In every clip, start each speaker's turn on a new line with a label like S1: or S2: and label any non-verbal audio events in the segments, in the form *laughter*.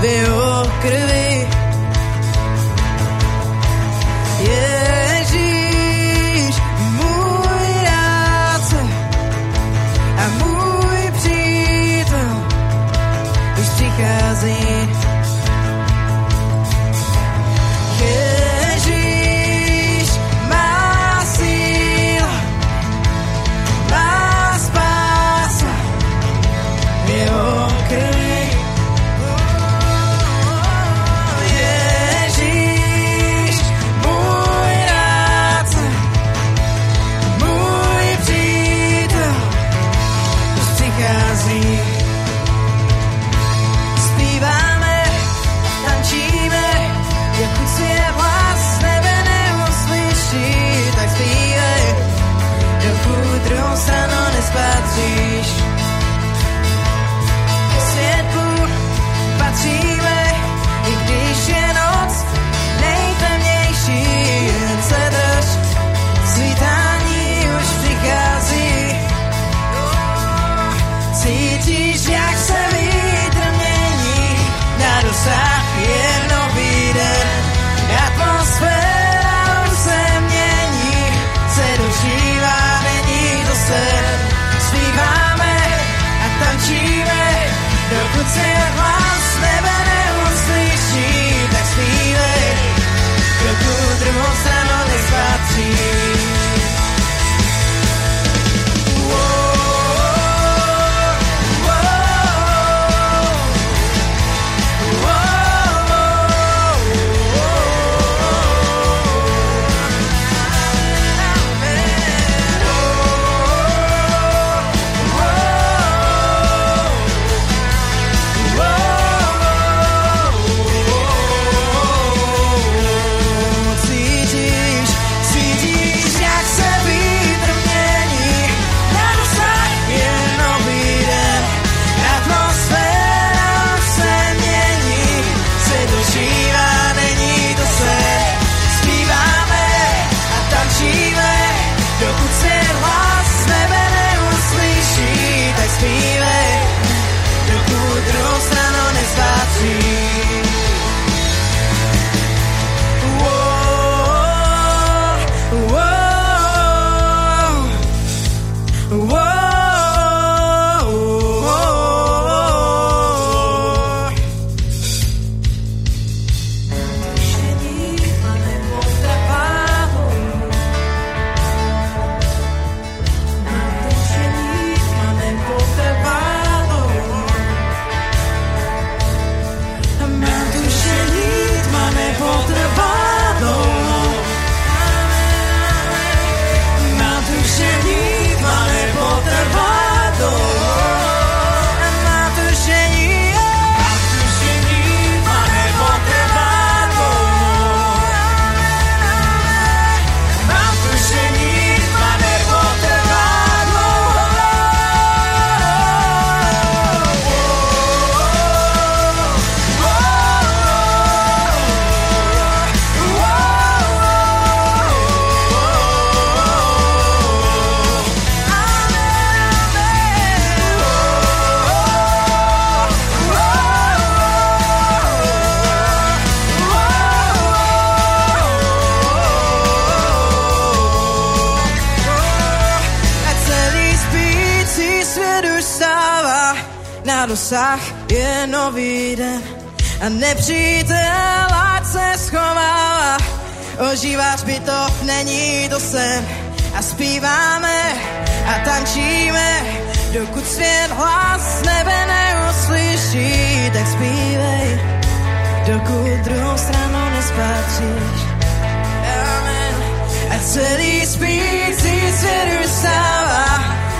S1: veo krvi. Ježíš, můj rádce a můj přítel už přichází. Ježíš, má síla, má spása v jeho krvi. Ježíš, můj rádce, můj přítel, už přichází. Zpíváme, tančíme, dokud si je hlas nebe neuslyší, tak zpívej, dokud druhou stranu nespatříš. K světlu patříme, i když je noc nejtemnější, jen se drž, svítání už přichází. Cítíš, jak se vítr mění, na dosah je nový den. Atmosféra už se mění, se dožívá, není to sen. Zpíváme a tančíme, dokud se hlas nebe neuslyší, tak zpívej, dokud druhou stranu nespatříš. Cítíš, cítíš, jak se vítr mění, na dosah je nový den. Atmosféra už se mění, se dožívá, není to sen. Zpíváme a tančíme, dokud se hlas nebe neuslyší, tak zpívej, dokud druhou stranu nespatříš. Mám duše nít, máme potrvanou. Mám duše nít, máme potrvanou. Mám duše nít, mám duše nít, máme potrvanou. Mám duše nít, máme potrvanou. A celý spící svět už stává, na dosah je nový den. A nepřítel, ať se schovává, ožíváš by to, není to sen. A zpíváme a tančíme, dokud svět hlas nebe neuslyší, tak zpívej, dokud druhou stranu nespatříš. Amen. A celý spící svět už stává,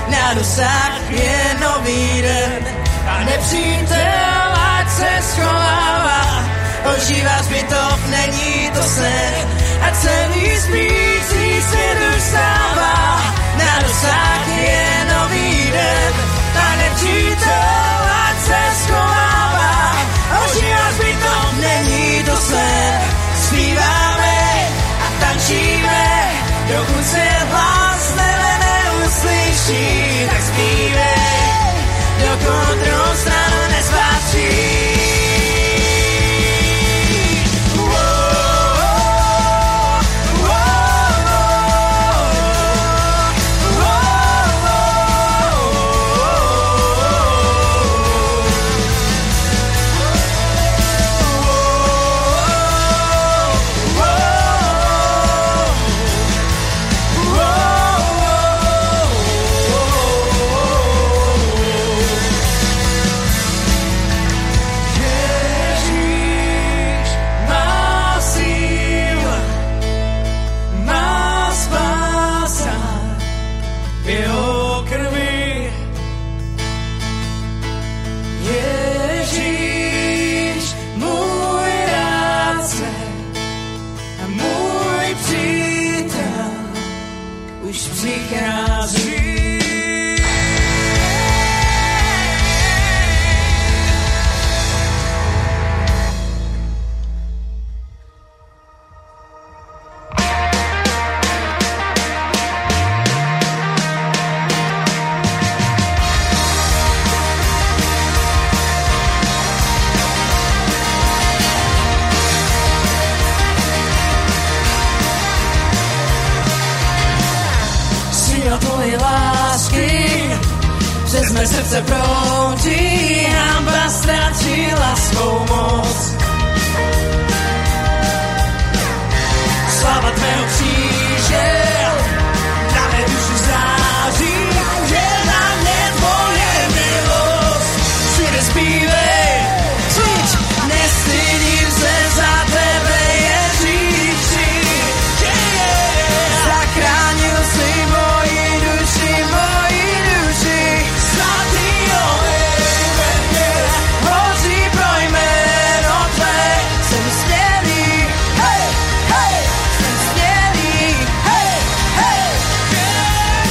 S1: na dosah je nový den. A nepřítel, ať se schovává, ožívá zbytov, není to sen. A celý spící svět už stává, na dosah je nový den. A nepřítel, ať se schovává, ožívá zbytov, není to sen. Zpíváme a tančíme, dokud se hlas nebe neuslyší, tak zpívej, dokud druhou stranu nespatříš. srdce proudí, hamba ztratila svou moc. Slava tvého kříže, na mé duši září, že na mě tvoje milost. Všude zpívej, křič, nestydím se za tebe, Ježíši. Yeah. Zachránil si moji duši, moji duši. Svatý oheň ve mně, hoří pro jméno tvé, jsem smělý. Hej, hej, jsem smělý. Hej, hej, yeah.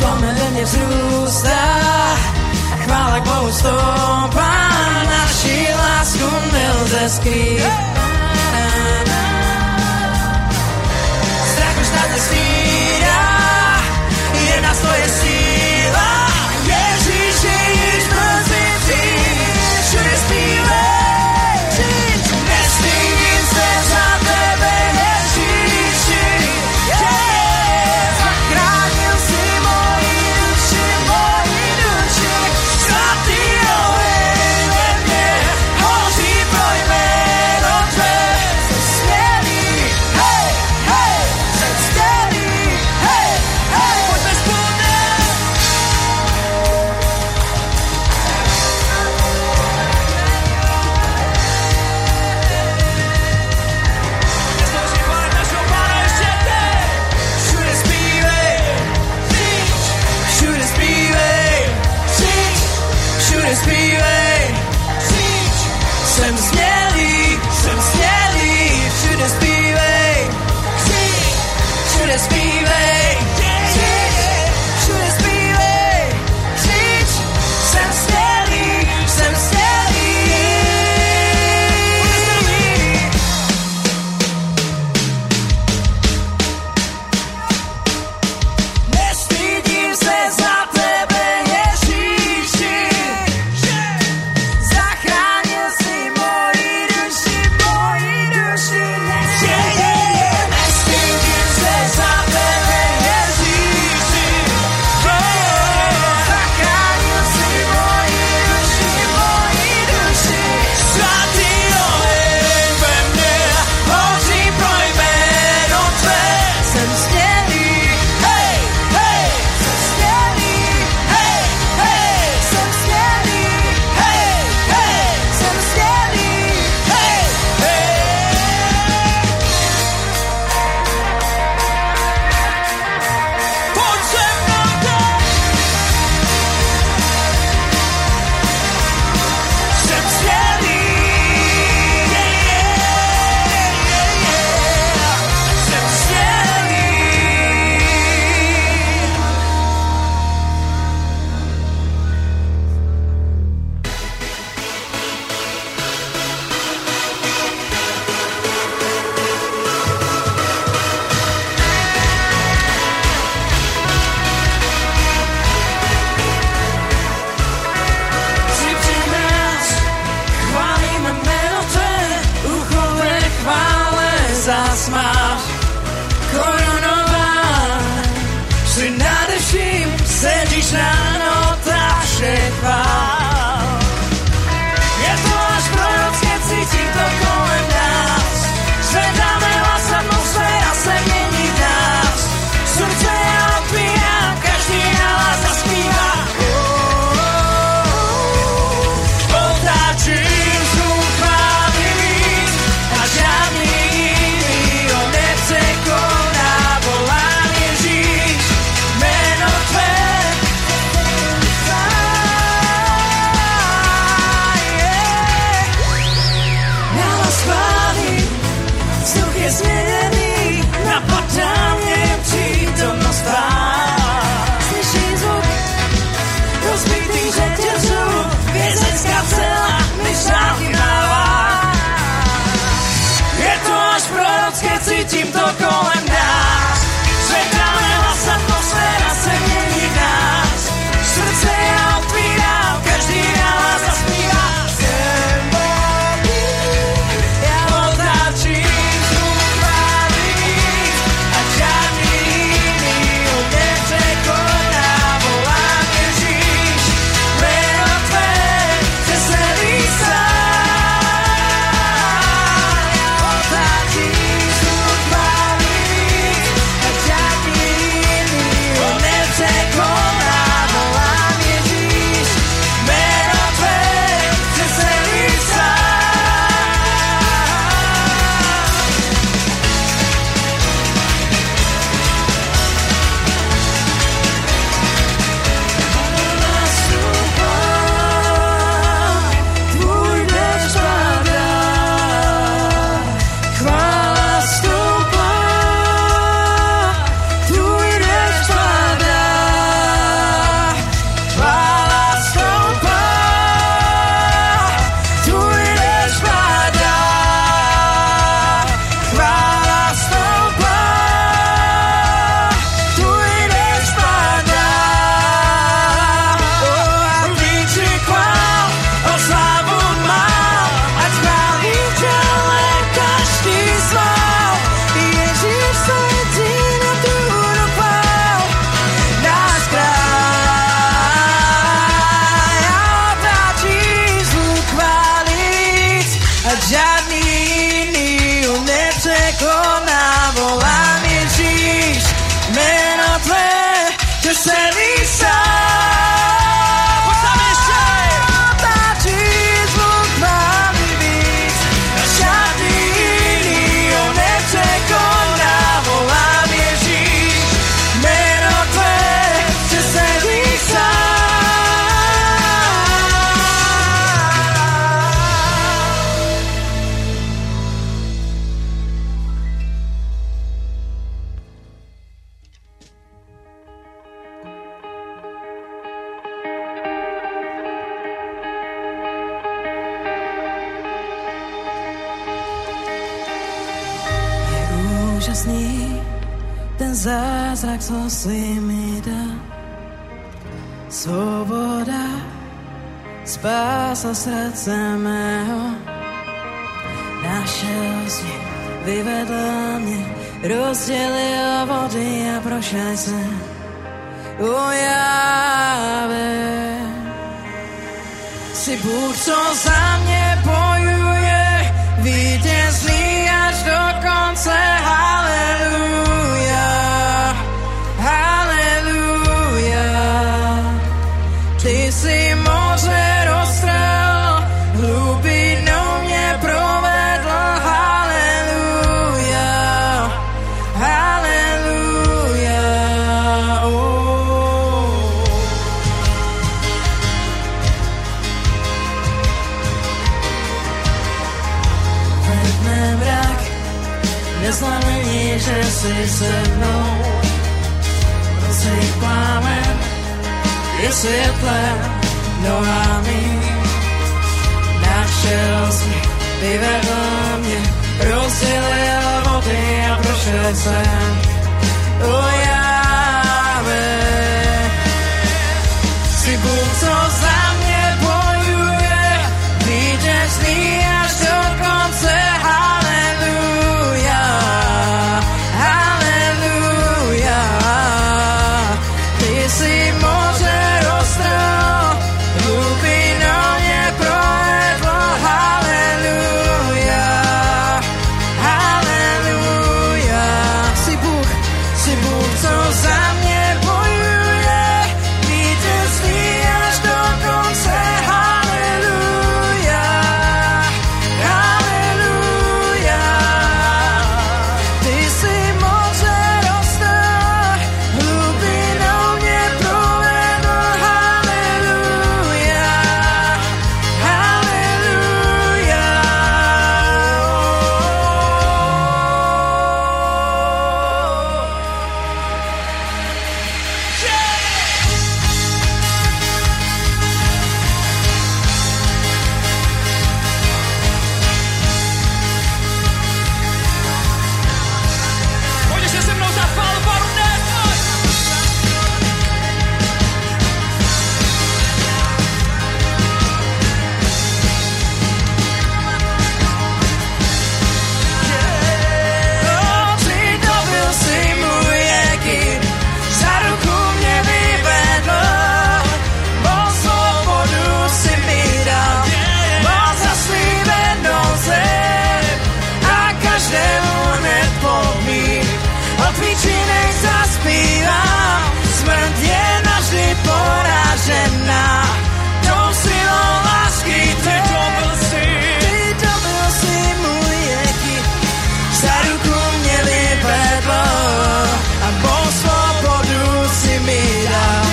S1: Pomylenie wzrůstá, chvála k Bohu stoupá, naši lásku nelze skrýt. Strach už nás nesmírá, je nás tvoje síla, Ježíši, již mrzí přijít, všude zpívej, přijď, nestydím se za tebe, Ježíši, yeah. Zachránil si moji duši, moji duši, svatý oheň ve mně, hoří pro jméno tvé, jsem smělý, hej, hej, jsem smělý, hej, hej, pojďme spolu, Všude zpívej, křič, všude zpívej, křič, všude zpívej, křič. Jsem smělý, jsem smělý, všude zpívej, křič, všude zpívej, křič, všude zpívej, křič. Jsem smělý, jsem smělý. Nestydím se za tebe, Ježíši. Zachránil si moji duši, moji duši. Yeah, yeah, yeah. Nestydím se za tebe, Ježíši. Zachránil si moji duši, moji duši. Svatý oheň ve mně, hoří pro jméno tvé. Jsem smělý, hej, hej, jsem smělý, hej, hej, jsem smělý, hej, hej, jsem smělý, hej, hej. Pojď se mnou teď. Jsem smělý, yeah, yeah, yeah, yeah. Jsem smělý. Přijďte nás, chválíme jméno Tvé, uchové chvále zásmáš. Korunován, jsi nade vším, sedíš na notáše chvál. Je to až prorocké, cítím to kolem nás. Zvedáme hlas, atmosféra se mění v nás. Srdce já otvíram, každý nález zaspívá. Oh, oh, oh. Otáčím zvuk chvály a žádný jiný ho nepřekoná. Volám Ježíš, jméno tvé. Ah, yeah. Nález chvály, vzduch je změněný, napadá mě přítomnost tvá. Slyším zvuk rozbitých řetězů, vězenská cela mi zavnává. Je to až prorocké, cítím to kolem nás. Zvedáme hlas, atmosféra se mění v nás. Srdce já otvírám, každý na vás zaspívá. Jsem é żadni inni mnie przekona Wołanie dziś my na tle Ty serwisa Postawię się Otaczyć mógł mam bić Żadni inni mnie przekona Wołanie dziś my na tle Ty serwisa Uświadni ten zazrak, co si mi da. Svoboda spasa srdce mého. Našel si, vyvedl mě, rozdělil vody a prošel se ujavil si Bůh, co za mě bojuje, vítězný až do konce, haleluja, haleluja. Ty si moře roztrhl, hlubinou mě provedl, haleluja, haleluja. Oh. Vedme mrak, neznamení, že jsi se mnou. Nocí plámen je světlem nohami. Našel jsi, vyvedl mě, rozdělil vody a prošel jsem. Oh, Ujávek si Bůh, co za mě bojuje, vítězný až do konce, haleluja, haleluja. Ty jsi moře roztrhl, hlubinou mě provedl, haleluja, haleluja. Si Bůh, si Bůh, co za mě bojuje, vítězství až do konce, haleluja, haleluja. Ty jsi moře rostla, hlubinou mě provedl, haleluja, haleluja.
S2: Pojďte se se mnou za palu,
S1: Přidobil si můj ekip, za ruku mě vyvedl. Mou svobodu si mi dal, má zaslíbenou zem a každému hned pomí. Od příčinek zaspívám, smrt je navždy poražená. Tou silou lásky ty dobil si, ty dobil si můj ekip. Za ruku mě vyvedlo a mou svobodu si mi dal.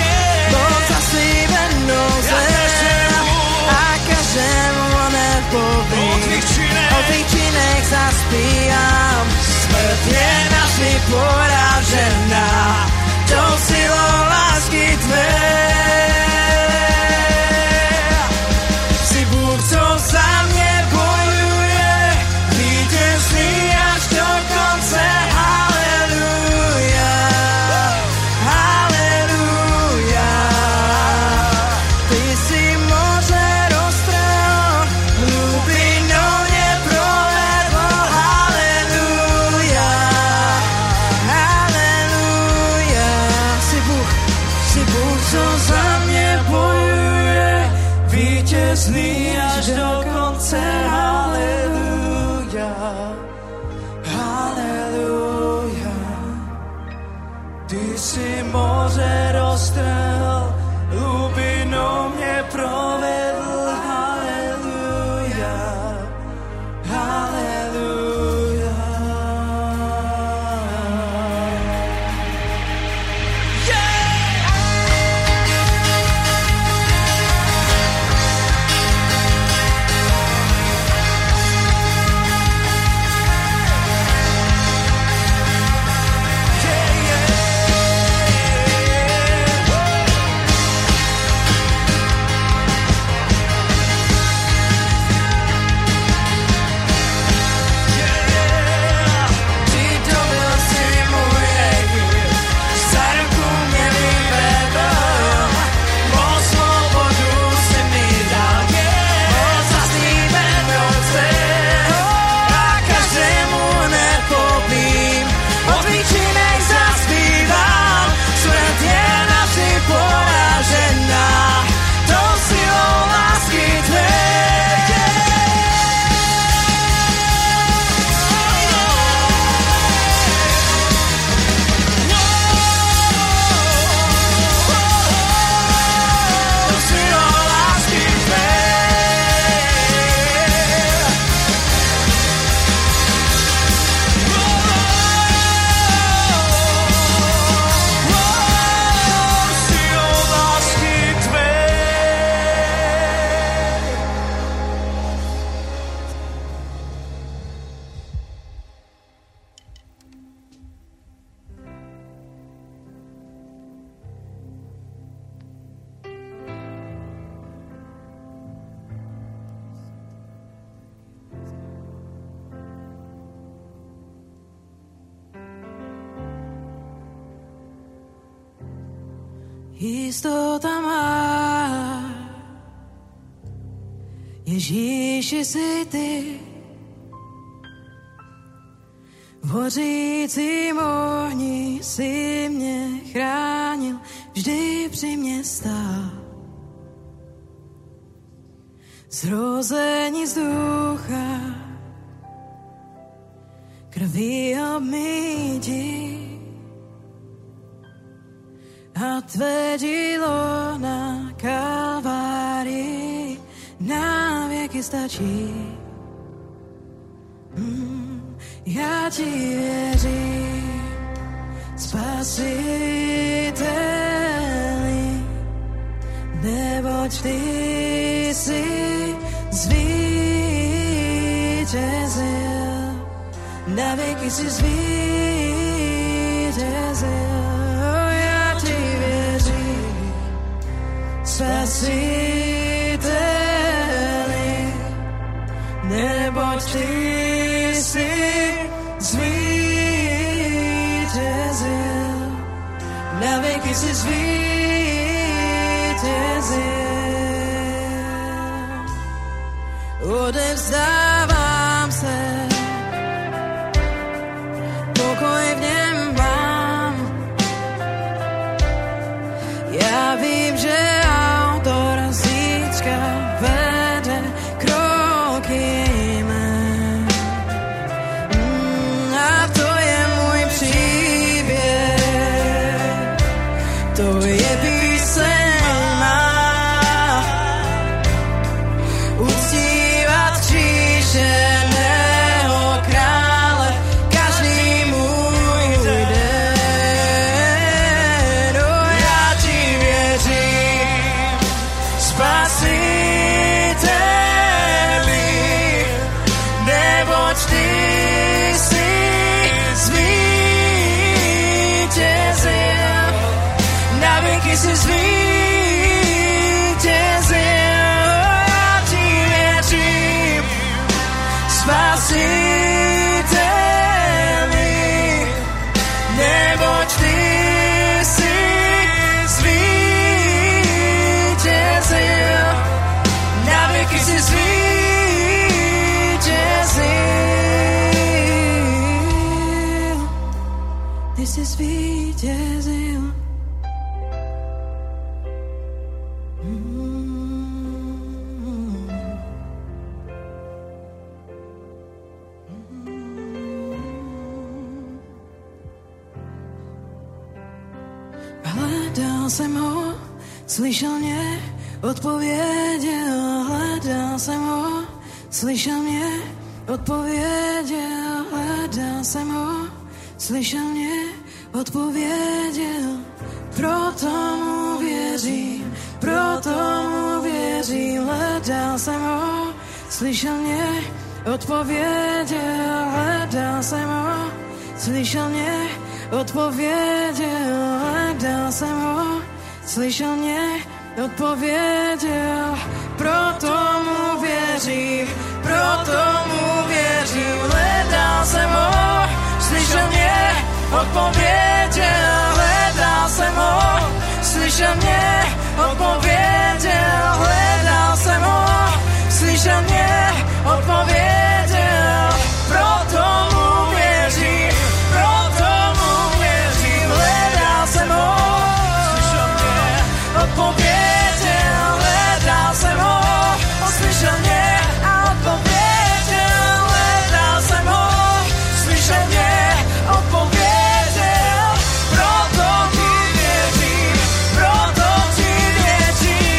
S1: Bol zaslíbenou zem a každému hned poví.
S2: Od tvých činek.
S1: O tvých činek zaspívám. Smrt je navždy poražená tou silou lásky tvé. si moře roztrhl, hlubinou mě provedl, haleluja, haleluja. Poražena, to silou lásky tvé. Jistota má, Ježíši jsi ty, v hořícím ohni jsi mě chránil, vždy při mě stál. Zrození z ducha, krví obmýtí, a tvé dílo na kalvárii na věky stačí. Mm, já ti věřím, spasiteli, neboť ty jsi zvítězil, na věky jsi zvítězil. Já ti věřím, spasiteli, neboť ty jsi zvítězil, na věky jsi zvítězil. Odevzdávám se, pokoj v něm mám, já vím, že autor zítřka vede kroky mé. Mm, a to je můj příběh, to je píseň má. Uctívat kříženého krále, každý můj den. O, já ti věřím, spasiteli, neboť ty jsi zvítězil, na věky jsi zvítězil. O, já ti věřím, spasiteli, neboť ty jsi zvítězil, na věky jsi zvítězil. Ty jsi zvítězil. Mm. Hledal jsem ho, slyšel mě, odpověděl. Hledal jsem ho, slyšel mě, odpověděl. Hledal jsem ho, slyšel mě, odpověděl. Proto mu věřím, proto mu věřím. Hledal jsem ho, slyšel mě, odpověděl. Hledal jsem ho, slyšel mě, odpověděl, hledal jsem ho, slyšel mě, odpověděl, proto mu věřím, proto mu věřím, hledal jsem ho, slyšel mě, odpověděl, hledal jsem ho, slyšel mě, odpověděl, hledal jsem ho, slyšel mě, odpověděl, proto mu věřím, proto mu věřím, hledal jsem ho, slyšel mě, odpověděl, hledal jsem ho, slyšel mě a odpověděl, hledal jsem ho, slyšel mě, odpověděl, proto ti věřím, proto ti věřím,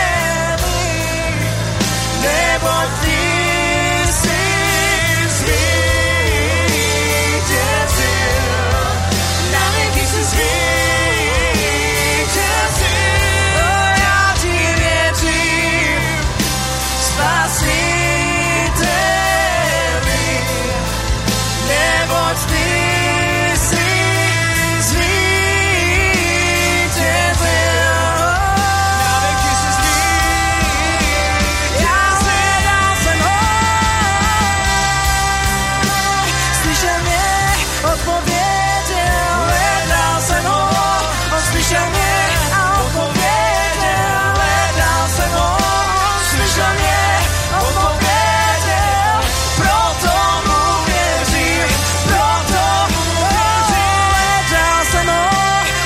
S1: spasiteli nebo ty jsi zvítězil. Na věky jsi zvítězil. O, já ti věřím, spasiteli, neboť ty jsi zvítězil. Na věky jsi zvítězil. Já zvedal jsem ho, slyšel mě, odpověděl, hledal jsem ho, on slyšel mě a odpověděl, hledal jsem ho, slyšel mě, odpověděl, proto mu věřím, proto mu věřím, hledal jsem ho,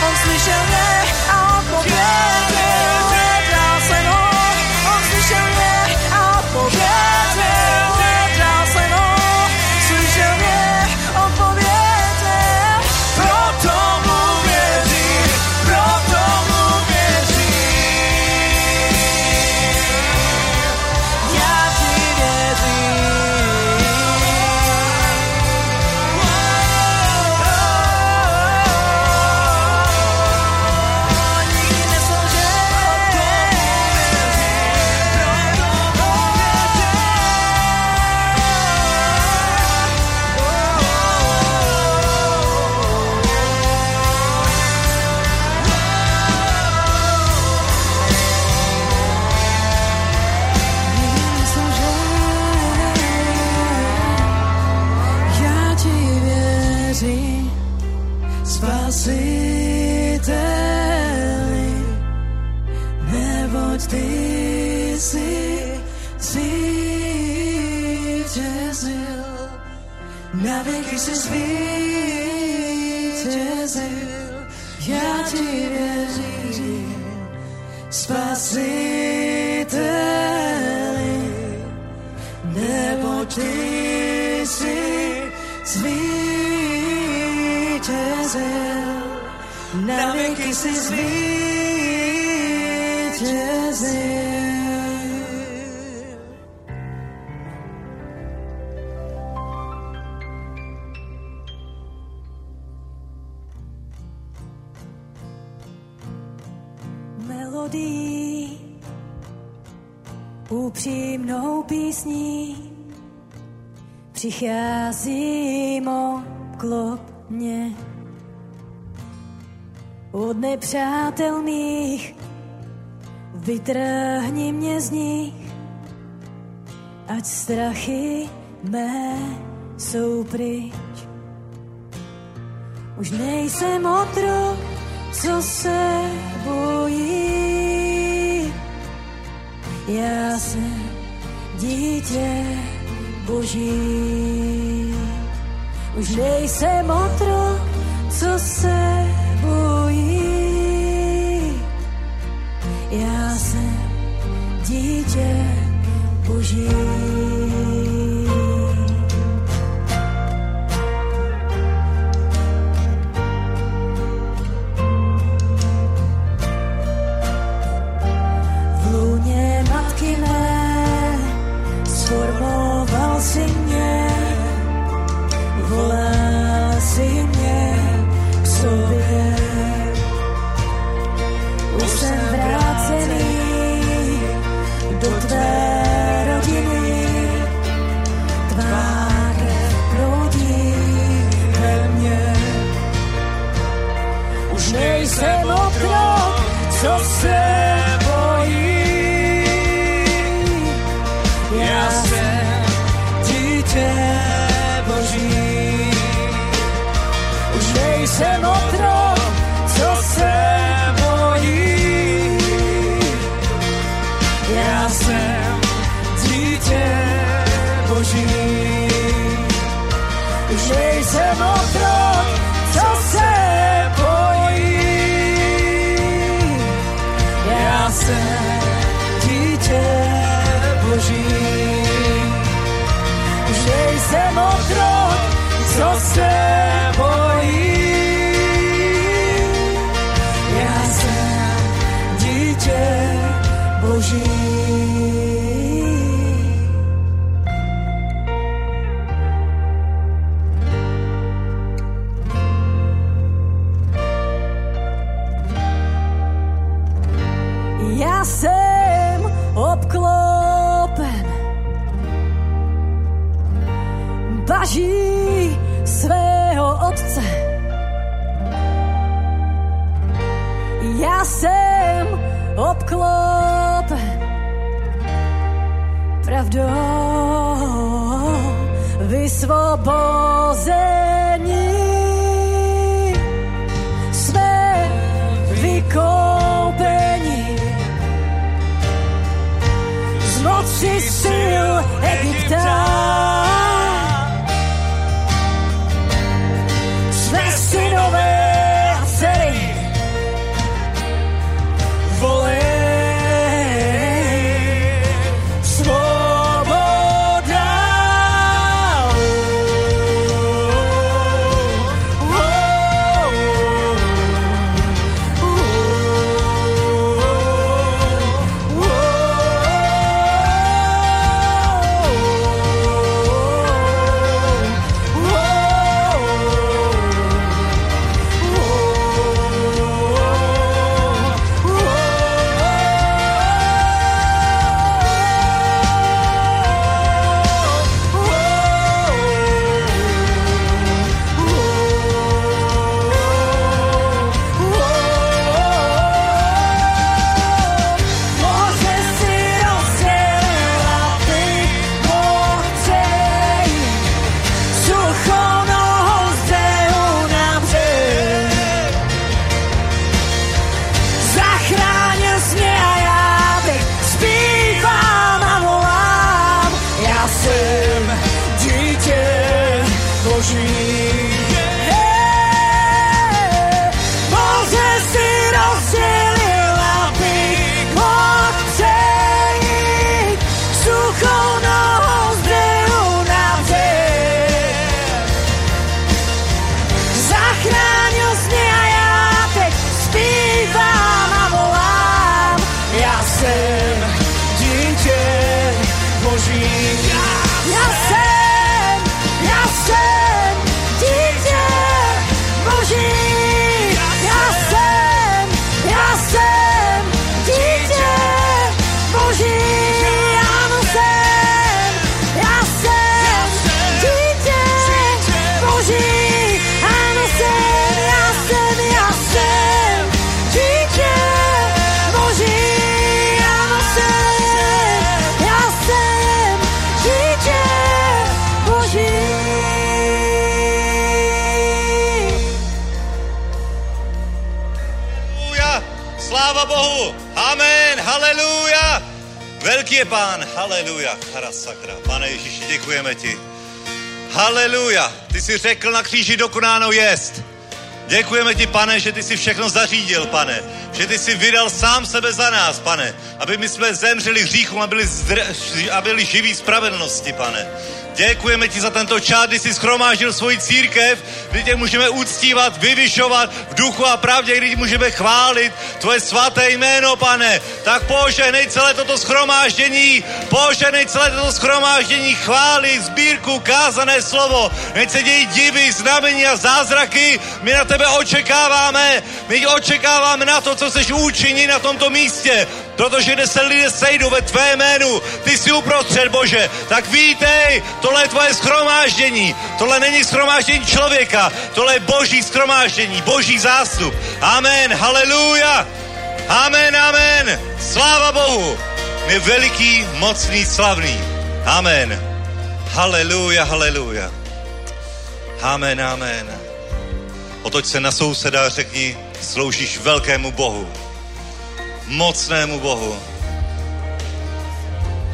S1: on slyšel mě a odpověděl, hledal jsem ho, on slyšel mě a odpověděl, hledal jsem ho, slyšel mě, odpověděl, proto mu věřím, proto mu věřím. Já ti věřím. Já ti věřím, spasiteli, neboť ty jsi zvítězil, na věky jsi zvítězil, já ti věřím, spasiteli, nebo ty jsi zvítězil, na věky jsi zvítězil.
S3: melodii, upřímnou písní, přicházím oklopně. Od nepřátel mých vytrhni mě z nich, ať strachy mé jsou pryč. Už nejsem otrok, co se bojí. Já jsem dítě boží. Už nejsem otrok, co se bojí. Já jsem dítě boží.
S1: do tvé rodiny. Tvá krev proudí ve mně. Už nejsem otrok, co se bojí. Já jsem dítě boží. Už nejsem otrok, co se bojí. Já jsem dítě boží. Už nejsem otrok, co se bojí. Já jsem dítě boží. Už nejsem otrok, co se bojí. Já jsem dítě boží. Já jsem obklopen baží svého otce. Já jsem obklopen pravdou vysvobození své vykoupení z moci sil Egypta. Své synové a dcery volej svoboda. Oh, oh, oh, Może si rozdziela ty mocej Sucho nohou zdejmou na břeh Zachráně mě a já bych zpívám a volám Já jsem dítě Boží Hey! Bože si rozdělil, aby potřeji suchou nohou zdejmu na břeh. Zachránil jsi mě a já teď zpívám a volám. Já jsem dítě Boží. Já jsem, já jsem dítě Boží. Já jsem, já jsem dítě Boží. Ano, jsem, já jsem dítě Boží. Ano, jsem, já jsem, já jsem dítě Boží. Ano, jsem, já jsem dítě Boží.
S4: Haleluja! Sláva Bohu! Amen! Haleluja! Velký je pán! Haleluja! Hara sakra! Pane Ježíši, děkujeme ti. Haleluja! Ty jsi řekl na kříži dokonáno jest. Děkujeme ti, pane, že ty jsi všechno zařídil, pane. Že ty jsi vydal sám sebe za nás, pane. Aby my jsme zemřeli hříchům a byli, zdr- a byli živí spravedlnosti, pane. Děkujeme ti za tento čas, kdy jsi schromáždil svoji církev, kdy tě můžeme uctívat, vyvyšovat v duchu a pravdě, kdy tě můžeme chválit tvoje svaté jméno, pane. Tak požehnej celé toto schromáždění, požehnej celé toto schromáždění, chvály, sbírku, kázané slovo. Nech se dějí divy, znamení a zázraky. My na tebe očekáváme, my očekáváme na to, co chceš učinit na tomto místě. protože kde se lidé sejdou ve tvé jménu, ty jsi uprostřed Bože, tak vítej, tohle je tvoje schromáždění, tohle není schromáždění člověka, tohle je boží schromáždění, boží zástup. Amen, haleluja, amen, amen, sláva Bohu, je veliký, mocný, slavný, amen, haleluja, haleluja, amen, amen. Otoč se na souseda a řekni, sloužíš velkému Bohu. Mocnému Bohu.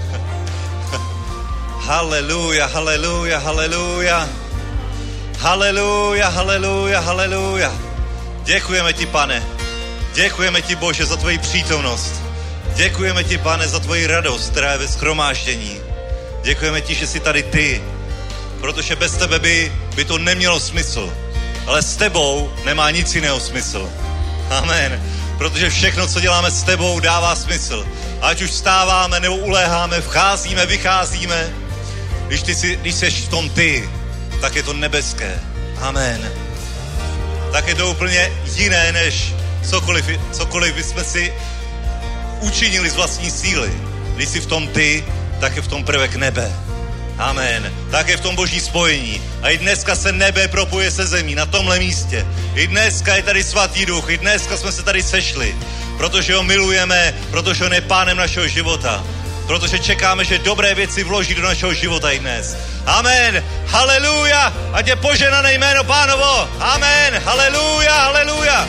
S4: *laughs* Haleluja, haleluja, haleluja. Haleluja, haleluja, haleluja. Děkujeme ti, pane. Děkujeme ti, Bože, za tvoji přítomnost. Děkujeme ti, pane, za tvoji radost, která je ve schromáždění. Děkujeme ti, že jsi tady ty, protože bez tebe by, by to nemělo smysl. Ale s tebou nemá nic jiného smysl. Amen. Protože všechno, co děláme s tebou, dává smysl. Ať už stáváme nebo uléháme, vcházíme, vycházíme. Když, ty jsi, když jsi v tom ty, tak je to nebeské. Amen. Tak je to úplně jiné, než cokoliv, cokoliv bychom si učinili z vlastní síly. Když jsi v tom ty, tak je v tom prvek nebe. Amen. Tak je v tom boží spojení. A i dneska se nebe propoje se zemí na tomhle místě. I dneska je tady svatý duch, i dneska jsme se tady sešli, protože ho milujeme, protože on je pánem našeho života. Protože čekáme, že dobré věci vloží do našeho života i dnes. Amen. Haleluja. Ať je poženané jméno pánovo. Amen. Haleluja. Haleluja.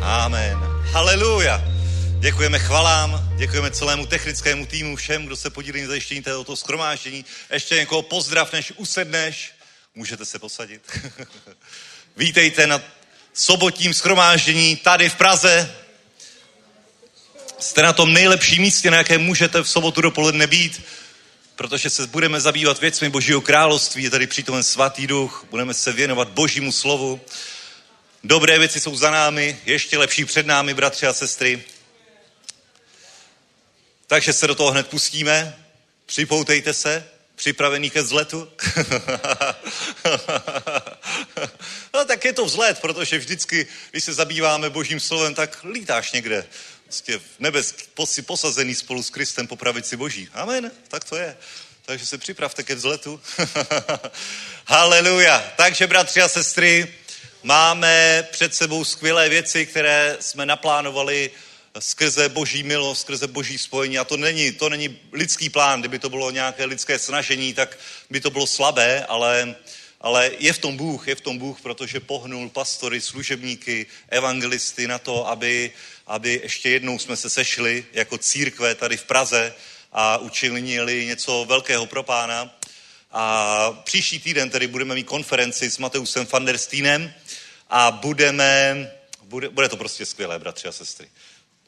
S4: Amen. Haleluja. Děkujeme chvalám, děkujeme celému technickému týmu, všem, kdo se podílí na zajištění tohoto schromáždění. Ještě někoho pozdrav, než usedneš. Můžete se posadit. *laughs* Vítejte na sobotním schromáždění tady v Praze. Jste na tom nejlepším místě, na jaké můžete v sobotu dopoledne být, protože se budeme zabývat věcmi Božího království, je tady přítomen svatý duch, budeme se věnovat Božímu slovu. Dobré věci jsou za námi, ještě lepší před námi, bratři a sestry. Takže se do toho hned pustíme. Připoutejte se, připravený ke vzletu. *laughs* no tak je to vzlet, protože vždycky, když se zabýváme božím slovem, tak lítáš někde. Prostě v nebes si posazený spolu s Kristem po pravici boží. Amen, tak to je. Takže se připravte ke vzletu. *laughs* Haleluja. Takže, bratři a sestry, Máme před sebou skvělé věci, které jsme naplánovali skrze boží milost, skrze boží spojení. A to není, to není lidský plán, kdyby to bylo nějaké lidské snažení, tak by to bylo slabé, ale, ale je v tom Bůh, je v tom Bůh, protože pohnul pastory, služebníky, evangelisty na to, aby, aby ještě jednou jsme se sešli jako církve tady v Praze a učinili něco velkého pro pána. A příští týden tedy budeme mít konferenci s Mateusem van der Steinem a budeme, bude, bude to prostě skvělé, bratři a sestry.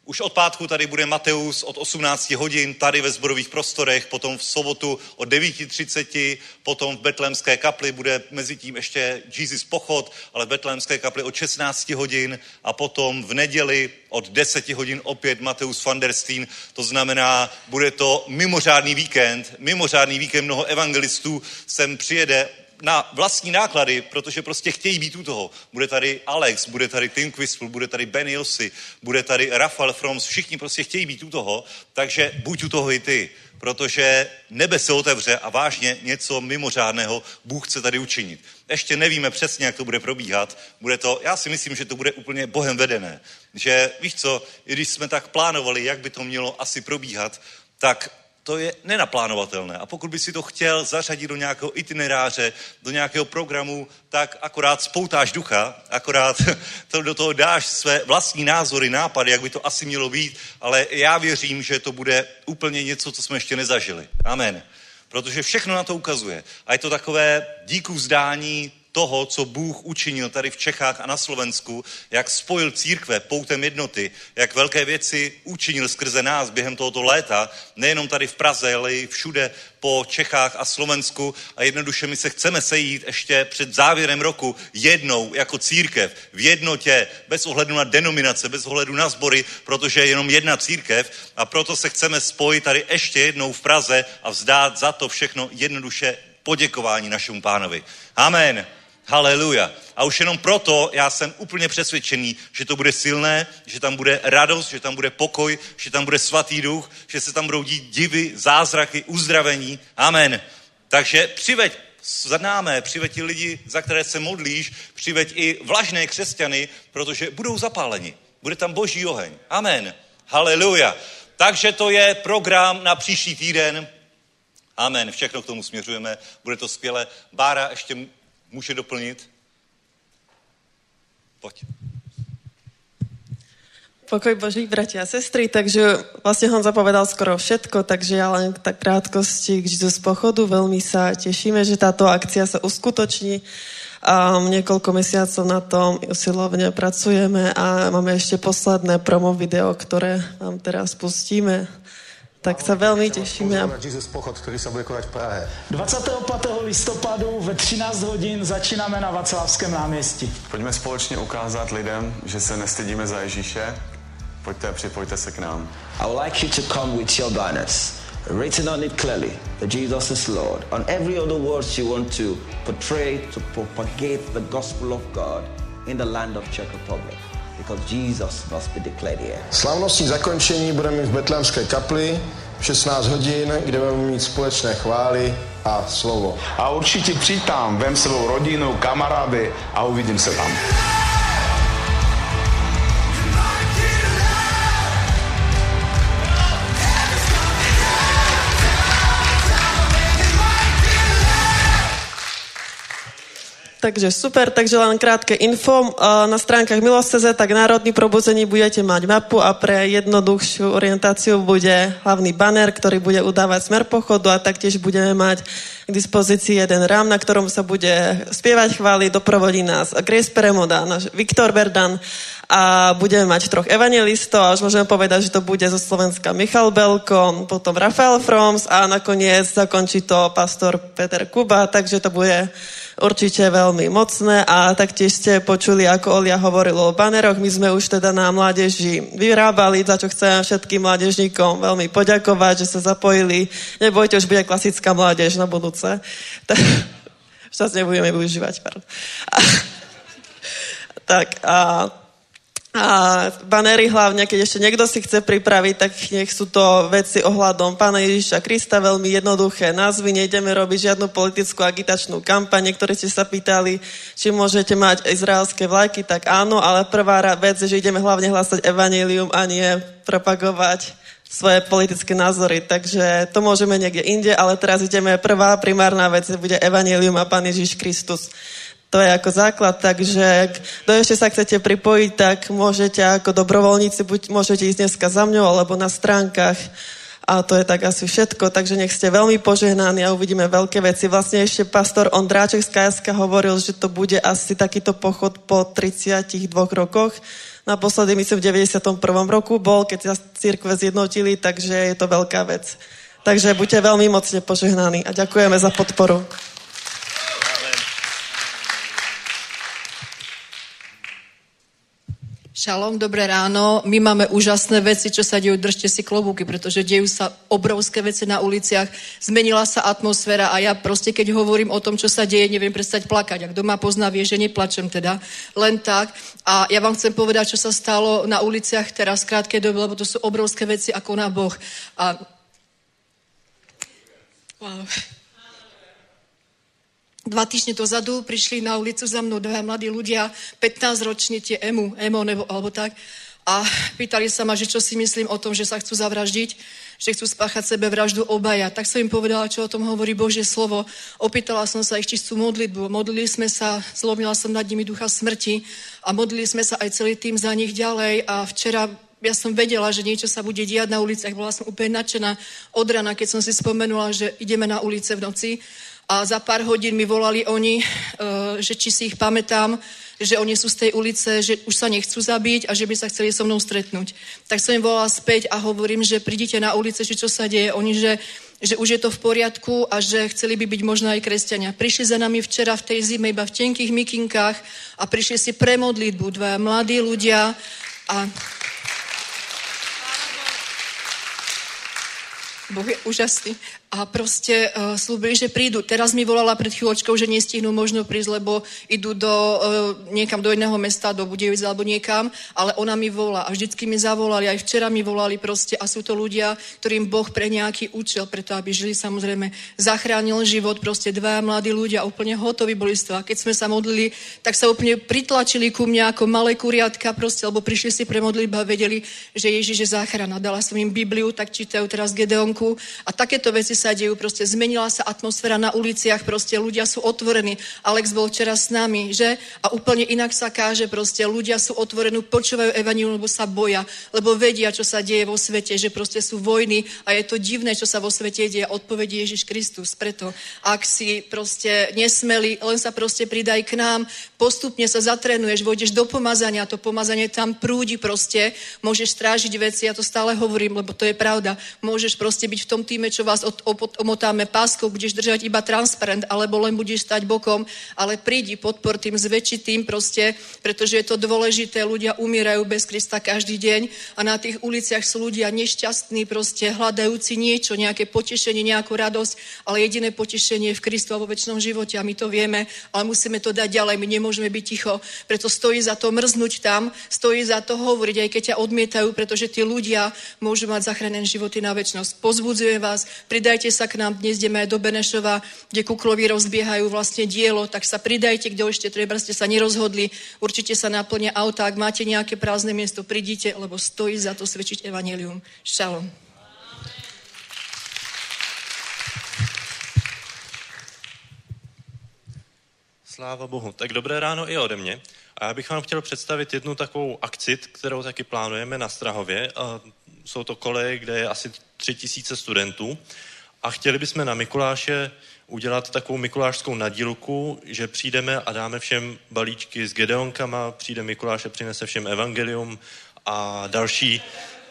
S4: Už od pátku tady bude Mateus od 18 hodin tady ve zborových prostorech, potom v sobotu od 9.30, potom v Betlémské kapli bude mezi tím ještě Jesus pochod, ale v Betlémské kapli od 16 hodin a potom v neděli od 10 hodin opět Mateus van der Steen. To znamená, bude to mimořádný víkend, mimořádný víkend mnoho evangelistů sem přijede na vlastní náklady, protože prostě chtějí být u toho. Bude tady Alex, bude tady Tim Quispel, bude tady Ben Yossi, bude tady Rafael Froms, všichni prostě chtějí být u toho, takže buď u toho i ty, protože nebe se otevře a vážně něco mimořádného Bůh chce tady učinit. Ještě nevíme přesně, jak to bude probíhat. Bude to, já si myslím, že to bude úplně Bohem vedené. Že víš co, i když jsme tak plánovali, jak by to mělo asi probíhat, tak to je nenaplánovatelné. A pokud by si to chtěl zařadit do nějakého itineráře, do nějakého programu, tak akorát spoutáš ducha, akorát *laughs* to do toho dáš své vlastní názory, nápady, jak by to asi mělo být, ale já věřím, že to bude úplně něco, co jsme ještě nezažili. Amen. Protože všechno na to ukazuje. A je to takové díku vzdání toho, co Bůh učinil tady v Čechách a na Slovensku, jak spojil církve poutem jednoty, jak velké věci učinil skrze nás během tohoto léta, nejenom tady v Praze, ale i všude po Čechách a Slovensku a jednoduše my se chceme sejít ještě před závěrem roku jednou jako církev, v jednotě, bez ohledu na denominace, bez ohledu na sbory, protože je jenom jedna církev a proto se chceme spojit tady ještě jednou v Praze a vzdát za to všechno jednoduše poděkování našemu pánovi. Amen. Haleluja. A už jenom proto já jsem úplně přesvědčený, že to bude silné, že tam bude radost, že tam bude pokoj, že tam bude svatý duch, že se tam budou dít divy, zázraky, uzdravení. Amen. Takže přiveď známé, přiveď i lidi, za které se modlíš, přiveď i vlažné křesťany, protože budou zapáleni. Bude tam boží oheň. Amen. Haleluja. Takže to je program na příští týden. Amen. Všechno k tomu směřujeme. Bude to skvělé. Bára ještě m- může doplnit. Pojď.
S5: Pokoj Boží, bratia a sestry. Takže vlastne Honza povedal skoro všetko, takže ja len tak krátkosti k Jesus pochodu. Veľmi sa tešíme, že táto akcia sa uskutoční. Um, niekoľko mesiacov na tom usilovne pracujeme a máme ešte posledné promo video, ktoré vám teraz pustíme. Tak sa veľmi tešíme a
S6: na Jesus pochod, ktorý sa bude konať v Prahe.
S7: 25. listopadu ve 13 hodin začínáme na Václavském náměstí.
S8: Pojďme společně ukázat lidem, že se nestydíme za Ježíše. Pojďte, připojte se k nám.
S9: I would like you to come with your banners written on it clearly that Jesus is Lord. On every other words you want to portray to propagate the gospel of God in the land of Czech Republic because Jesus must be declared here.
S6: Slavnostní zakončení budeme mít v Betlémské kapli v 16 hodin, kde budeme mít společné chvály a slovo.
S10: A určitě přijď tam, vem s sebou rodinu, kamarády a uvidím se tam.
S5: Takže super, takže len krátke info. Eh, Na stránkach Milost.cz tak Národní probuzení budete mať mapu a pre jednoduchšiu orientáciu bude hlavný banner, ktorý bude udávať smer pochodu a taktiež budeme mať k dispozícii jeden rám, na ktorom sa bude spievať chvály, doprovodí nás Grace Peremoda, náš Viktor Berdan a budeme mať troch evangelistov a už môžeme povedať, že to bude zo Slovenska Michal Belko, potom Rafael Froms a nakoniec zakončí to pastor Peter Kuba, takže to bude určite veľmi mocné a taktiež ste počuli, ako Olia hovorila o baneroch. My sme už teda na mládeži vyrábali, za čo chcem všetkým mládežníkom veľmi poďakovať, že sa zapojili. Nebojte, už bude klasická mládež na budúce. *laughs* Už sa nebudeme využívať, pardon. *laughs* tak a a banery hlavne, keď ešte niekto si chce pripraviť, tak nech sú to veci ohľadom Pána Ježiša Krista, veľmi jednoduché názvy, nejdeme robiť žiadnu politickú agitačnú kampaň, niektorí ste sa pýtali, či môžete mať izraelské vlajky, tak áno, ale prvá ra- vec je, že ideme hlavne hlásať evanílium a nie propagovať svoje politické názory, takže to môžeme niekde inde, ale teraz ideme, prvá primárna vec bude evanílium a Pán Ježiš Kristus. To je ako základ, takže ak do ešte sa chcete pripojiť, tak môžete ako dobrovoľníci, buď môžete ísť dneska za mňou, alebo na stránkach. A to je tak asi všetko, takže nech ste veľmi požehnaní a uvidíme veľké veci. Vlastne ešte pastor Ondráček z KSK hovoril, že to bude asi takýto pochod po 32 rokoch. Naposledy, myslím, v 91. roku bol, keď sa církve zjednotili, takže je to veľká vec. Takže buďte veľmi mocne požehnaní a ďakujeme za podporu.
S11: Šalom, dobré ráno. My máme úžasné veci, čo sa dejú. Držte si klobúky, pretože dejú sa obrovské veci na uliciach. Zmenila sa atmosféra a ja proste, keď hovorím o tom, čo sa deje, neviem prestať plakať. A kto ma pozná, vie, že neplačem teda. Len tak. A ja vám chcem povedať, čo sa stalo na uliciach teraz v krátkej dobe, lebo to sú obrovské veci, ako na Boh. A... Wow. Dva týždne dozadu prišli na ulicu za mnou dvaja mladí ľudia, 15-roční tie emu, emo nebo, alebo tak, a pýtali sa ma, že čo si myslím o tom, že sa chcú zavraždiť, že chcú spáchať sebevraždu obaja. Tak som im povedala, čo o tom hovorí Božie slovo. Opýtala som sa ich, či chcú modlitbu. Modlili sme sa, zlomila som nad nimi ducha smrti a modlili sme sa aj celý tým za nich ďalej a včera ja som vedela, že niečo sa bude diať na uliciach. Bola som úplne nadšená od rana, keď som si spomenula, že ideme na ulice v noci. A za pár hodín mi volali oni, eh, že či si ich pamätám, že oni sú z tej ulice, že už sa nechcú zabiť a že by sa chceli so mnou stretnúť. Tak som im volala späť a hovorím, že prídite na ulice, že čo sa deje. Oni, že že už je to v poriadku a že chceli by byť možno aj kresťania. Prišli za nami včera v tej zime iba v tenkých mikinkách a prišli si pre modlitbu dvaja mladí ľudia a Boh je úžasný. a prostě uh, slúbili, že prídu. Teraz mi volala pred chvíľočkou, že nestihnú možno prísť, lebo idú do, uh, niekam do jedného mesta, do Budějovic alebo niekam, ale ona mi volá a vždycky mi zavolali, aj včera mi volali prostě a sú to ľudia, ktorým Boh pre nejaký účel, preto aby žili samozrejme, zachránil život, prostě dva mladí ľudia úplne hotoví boli z toho. A keď sme sa modlili, tak sa úplne pritlačili ku mne ako malé kuriatka prostě, lebo prišli si pre modlitbu a vedeli, že Ježíš je záchrana. Dala som im Bibliu, tak čítajú teraz Gedeonku a takéto veci sa dejú, prostě zmenila sa atmosféra na uliciach, prostě ľudia sú otvorení. Alex bol včera s nami, že? A úplne inak sa káže, prostě ľudia sú otvorení, počúvajú evanilu, lebo sa boja, lebo vedia, čo sa deje vo svete, že prostě sú vojny a je to divné, čo sa vo svete deje. Odpovedí Ježíš Kristus. Preto, ak si prostě nesmelý, len sa prostě pridaj k nám, postupne sa zatrénuješ, vojdeš do pomazania, to pomazanie tam prúdi prostě, môžeš strážiť veci, ja to stále hovorím, lebo to je pravda. Môžeš prostě byť v tom týme, čo vás od, opot- omotáme páskou, budeš držať iba transparent, alebo len budeš stať bokom, ale prídi podpor tým zväčšitým prostě, pretože je to dôležité, ľudia umierajú bez Krista každý deň a na tých uliciach sú ľudia nešťastní, prostě hľadajúci niečo, nejaké potešenie, nejakú radosť, ale jediné potešenie je v Kristu a vo väčšnom živote a my to vieme, ale musíme to dať ďalej, my nemôžeme byť ticho, preto stojí za to mrznúť tam, stojí za to hovoriť, aj keď ťa odmietajú, pretože tí ľudia môžu mať zachránené životy na väčšnosť. Pozbudzujem vás, pridajte sa k nám, dnes ideme aj do Benešova, kde kuklovi rozbiehajú vlastne dielo, tak sa pridajte, kde ešte treba ste sa nerozhodli, určite sa naplnia auta, ak máte nejaké prázdne miesto, prídite, lebo stojí za to svedčiť evanelium. Šalom.
S12: Sláva Bohu. Tak dobré ráno i ode mě. A já bych vám chtěl představit jednu takovou akci, kterou taky plánujeme na Strahově. A Jsou to koleje, kde je asi tři tisíce studentů. A chtěli bychom na Mikuláše udělat takovou mikulášskou nadílku, že přijdeme a dáme všem balíčky s Gedeonkama, přijde Mikuláš a přinese všem evangelium a další,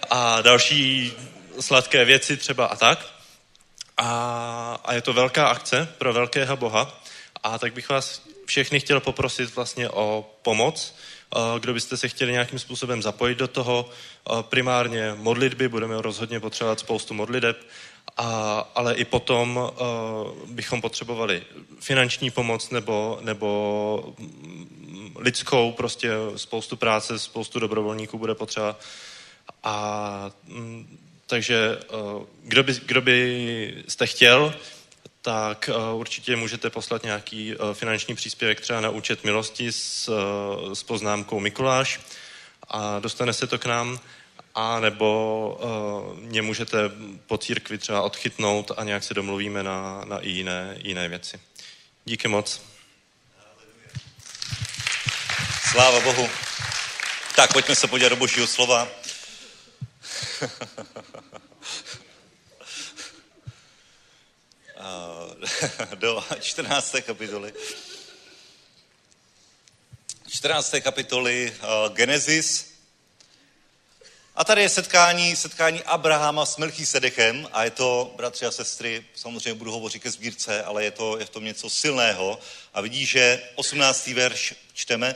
S12: a další sladké věci třeba a tak. A, a je to velká akce pro velkého Boha. A tak bych vás všechny chtěl poprosit vlastně o pomoc, eh, kdo byste se chtěli nějakým způsobem zapojit do toho, eh, primárně modlitby, budeme rozhodně potřebovat spoustu modliteb, a, ale i potom eh, bychom potřebovali finanční pomoc nebo, nebo mm, lidskou, prostě spoustu práce, spoustu dobrovolníků bude potřeba. A mm, takže eh, kdo by, kdo by jste chtěl, tak eh, určitě můžete poslat nějaký eh, finanční příspěvek třeba na účet milosti s, eh, s poznámkou Mikuláš a dostane se to k nám a nebo eh, mě můžete po církvi třeba odchytnout a nějak se domluvíme na, na i jiné, jiné věci. Díky moc.
S4: Sláva Bohu. Tak pojďme se podívat do božího slova. A do 14. kapitoly. 14. kapitoly eh, Genesis. A tady je setkání, setkání Abrahama s Melchisedechem a je to, bratři a sestry, samozřejmě budu hovořit ke sbírce, ale je, to, je v tom něco silného. A vidí, že 18. verš čteme.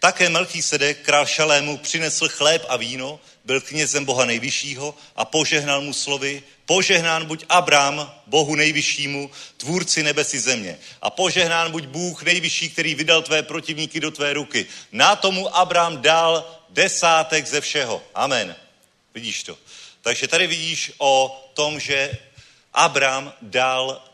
S4: Také Melchisedek, král Šalému, přinesl chléb a víno, byl knězem Boha nejvyššího a požehnal mu slovy, požehnán buď Abraham, Bohu nejvyššímu, tvůrci nebesi země. A požehnán buď Bůh nejvyšší, který vydal tvé protivníky do tvé ruky. Na tomu Abraham dal desátek ze všeho. Amen. Vidíš to. Takže tady vidíš o tom, že Abraham dal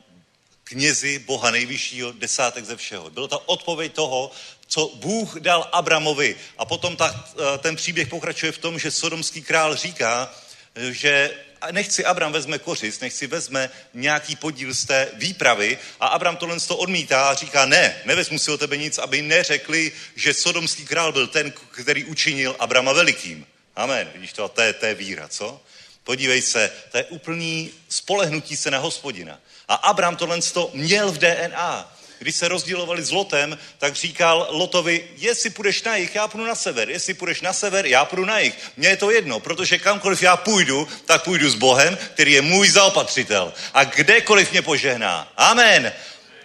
S4: knězi Boha nejvyššího desátek ze všeho. Byla to odpověď toho, co Bůh dal Abramovi. A potom ta, eh, ten příběh pokračuje v tom, že sodomský král říká, eh, že nechci Abram vezme kořist, nechci vezme nějaký podíl z té výpravy a Abram tohle z toho odmítá a říká ne, nevezmu si o tebe nic, aby neřekli, že sodomský král byl ten, který učinil Abrama velikým. Amen, vidíš to, to je, to je víra, co? Podívej se, to je úplný spolehnutí se na hospodina. A Abraham tohle to měl v DNA. Když se rozdělovali s Lotem, tak říkal Lotovi, jestli půjdeš na jich, já půjdu na sever, jestli půjdeš na sever, já půjdu na jich. Mně je to jedno, protože kamkoliv já půjdu, tak půjdu s Bohem, který je můj zaopatřitel. A kdekoliv mě požehná. Amen.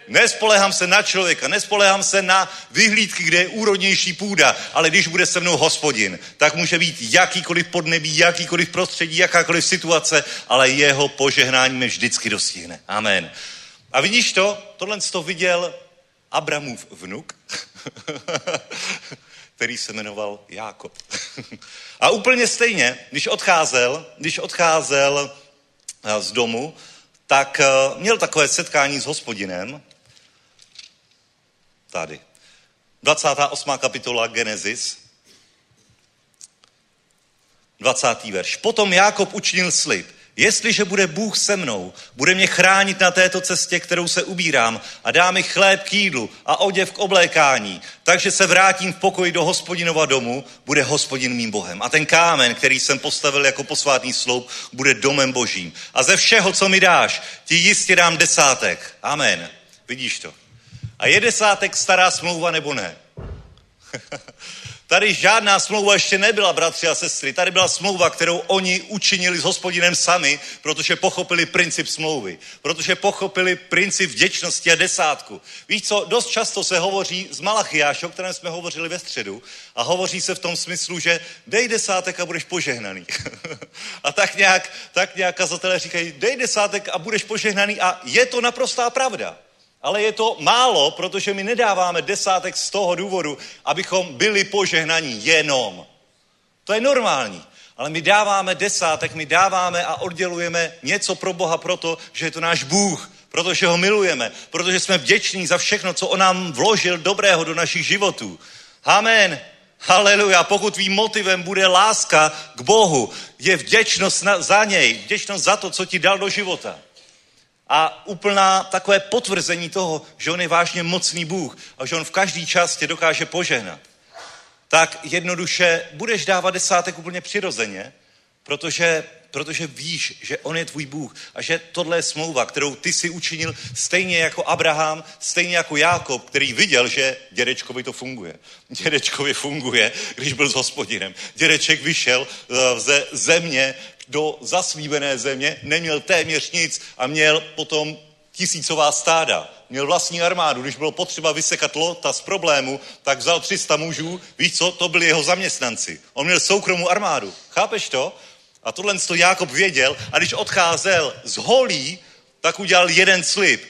S4: Nespolehám se na člověka, nespolehám se na vyhlídky, kde je úrodnější půda, ale když bude se mnou hospodin, tak může být jakýkoliv podnebí, jakýkoliv prostředí, jakákoliv situace, ale jeho požehnání mě vždycky dostihne. Amen. A vidíš to? Tohle to viděl Abramův vnuk, *laughs* který se jmenoval Jákob. *laughs* A úplně stejně, když odcházel, když odcházel eh, z domu, tak eh, měl takové setkání s hospodinem. Tady. 28. kapitola Genesis. 20. verš. Potom Jákob učinil slib. Jestliže bude Bůh se mnou, bude mě chránit na této cestě, kterou se ubírám a dá mi chléb k jídlu a oděv k oblékání, takže se vrátím v pokoji do hospodinova domu, bude hospodin mým Bohem. A ten kámen, který jsem postavil jako posvátný sloup, bude domem božím. A ze všeho, co mi dáš, ti jistě dám desátek. Amen. Vidíš to. A je desátek stará smlouva nebo ne? *laughs* Tady žádná smlouva ještě nebyla, bratři a sestry. Tady byla smlouva, kterou oni učinili s hospodinem sami, protože pochopili princip smlouvy. Protože pochopili princip vděčnosti a desátku. Víš co, dost často se hovoří z Malachiáše, o kterém jsme hovořili ve středu, a hovoří se v tom smyslu, že dej desátek a budeš požehnaný. *laughs* a tak nějak, tak nějak kazatelé říkají, dej desátek a budeš požehnaný a je to naprostá pravda. Ale je to málo, protože my nedáváme desátek z toho důvodu, abychom byli požehnaní jenom. To je normální. Ale my dáváme desátek, my dáváme a oddělujeme něco pro Boha proto, že je to náš Bůh, protože ho milujeme, protože jsme vděční za všechno, co on nám vložil dobrého do našich životů. Amen. Haleluja. Pokud tvým motivem bude láska k Bohu, je vděčnost na, za něj, vděčnost za to, co ti dal do života. A úplná takové potvrzení toho, že on je vážně mocný Bůh a že on v každý čas tě dokáže požehnat. Tak jednoduše budeš dávat desátek úplně přirozeně, protože, protože víš, že on je tvůj Bůh a že tohle je smlouva, kterou ty si učinil stejně jako Abraham, stejně jako Jákob, který viděl, že dědečkovi to funguje. Dědečkovi funguje, když byl s hospodinem. Dědeček vyšel eh, ze země, do zaslíbené země, neměl téměř nic a měl potom tisícová stáda. Měl vlastní armádu, když bylo potřeba vysekat lota z problému, tak vzal 300 mužů, víš co, to byli jeho zaměstnanci. On měl soukromou armádu, chápeš to? A tohle to Jákob věděl a když odcházel z holí, tak udělal jeden slib.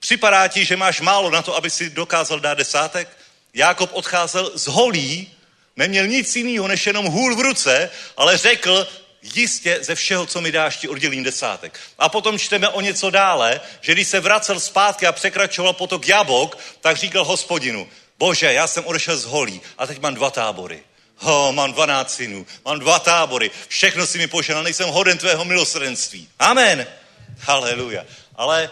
S4: Připadá ti, že máš málo na to, aby si dokázal dát desátek? Jákob odcházel z holí, neměl nic jiného než jenom hůl v ruce, ale řekl, jistě ze všeho, co mi dáš, ti oddělím desátek. A potom čteme o něco dále, že když se vracel zpátky a překračoval potok Jabok, tak říkal hospodinu, bože, já jsem odešel z holí a teď mám dva tábory. Ho, mám 12 synů, mám dva tábory, všechno si mi požehnal, nejsem hoden tvého milosrdenství. Amen. Haleluja. Ale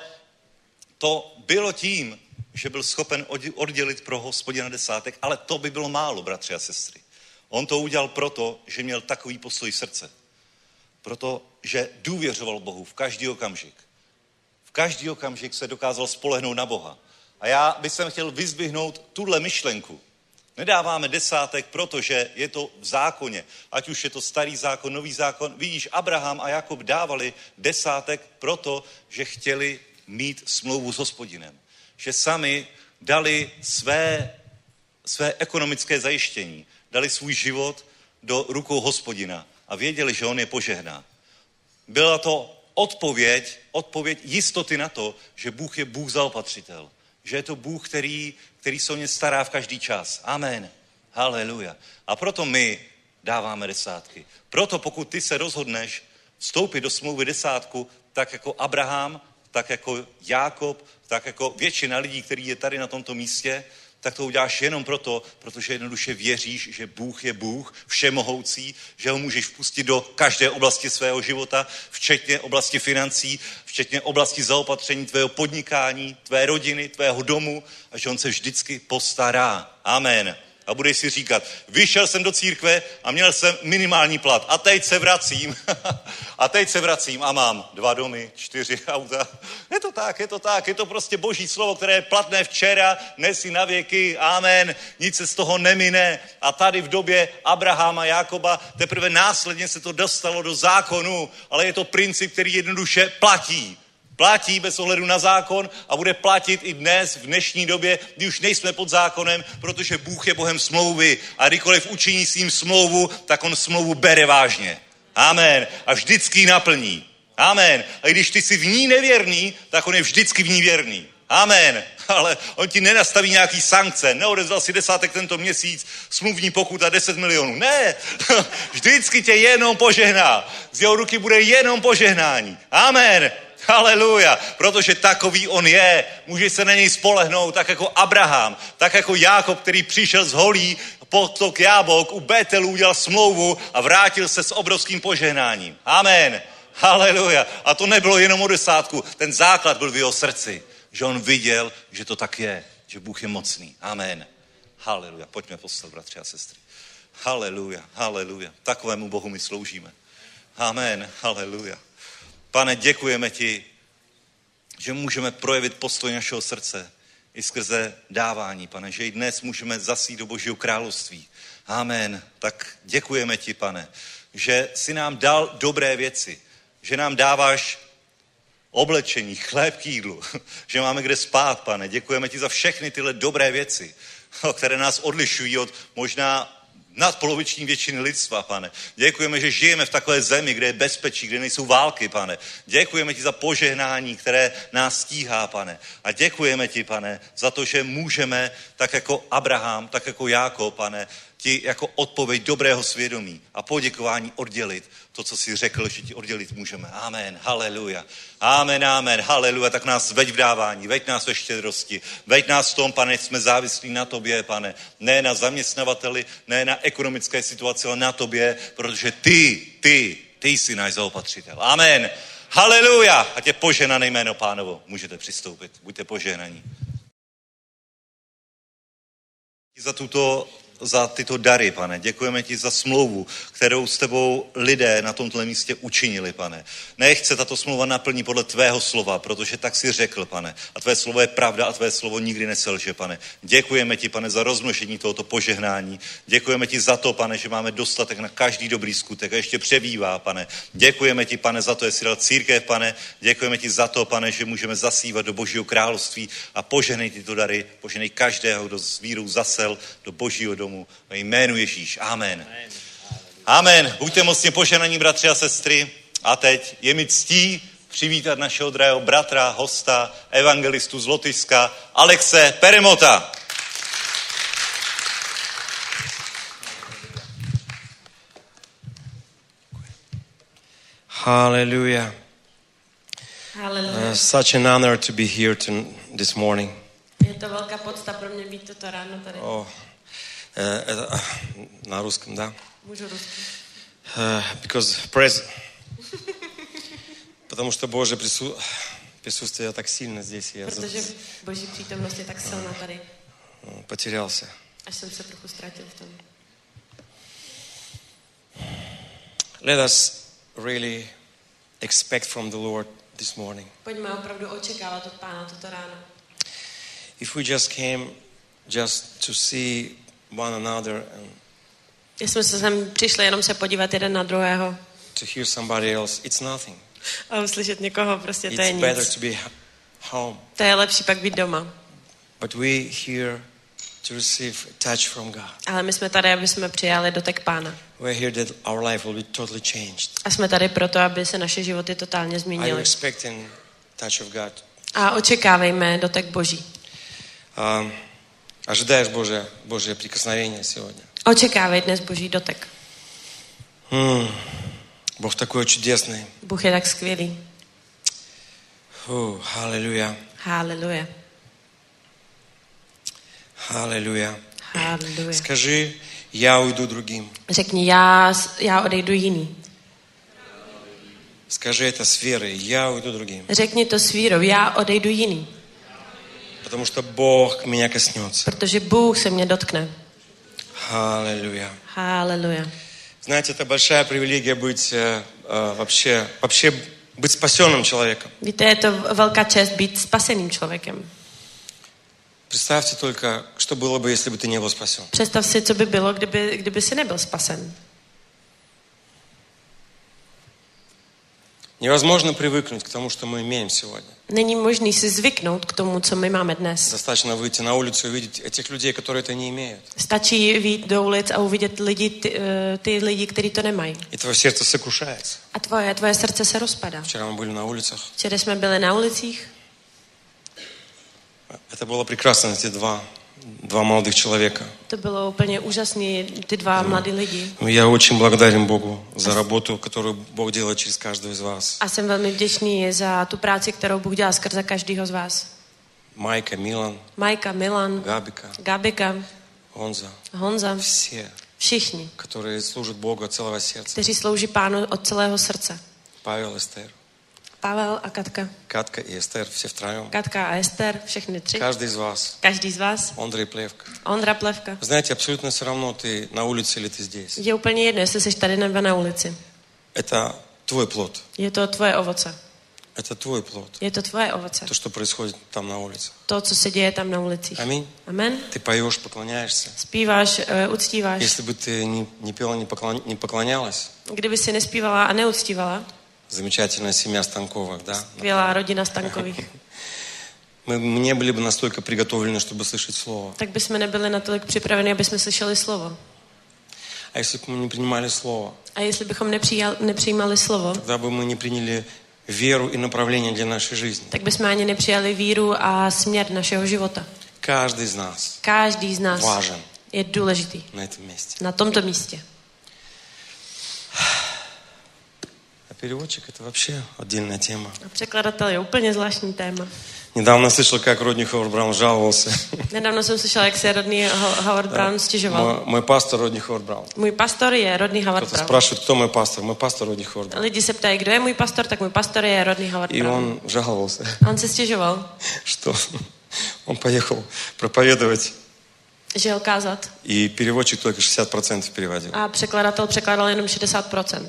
S4: to bylo tím, že byl schopen oddi- oddělit pro hospodina desátek, ale to by bylo málo, bratři a sestry. On to udělal proto, že měl takový postoj srdce. Proto, že důvěřoval Bohu v každý okamžik. V každý okamžik se dokázal spolehnout na Boha. A já bych sem chtěl vyzvihnout tuhle myšlenku. Nedáváme desátek, protože je to v zákoně. Ať už je to starý zákon, nový zákon. Vidíš, Abraham a Jakob dávali desátek proto, že chtěli mít smlouvu s hospodinem že sami dali své, své ekonomické zajištění, dali svůj život do rukou hospodina a věděli, že on je požehná. Byla to odpověď, odpověď jistoty na to, že Bůh je Bůh zaopatřitel. Že je to Bůh, který, který se o ně stará v každý čas. Amen. Haleluja. A proto my dáváme desátky. Proto pokud ty se rozhodneš vstoupit do smlouvy desátku, tak jako Abraham, tak jako Jákob, tak jako většina lidí, který je tady na tomto místě, tak to uděláš jenom proto, protože jednoduše věříš, že Bůh je Bůh, všemohoucí, že ho můžeš vpustit do každé oblasti svého života, včetně oblasti financí, včetně oblasti zaopatření tvého podnikání, tvé rodiny, tvého domu a že on se vždycky postará. Amen. A budeš si říkat, vyšel jsem do církve a měl jsem minimální plat a teď se vracím *laughs* a teď se vracím a mám dva domy, čtyři auta. Je to tak, je to tak, je to prostě boží slovo, které je platné včera, dnes i na věky, amen, nic se z toho nemine. A tady v době Abrahama, Jakoba, teprve následně se to dostalo do zákonu, ale je to princip, který jednoduše platí. Platí bez ohledu na zákon a bude platit i dnes, v dnešní době, kdy už nejsme pod zákonem, protože Bůh je Bohem smlouvy a kdykoliv učiní s ním smlouvu, tak on smlouvu bere vážně. Amen. A vždycky ji naplní. Amen. A i když ty jsi v ní nevěrný, tak on je vždycky v ní věrný. Amen. *laughs* Ale on ti nenastaví nějaký sankce. Neodevzal si desátek tento měsíc, smluvní pokuta 10 milionů. Ne. *laughs* Vždycky tě jenom požehná. Z jeho ruky bude jenom požehnání. Amen. Haleluja, protože takový on je. Může se na něj spolehnout, tak jako Abraham, tak jako Jákob, který přišel z holí potok jábok, u Betelu udělal smlouvu a vrátil se s obrovským požehnáním. Amen. Haleluja. A to nebylo jenom o desátku, ten základ byl v jeho srdci, že on viděl, že to tak je, že Bůh je mocný. Amen. Haleluja. Pojďme postel, bratři a sestry. Haleluja, haleluja. Takovému Bohu my sloužíme. Amen, haleluja. Pane, děkujeme ti, že můžeme projevit postoj našeho srdce i skrze dávání, pane, že i dnes můžeme zasít do Božího království. Amen. Tak děkujeme ti, pane, že jsi nám dal dobré věci, že nám dáváš oblečení, chléb k jídlu, *laughs* že máme kde spát, pane. Děkujeme ti za všechny tyhle dobré věci, které nás odlišují od možná nadpoloviční většiny lidstva, pane. Děkujeme, že žijeme v takové zemi, kde je bezpečí, kde nejsou války, pane. Děkujeme ti za požehnání, které nás stíhá, pane. A děkujeme ti, pane, za to, že můžeme, tak jako Abraham, tak jako Jákob, pane, ti jako odpověď dobrého svědomí a poděkování oddělit to, co jsi řekl, že ti oddělit můžeme. Amen, haleluja. Amen, amen, haleluja. Tak nás veď v dávání, veď nás ve štědrosti, veď nás v tom, pane, jsme závislí na tobě, pane. Ne na zaměstnavateli, ne na ekonomické situaci, ale na tobě, protože ty, ty, ty jsi náš zaopatřitel. Amen, haleluja. A tě poženané jméno, pánovo, můžete přistoupit. Buďte poženaní. Za tuto za tyto dary, pane. Děkujeme ti za smlouvu, kterou s tebou lidé na tomto místě učinili, pane. Nech se tato smlouva naplní podle tvého slova, protože tak si řekl, pane. A tvé slovo je pravda a tvé slovo nikdy neselže, pane. Děkujeme ti, pane, za rozmnožení tohoto požehnání. Děkujeme ti za to, pane, že máme dostatek na každý dobrý skutek a ještě přebývá, pane. Děkujeme ti, pane, za to, jestli dal církev, pane. Děkujeme ti za to, pane, že můžeme zasívat do Božího království a požehnej tyto dary, požehnej každého, kdo s vírou zasel do Božího domu domu. Ve jménu Ježíš. Amen. Amen. Buďte mocně poženaní, bratři a sestry. A teď je mi ctí přivítat našeho drahého bratra, hosta, evangelistu z Lotyšska, Alexe Peremota.
S13: Hallelujah.
S14: Hallelujah.
S13: Uh, such an honor to be here to, this morning.
S14: Je to velká podsta pro mě být toto ráno tady.
S13: Oh, uh, uh, na ruskom, da?
S14: Můžu rusky.
S13: Uh, because pres... *laughs* Потому что Божье прису... присутствие так сильно здесь, я за-
S14: Protože boží přítomnost je tak silná tady,
S13: потерялся.
S14: až jsem se trochu ztratil v tom.
S13: Let us really expect from the Lord this morning.
S14: Pojďme opravdu očekávat od pána toto ráno.
S13: If we just came just to see one another and
S14: Když jsme se sem přišli jenom se podívat jeden na druhého
S13: to hear somebody else, it's nothing.
S14: a uslyšet někoho, prostě to je
S13: It's better
S14: nic.
S13: to be h- home.
S14: To je lepší pak být doma.
S13: But we here to receive a touch from God.
S14: Ale my jsme tady, aby jsme přijali dotek pána.
S13: We're here that our life will be totally changed.
S14: A jsme tady proto, aby se naše životy totálně
S13: I'm
S14: změnily.
S13: expecting touch of God.
S14: A očekávejme dotek boží.
S13: Um, ожидаешь Божье, Божье прикосновение сегодня.
S14: Očekávej dnes boží dotek.
S13: М, Бог такой чудесный.
S14: Bůh je tak skvělý.
S13: Фу, аллилуйя,
S14: Haleluja.
S13: аллилуйя.
S14: Haleluja.
S13: Скажи, я уйду другим.
S14: Řekni, já, já odejdu jiný.
S13: Скажи это с верой, я уйду другим.
S14: Řekni to s vírou, já odejdu jiný,
S13: Потому что Бог меня коснется.
S14: protože Bůh se mě dotkne.
S13: Аллилуйя.
S14: Haleluja.
S13: Знаете, это большая привилегия быть э, э, вообще, вообще быть спасенным человеком.
S14: Víte, je to velká čest být spaseným člověkem.
S13: Представьте только, что было бы, если бы ты не был спасен.
S14: Představ si, co by bylo, kdyby, kdyby si nebyl spasen.
S13: Невозможно привыкнуть к тому, что мы имеем сегодня.
S14: Není možný si zvyknout k tomu, co my máme dnes.
S13: Достаточно выйти на улицу и увидеть этих людей, которые это не имеют.
S14: Stačí vyjít do ulic a uvidět lidi, ty, eh, ty lidi, kteří to nemají.
S13: И твое сердце сокрушается.
S14: A tvoje, tvoje srdce se rozpadá.
S13: Вчера мы были на улицах.
S14: Včera jsme byli na ulicích.
S13: Это было прекрасно, эти два, два молодых человека.
S14: To bylo úplně úžasné, ty dva mladí lidi.
S13: Но Я очень благодарен Богу за работу, которую Бог делает через каждого из вас.
S14: A jsem velmi vděčný za tu práci, kterou Bůh dělá skrze každého z vás.
S13: Майка, Милан,
S14: Majka, Milan,
S13: Габика,
S14: Gabika,
S13: Онза.
S14: Honza,
S13: Все,
S14: všichni,
S13: которые служат Богу от целого сердца.
S14: kteří slouží pánu od celého srdce.
S13: Павел, Эстер.
S14: Pavel a Katka.
S13: Катка и Эстер, все втроем.
S14: Katka a Ester, všechny tři.
S13: Каждый из вас.
S14: Každý z vás.
S13: Ондрей Плевка.
S14: Ondra Plevka.
S13: Знаете, абсолютно все равно, ты на улице или ты здесь.
S14: Je úplně jedno, jestli jsi tady nebo na ulici.
S13: Это твой плод.
S14: Je to tvoje ovoce.
S13: Это твой плод.
S14: Je to tvoje ovoce.
S13: То, что происходит там на улице.
S14: To, co se děje tam na ulicích.
S13: Аминь.
S14: Amen.
S13: Ты поешь, поклоняешься.
S14: Zpíváš,
S13: э,
S14: eh, uctíváš.
S13: Если бы ты не, не пела, не, поклон- не поклонялась,
S14: Kdyby si nespívala a neuctívala,
S13: замечательная семья Станковых, да?
S14: byla rodina Stankových,
S13: Мы мы не были бы настолько приготовлены, чтобы слышать Слово.
S14: tak bychom nebyli natolik připraveni, aby jsme slyšeli slovo.
S13: А если бы мы не принимали Слово,
S14: A jestli bychom nepřijal, nepřijímali slovo,
S13: тогда бы мы не приняли веру и направление для нашей жизни.
S14: tak bychom ani nepřijali víru a směr našeho života.
S13: Каждый из нас
S14: Každý z nás
S13: важен
S14: je důležitý
S13: на этом месте.
S14: na tomto místě.
S13: А переводчик — это вообще отдельная тема.
S14: A překladatel je úplně zvláštní téma.
S13: Недавно слышал, как Родни Ховард Браун жаловался.
S14: Nedávno jsem slyšela, jak se rodný Ho- Howard Brown stěžoval.
S13: Мой, мой пастор Родни Ховард Браун.
S14: Můj pastor je rodný Howard
S13: Кто-то
S14: Brown.
S13: спрашивает, кто мой пастор? Мой пастор Родни Ховард Браун.
S14: Lidi se ptají, kdo je můj pastor, tak můj pastor je rodný Howard
S13: И
S14: Brown.
S13: он жаловался, *laughs*
S14: A on se stěžoval,
S13: что он поехал проповедовать,
S14: že jel kázat
S13: и переводчик только 60% переводил.
S14: a překladatel překládal jenom 60%.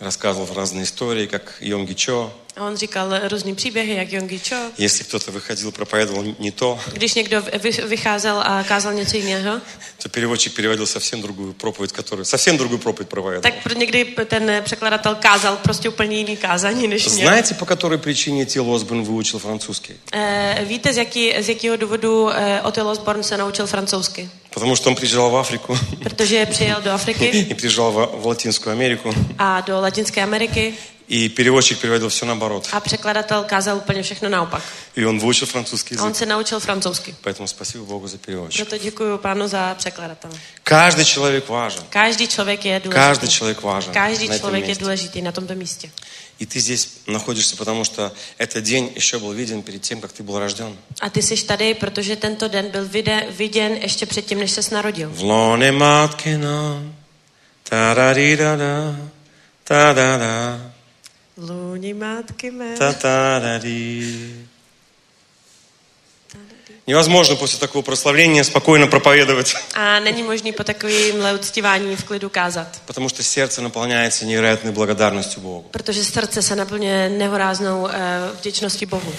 S13: Рассказывал разные истории, как Йонги Чо.
S14: A on říkal různý příběhy, jak Yongi Cho.
S13: Если кто-то vychodил, проповедовал не то,
S14: Když někdo vy- vycházel a kázal něco jiného,
S13: то переводчик переводил совсем другую проповедь, которую... Совсем другую проповедь проповедовал.
S14: tak pro- někdy ten překladatel kázal prostě úplně jiný kázání, než měl.
S13: Знаете, по которой причине Тил Осборн выучил французский?
S14: Eh, Víte, z, jaký, z jakého důvodu eh, Otto Osborn se naučil francouzsky?
S13: Потому что он приезжал в Африку
S14: Protože přijel do Afriky
S13: *laughs* и приезжал в, в Латинскую Америку,
S14: a do Latinské Ameriky
S13: и переводчик переводил все наоборот.
S14: a překladatel kázal úplně všechno naopak.
S13: И А он Ну, выучил французский
S14: A on
S13: язык.
S14: se naučil francouzsky.
S13: Поэтому спасибо Богу за переводчик.
S14: Proto děkuji pánu za překladatele.
S13: Каждый человек важен.
S14: Každý člověk je důležitý.
S13: Каждый человек важен
S14: Každý
S13: на этом
S14: člověk je
S13: месте.
S14: důležitý na tomto místě.
S13: И ты здесь находишься, потому что этот день еще был виден перед тем, как ты был рожден.
S14: A ty jsi tady, protože tento den byl vide, viděn ještě předtím, než ses narodil.
S13: В лоне матки нам, та-ра-ри-да-да, та-да-да,
S14: V lůni matky mé.
S13: та-та-ра-ри. Невозможно после такого прославления спокойно проповедовать.
S14: A není možný po takovýmhle uctívání v klidu kázat.
S13: Потому что сердце наполняется невероятной благодарностью Богу.
S14: Protože srdce se naplňuje nehoráznou eh, vděčností Bohu.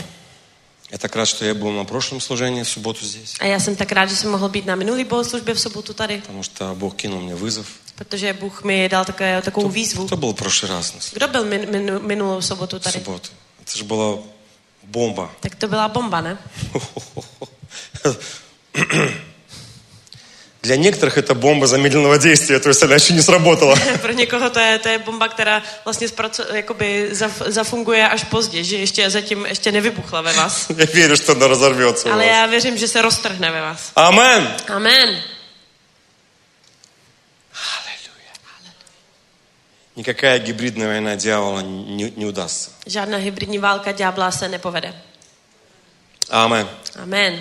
S13: Я так рад, что я был на прошлом служении в субботу здесь.
S14: A já jsem tak rád, že jsem mohl být na minulý bohoslužbě v sobotu tady,
S13: Потому что Бог кинул мне вызов.
S14: protože Bůh mi dal takové, takovou výzvu.
S13: Кто был в прошлый раз? на
S14: Kdo byl min, min, minulou sobotu tady?
S13: субботу? Это же была бомба.
S14: Tak to byla bomba, ne?
S13: Для некоторых это бомба замедленного действия, то есть она еще не сработала. *laughs*
S14: *laughs* Pro někoho to je, to je bomba, která vlastně zpraco- jakoby zaf, zafunguje až pozdě, že ještě zatím ještě nevybuchla ve vás.
S13: Я верю, что она разорвется. у
S14: Ale
S13: вас.
S14: já věřím, že se roztrhne ve vás.
S13: Амен!
S14: Amen.
S13: Никакая гибридная война дьявола не, не удастся.
S14: Žádná hybridní válka ďábla se nepovede.
S13: Амен.
S14: Amen.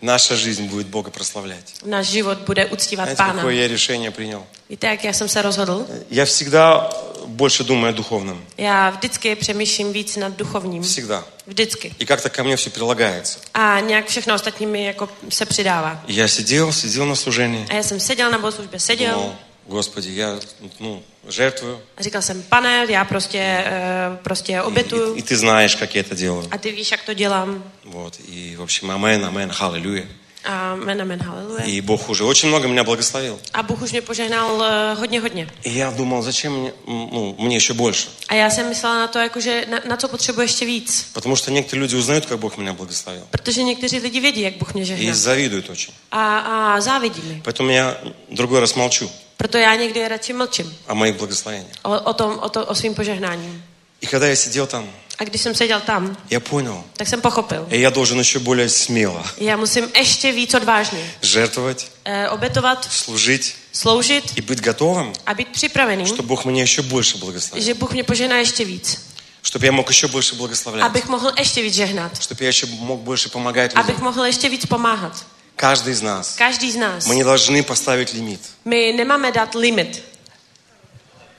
S13: Наша жизнь будет Бога прославлять.
S14: Náš život bude uctívat
S13: Знаете,
S14: Pána.
S13: какое я решение принял?
S14: Víte, jak já jsem se rozhodl?
S13: Я всегда больше думаю о духовном.
S14: Já vždycky přemýšlím víc nad duchovním.
S13: Всегда.
S14: Vždycky.
S13: И как-то ко мне все прилагается.
S14: A nějak všechno ostatní mi jako se přidává.
S13: И Я сидел, сидел на служении.
S14: A já jsem seděl na bohoslužbě, seděl
S13: Думал, Господи, я ну, жертвую.
S14: a říkal jsem, pane, já prostě, eh, prostě obětuju
S13: И ты знаешь, как я это делаю.
S14: a ty víš, jak to dělám.
S13: Вот. И, в общем, амен, амен, халилюя.
S14: a jménem Men Hallelujah.
S13: И Бог уже очень много меня благословил.
S14: A Bůh už mě požehnal eh, hodně, hodně.
S13: И я думал, зачем мне, м, ну, мне ještě больше?
S14: A já jsem myslela na to, jakože na, na co potřebuji ještě víc.
S13: Потому что некоторые люди узнают, как Бог меня благословил.
S14: Protože někteří lidi vědí, jak Bůh mě
S13: И
S14: žehná.
S13: завидуют очень.
S14: A, a závidí mi.
S13: Поэтому я другой раз молчу
S14: Proto já někdy radši mlčím
S13: о моих благословениях.
S14: o, o, tom, o, to, o svým požehnáním.
S13: И когда я сидел там,
S14: A když jsem seděl tam,
S13: я понял,
S14: tak jsem pochopil.
S13: и я должен еще более смело
S14: Já musím ještě víc odvážně
S13: жертвовать,
S14: eh, obetovat,
S13: служить
S14: sloužit
S13: и быть готовым,
S14: a být připravený,
S13: чтобы Бог меня еще больше благословил.
S14: že Bůh mě požehná ještě víc.
S13: Чтобы я мог еще больше благословлять.
S14: Abych mohl ještě víc žehnat.
S13: Чтобы я еще мог больше помогать людям.
S14: Abych mohl ještě víc pomáhat.
S13: Каждый из нас.
S14: Každý z nás.
S13: Мы не должны поставить лимит.
S14: My nemáme dát limit.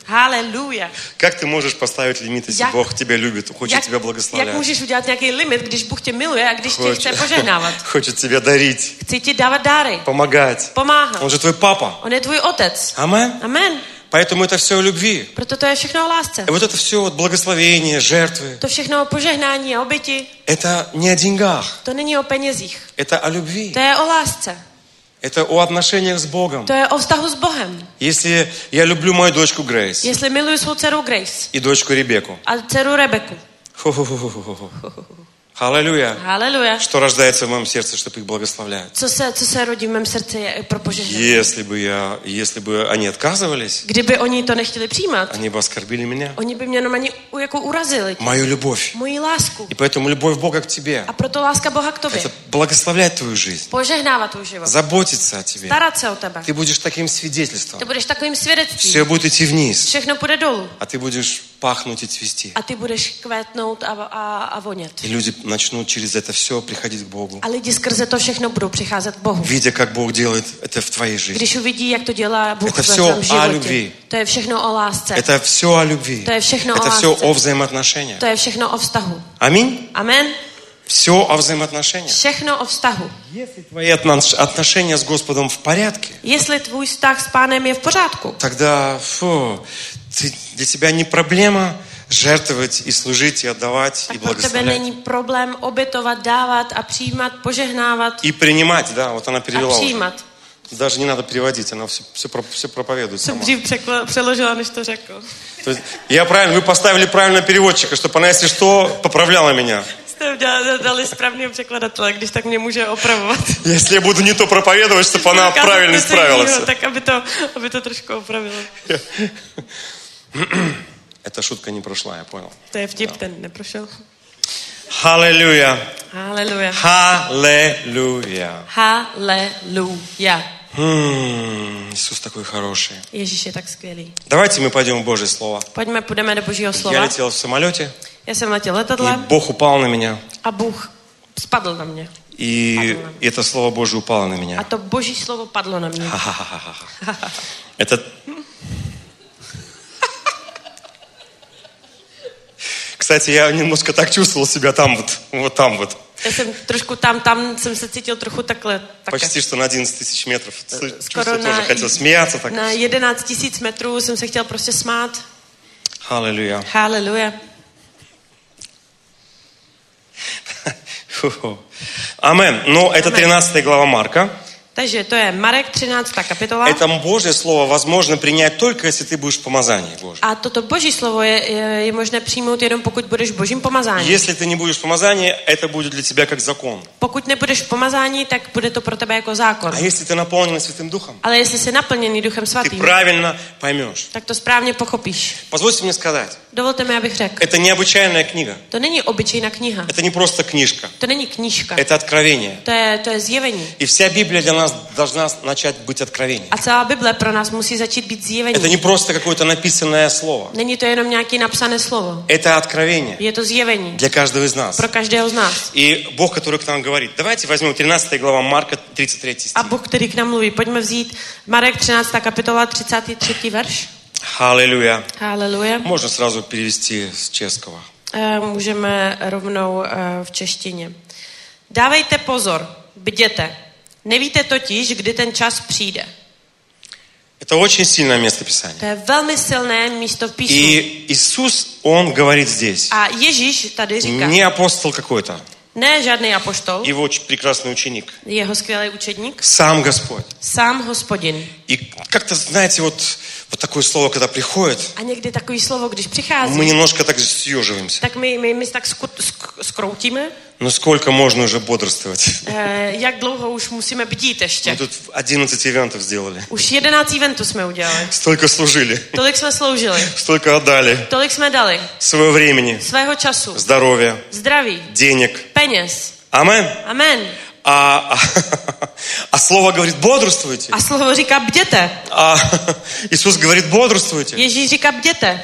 S14: Haleluja.
S13: Как ты можешь поставить лимит, если
S14: Як-
S13: Бог тебя любит, хочет тебя
S14: jak
S13: благословлять?
S14: můžeš udělat nějaký limit, když Bůh tě miluje a když tě chce
S13: Хочет,
S14: požehnávat?
S13: *laughs* хочет тебя дарить,
S14: Chce ti dávat dáry,
S13: помогать. Он
S14: pomáhat.
S13: же твой папа.
S14: On je tvůj otec.
S13: Амен.
S14: Amen.
S13: Поэтому это все о любви.
S14: Proto to je všechno o lásce.
S13: И вот это все вот благословение, жертвы.
S14: To všechno o požehnání a oběti,
S13: Это не о деньгах,
S14: to není o penězích.
S13: это о любви.
S14: To je o lásce.
S13: Это о отношениях с Богом.
S14: To je o vztahu s Bohem.
S13: Если я люблю мою дочку Грейс
S14: Jestli miluji svou dceru Grace
S13: и дочку Ребеку.
S14: a dceru Rebeku.
S13: Хо-хо-хо-хо-хо. Аллилуйя.
S14: Haleluja.
S13: Что рождается в моем сердце, чтобы их благословляют.
S14: Co se, co se rodí v mém srdci je pro požehnání.
S13: Если бы я, если бы они отказывались,
S14: Kdyby oni to nechtěli přijímat,
S13: они бы оскорбили меня,
S14: oni by mě jenom ani u- jako urazili.
S13: мою любовь.
S14: Moji lásku.
S13: И поэтому любовь Бога к тебе
S14: A proto láska Boha k tobě.
S13: это благословлять твою жизнь,
S14: Požehnává tvůj život.
S13: заботиться о тебе.
S14: Starat se o tebe.
S13: Ты будешь таким свидетельством.
S14: Ty budeš takovým svědectvím.
S13: Все будет идти вниз,
S14: Všechno půjde dolů.
S13: а ты будешь пахнуть и цвести.
S14: A ty budeš kvétnout a, a, a vonět.
S13: И люди начнут через это все приходить к Богу,
S14: A lidi skrze to všechno budou přicházet k Bohu.
S13: видя, как Бог делает это в твоей жизни.
S14: Když uvidí, jak to dělá Bůh
S13: Je to
S14: ve
S13: vše
S14: svém
S13: o
S14: životě.
S13: lubvi.
S14: To je všechno o lásce.
S13: Это все о любви.
S14: To je všechno o
S13: Это все
S14: lásce.
S13: о взаимоотношениях.
S14: To je všechno o vztahu.
S13: Аминь.
S14: Amen.
S13: Все о взаимоотношениях.
S14: Všechno o vztahu.
S13: Твои отно- отношения с Господом в порядке,
S14: Jestli tvůj vztah s pánem je v pořádku,
S13: тогда фу, ты- для тебя не проблема жертвовать и служить, и отдавать, и
S14: pro tebe není
S13: благословлять.
S14: problém obětovat, dávat a přijímat, požehnávat
S13: И принимать, да, вот она
S14: a
S13: перевела. уже.
S14: přijímat.
S13: Даже не надо переводить, она все, все, проповедует
S14: Jsem
S13: сама.
S14: dřív překla, přeložila, než to řekl.
S13: То есть я правильно, вы поставили правильно переводчика, чтобы она, если что, поправляла меня.
S14: Jste udělali, dali správného překladatele, když tak mě může opravovat.
S13: Если я буду не то проповедовать, чтобы она
S14: Ukážu
S13: правильно
S14: něco
S13: исправила
S14: jiného,
S13: всё.
S14: Tak aby to, aby to trošku opravilo.
S13: *clears throat* Эта шутка не прошла, я поняl.
S14: To je vtip, ten neprošel.
S13: Аллилуйя.
S14: Haleluja.
S13: Аллилуйя.
S14: Haleluja.
S13: М, Хм, Иисус такой хороший.
S14: Ježíš je tak skvělý.
S13: Давайте мы пойдем в Божье Слово.
S14: Pojďme, půjdeme do božího
S13: Я
S14: slova.
S13: летел в самолете,
S14: Já jsem letěl
S13: и
S14: letadlem
S13: Бог упал на меня,
S14: a Bůh spadl na mě.
S13: и это Слово Божье упало на меня.
S14: A to boží slovo padlo na mě.
S13: Ха-ха-ха-ха. Это... Кстати, я немножко так чувствовал себя там вот, вот там вот.
S14: Já jsem trošku tam, tam jsem se cítil trochu takhle. Také.
S13: Почти что на 11 тысяч метров. Ц- Чувствовал
S14: Э, Скоро
S13: тоже, хотел смеяться так.
S14: na 11 tisíc metrů jsem se chtěl prostě smát.
S13: Аллилуйя.
S14: Haleluja.
S13: Хо-хо. Амен. Ну, это
S14: Амен.
S13: 13 глава Марка.
S14: Takže to je Marek 13. kapitola.
S13: Это Божье Слово возможно принять только, если ты будешь в помазании Божьем.
S14: A toto boží slovo je, je, je možné přijmout jenom pokud budeš v božím pomazání.
S13: Если ты не будешь в помазании, это будет для тебя как закон.
S14: Pokud nebudeš v pomazání, tak bude to pro tebe jako zákon.
S13: А если ты наполнен Святым Духом,
S14: Ale jestli jsi naplněný duchem svatým,
S13: правильно поймешь.
S14: tak to správně pochopíš.
S13: Позвольте мне сказать,
S14: Dovolte mi, abych řekl.
S13: это необычайная книга.
S14: To není obyčejná kniha.
S13: Это не просто книжка.
S14: To není knížka.
S13: Это откровение.
S14: To je, to je zjevení.
S13: И вся Библия для нас должна начать быть откровением.
S14: A celá Bible pro nás musí začít být
S13: Это
S14: zjevení.
S13: не просто какое-то написанное слово.
S14: Není to jenom nějaké napsané slovo.
S13: Это откровение
S14: Je to zjevení
S13: для каждого из нас.
S14: pro každého z nás.
S13: И Бог, который к нам говорит. Давайте возьмем 13 глава Марка, 33 стих.
S14: A Bůh, který k nám mluví, pojďme vzít Marek 13. kapitola 33. verš.
S13: Аллилуйя.
S14: Haleluja.
S13: Можно сразу перевести с чешского.
S14: Eh, Můžeme rovnou eh, v češtině. Dávejte pozor, bděte. Nevíte totiž, kdy ten čas přijde.
S13: Это очень сильное место Писания.
S14: To je velmi silné místo v písmu.
S13: И Иисус, Он говорит здесь.
S14: A Ježíš tady říká,
S13: Не апостол какой-то.
S14: Ne žádný apoštol,
S13: Его очень прекрасный ученик.
S14: jeho skvělý učedník,
S13: Сам Господь.
S14: sám hospodin.
S13: И как-то, знаете, вот, вот такое слово, когда приходит,
S14: A někdy takový slovo, když přichází,
S13: мы немножко А так съеживаемся.
S14: tak my, my, my se tak sku, sk, skroutíme,
S13: Но сколько можно уже бодрствовать?
S14: eh, jak dlouho už musíme bdít
S13: Мы
S14: ještě.
S13: тут 11 eventов сделали.
S14: Už 11 eventů jsme udělali.
S13: Столько служили,
S14: Tolik jsme sloužili,
S13: столько отдали.
S14: tolik jsme dali,
S13: Своего времени,
S14: svého času,
S13: здоровья,
S14: zdraví,
S13: денег.
S14: peněz.
S13: Амен.
S14: Amen.
S13: А, а слово говорит, бодрствуйте.
S14: A slovo říká bděte.
S13: А Иисус говорит, бодрствуйте.
S14: Ježíš říká bděte.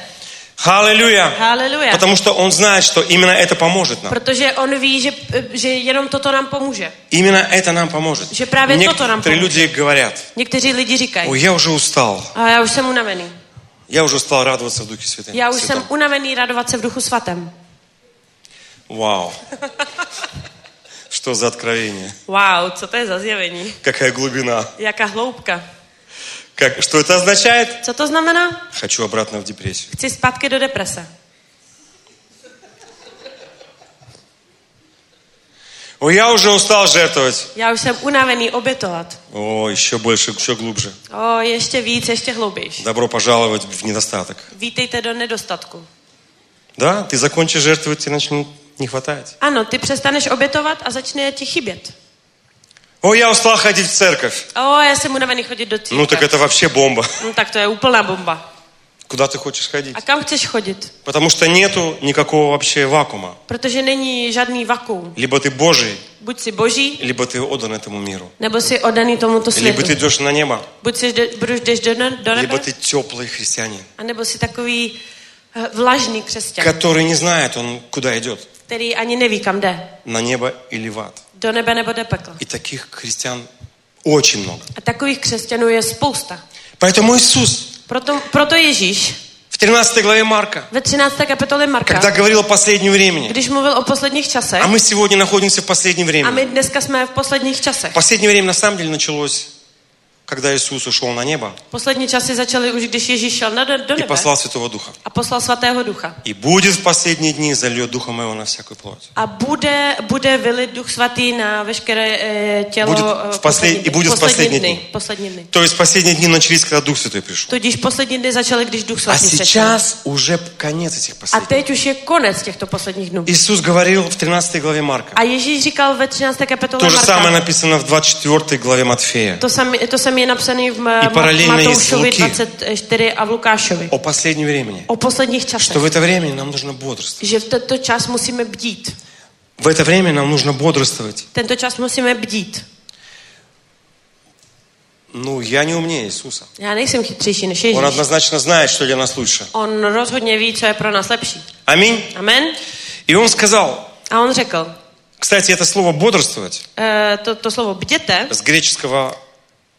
S13: Аллилуйя.
S14: Haleluja.
S13: Потому что Он знает, что именно это поможет нам.
S14: Protože on ví, že, že jenom toto nám pomůže.
S13: Именно это нам поможет.
S14: Že právě toto nám
S13: Некоторые
S14: pomůže.
S13: люди говорят,
S14: Někteří lidi říkají,
S13: ой, я уже ustал.
S14: a já už jsem unavený.
S13: Я уже устал радоваться в Духе Святым.
S14: Já už
S13: Святом».
S14: jsem unavený radovat se v duchu svatém.
S13: Вау. Что за откровение?
S14: Wow, co to je za zjevení?
S13: Какая глубина.
S14: Jaká hloubka.
S13: Как, что это означает?
S14: Co to znamená?
S13: Хочу обратно в депрессию.
S14: Chci zpátky do deprese.
S13: Ой, я уже устал жертвовать.
S14: Já už jsem unavený obětovat.
S13: О, еще больше, еще глубже.
S14: O, ještě víc, ještě hloubějš.
S13: Добро пожаловать в недостаток.
S14: Vítejte do nedostatku.
S13: Да, ты закончишь жертвовать, тебе начнет не хватать.
S14: Ano, ty přestaneš obětovat a začne ti chybět.
S13: О, я устал ходить в церковь.
S14: O, já jsem unavený chodit do církve.
S13: Ну так это вообще бомба.
S14: no, tak to je úplná bomba.
S13: Куда ты хочешь ходить?
S14: A kam chceš chodit?
S13: Потому что нету никакого вообще вакуума.
S14: Protože není žádný vakuum.
S13: Либо ты Божий,
S14: Buď si boží,
S13: либо ты отдан этому миру.
S14: nebo si oddaný tomuto
S13: Либо
S14: světu.
S13: ты идешь на небо,
S14: Buď si jde, budeš jdeš do, ne- do nebe,
S13: либо ты теплый христианин,
S14: anebo si takový eh, vlažný křesťan,
S13: который не знает, он куда идет,
S14: který ani neví, kam jde.
S13: на небо или в ад.
S14: Do nebe nebo do pekla.
S13: И таких христиан очень много.
S14: A takových křesťanů je spousta.
S13: Поэтому Иисус
S14: Proto, proto Ježíš
S13: в 13 главе Марка,
S14: ve 13. kapitole Marka,
S13: когда говорил о последнем времени,
S14: když mluvil o posledních časech,
S13: а мы сегодня находимся в последнем
S14: a
S13: времени.
S14: my dneska jsme v posledních časech.
S13: Последнее время на самом деле началось, когда Иисус ушел на небо
S14: Poslední časy začaly už, když Ježíš šel na, do, do
S13: и
S14: nebe
S13: послал Святого Духа.
S14: a poslal svatého ducha.
S13: И будет в последние дни зальет Духа Моего на всякую плоть.
S14: A bude, bude vylit duch svatý na veškeré eh, tělo
S13: Bude v
S14: eh,
S13: posled- i bude v poslední dny.
S14: Poslední dny.
S13: То есть последние дни начались, когда Дух Святой пришел.
S14: Tudíž poslední dny začaly, když duch
S13: А
S14: svatý přišel.
S13: сейчас уже конец этих
S14: A
S13: последних.
S14: teď už je konec těchto posledních dnů.
S13: Иисус говорил в 13 главе Марка.
S14: A Ježíš říkal ve 13. kapitole
S13: То же
S14: Marka,
S13: самое написано в 24 главе Матфея.
S14: to, sami, to samé je napsané v Ma-
S13: I paralelně je z
S14: Matoušovi
S13: Luky.
S14: 24 a v Lukášovi.
S13: О последнем времени.
S14: O posledních časech.
S13: Что в это время нам нужно бодрствовать.
S14: Že v tento čas musíme bdít.
S13: В это время нам нужно бодрствовать.
S14: Tento čas musíme bdít.
S13: Ну, я не умнее Иисуса.
S14: Já nejsem chytřejší než
S13: Он
S14: Ježíš.
S13: однозначно знает, что для нас лучше.
S14: On rozhodně ví, co je pro nás lepší.
S13: Аминь.
S14: Amen.
S13: И он сказал,
S14: A on řekl,
S13: кстати, это слово «бодрствовать»
S14: eh, to, to slovo bděte
S13: с греческого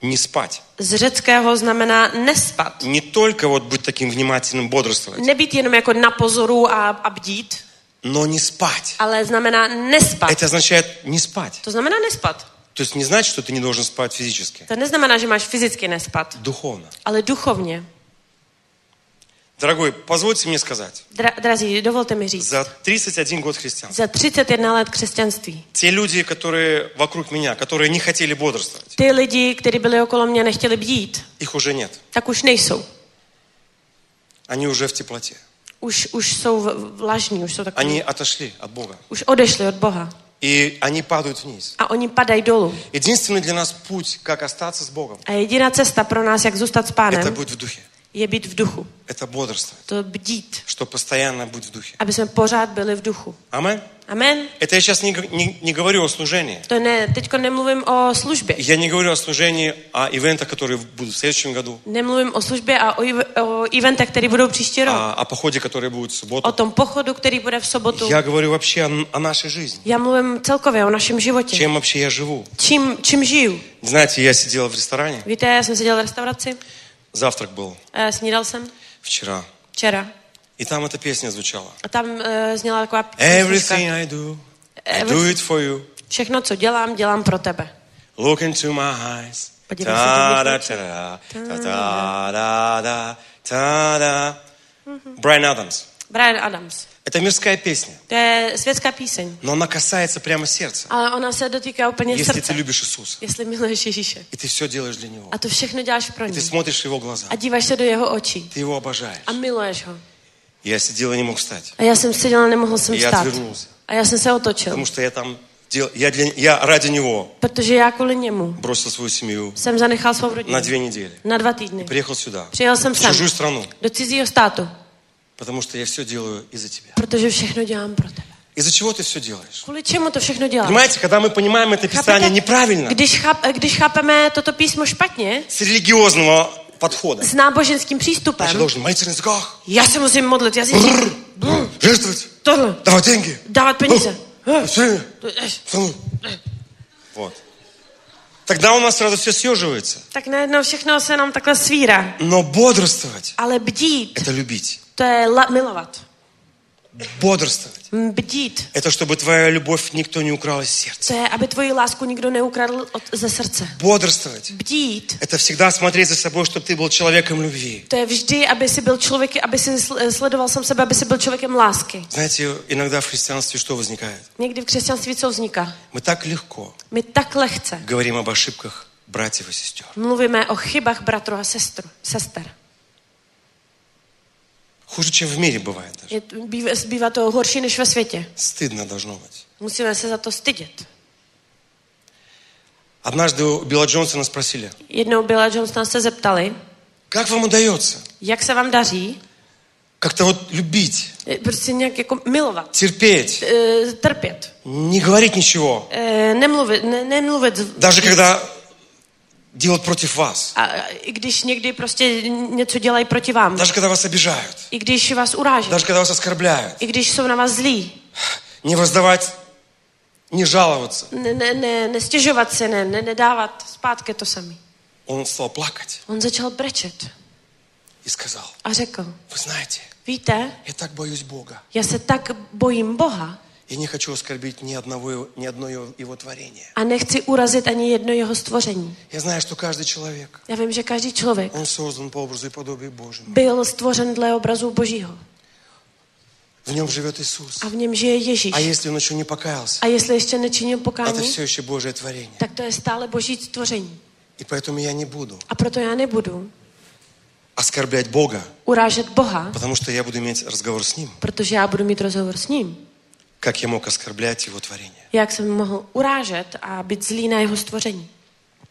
S13: «не спать».
S14: z řeckého znamená nespat.
S13: Не только вот быть таким vнимательным бодрствовать,
S14: Nebýt jenom jako na pozoru a, a bdít,
S13: но не спать.
S14: ale znamená nespat.
S13: Это означает не спать.
S14: To znamená nespat.
S13: То есть не значит, что ты не должен спать физически,
S14: To neznamená, že máš fyzicky nespat,
S13: духовно.
S14: ale duchovně.
S13: Дорогой, позвольте мне сказать,
S14: Dra- drazí, dovolte mi říct,
S13: за 31 год христианства,
S14: za 31 let křesťanství,
S13: те люди, которые вокруг меня, которые не хотели бодрствовать,
S14: ty lidi, kteří byli okolo mě, nechtěli bdít,
S13: их уже нет.
S14: tak už nejsou.
S13: Они уже в теплоте.
S14: Už, už jsou v- vlažní, už jsou
S13: Они
S14: takový.
S13: отошли от Бога.
S14: Už odešli od Boha
S13: И они падают вниз.
S14: a oni padají dolů.
S13: Единственный для нас путь, как остаться с Богом,
S14: A jediná cesta pro nás, jak zůstat s
S13: это
S14: pánem,
S13: быть в духе.
S14: je být v duchu.
S13: Это бодрствовать.
S14: To bdít,
S13: Что постоянно быть в духе.
S14: aby jsme pořád byli v duchu.
S13: Амен.
S14: Amen.
S13: Это я сейчас не, г- не- не говорю о служении.
S14: To ne, teďko nemluvím o službě.
S13: Я не говорю о служении, о ивентах, которые будут в следующем году,
S14: Nemluvím o službě a o, ev- o eventech, které budou příští rok.
S13: а- о походе, который будет в
S14: O
S13: субботу.
S14: tom pochodu, který bude v sobotu.
S13: Я говорю вообще о, о нашей жизни.
S14: Já mluvím celkově o našem životě.
S13: Чем вообще я живу?
S14: Čím, čím žiju?
S13: Знаете, я сидел в ресторане,
S14: Víte, já jsem seděl v restauraci,
S13: завтрак был
S14: eh, snídal jsem
S13: вчера,
S14: včera
S13: и там эта песня звучала.
S14: a tam eh, zněla taková
S13: А
S14: písnička.
S13: Everything I do, I
S14: Every-
S13: do it for you.
S14: Všechno, co dělám, dělám pro tebe.
S13: Look into my eyes.
S14: Podívej se do
S13: Та-да,
S14: mých
S13: та-да, та-да, та-да, та-да. Брайан Адамс.
S14: Brian Adams.
S13: Это мирская песня,
S14: To je světská píseň,
S13: но она касается прямо сердца.
S14: ale ona se dotýká úplně
S13: Если
S14: srdce,
S13: ты любишь Иисуса,
S14: jestli miluješ Ježíše.
S13: и ты все делаешь для Него,
S14: A to všechno děláš pro
S13: и
S14: něj.
S13: ты смотришь в Его глаза,
S14: A díváš se do jeho očí
S13: ты Его обожаешь.
S14: a miluješ ho.
S13: Я сидел и не мог встать.
S14: A já jsem seděla, nemohl
S13: И
S14: jsem
S13: А я
S14: vstát.
S13: отвернулся,
S14: A já jsem se otočil,
S13: потому что я там дел... я, для... я ради Него
S14: protože já kvůli němu
S13: бросил свою семью
S14: jsem zanechal svou rodinu
S13: на две недели.
S14: na dva týdny.
S13: Приехал сюда,
S14: Přijel jsem
S13: в
S14: sem
S13: чужую страну,
S14: do cizího státu,
S13: потому что я все делаю из-за тебя.
S14: protože všechno dělám pro tebe.
S13: Из-за чего ты все делаешь?
S14: Kvůli čemu to všechno děláš?
S13: Понимаете, когда мы понимаем это Писание неправильно,
S14: Když, cháp, když chápeme toto písmo špatně,
S13: с религиозного подхода,
S14: s náboženským přístupem,
S13: ты должен молиться на языках,
S14: já se musím modlit, já si
S13: жертвовать,
S14: tohle,
S13: давать деньги.
S14: dávat peníze.
S13: А. Вот. Тогда у нас сразу все съеживается.
S14: Tak najednou všechno se nám takhle svírá.
S13: Но бодрствовать
S14: Ale bdít,
S13: – это любить.
S14: to je la, milovat.
S13: Бодрствовать
S14: Bdít,
S13: – это чтобы твоя любовь никто не украл из сердца.
S14: to je, aby tvoji lásku nikdo neukradl od, ze srdce.
S13: Бодрствовать
S14: Bdít,
S13: – это всегда смотреть за собой, чтобы ты был человеком любви.
S14: to je vždy, aby si byl člověk, aby si sl- sledoval sám sebe, aby si byl člověkem lásky.
S13: Знаете, иногда в христианстве что возникает?
S14: Někdy v křesťanství co vzniká?
S13: Мы так легко
S14: My tak lehce
S13: говорим об ошибках братьев и сестер.
S14: mluvíme o chybách bratru a sestru, sester.
S13: Хуже, чем в мире бывает.
S14: Je, bývá, bývá to horší než ve světě.
S13: Стыдно должно быть.
S14: Musíme se za to stydět.
S13: Однажды у Билла Джонсона спросили,
S14: Jednou Billa Johnsona se zeptali,
S13: как вам удается
S14: jak se vám daří
S13: как-то вот любить,
S14: eh, prostě nějak jako milovat,
S13: терпеть,
S14: eh, trpět,
S13: не говорить ничего,
S14: eh, nemluvit, ne, nemluvit v-
S13: даже когда делают против вас,
S14: a, a i když někdy prostě něco dělají proti vám,
S13: даже когда вас обижают,
S14: i když vás uráží,
S13: даже когда вас оскорбляют.
S14: i když jsou na vás zlí,
S13: Не воздавать, не жаловаться.
S14: ne, ne, ne, nestěžovat se, ne, ne, nedávat zpátky to samé.
S13: Он стал плакать
S14: On začal brečet
S13: и сказал,
S14: a řekl,
S13: вы знаете,
S14: víte,
S13: я так боюсь Бога.
S14: já se tak bojím Boha
S13: Я не хочу оскорбить ни одного, его- ни одно его, его творение.
S14: a nechci urazit ani jedno jeho stvoření.
S13: Я знаю, что каждый человек,
S14: Já vím, že každý člověk
S13: он создан по образу и подобию Божьему.
S14: byl stvořen dle obrazu Božího
S13: В нем живет Иисус.
S14: a v něm žije Ježíš.
S13: А если он еще не покаялся,
S14: A jestli ještě nečinil
S13: это
S14: pokání,
S13: все еще Божье творение.
S14: tak to je stále Boží stvoření.
S13: И поэтому я не буду
S14: A proto já nebudu
S13: оскорблять Бога,
S14: urážet Boha,
S13: потому что я буду иметь разговор с Ним,
S14: protože já budu mít rozhovor s ním.
S13: как я мог оскорблять Его творение.
S14: Jak jsem mohl urážet a být zlý na jeho stvoření.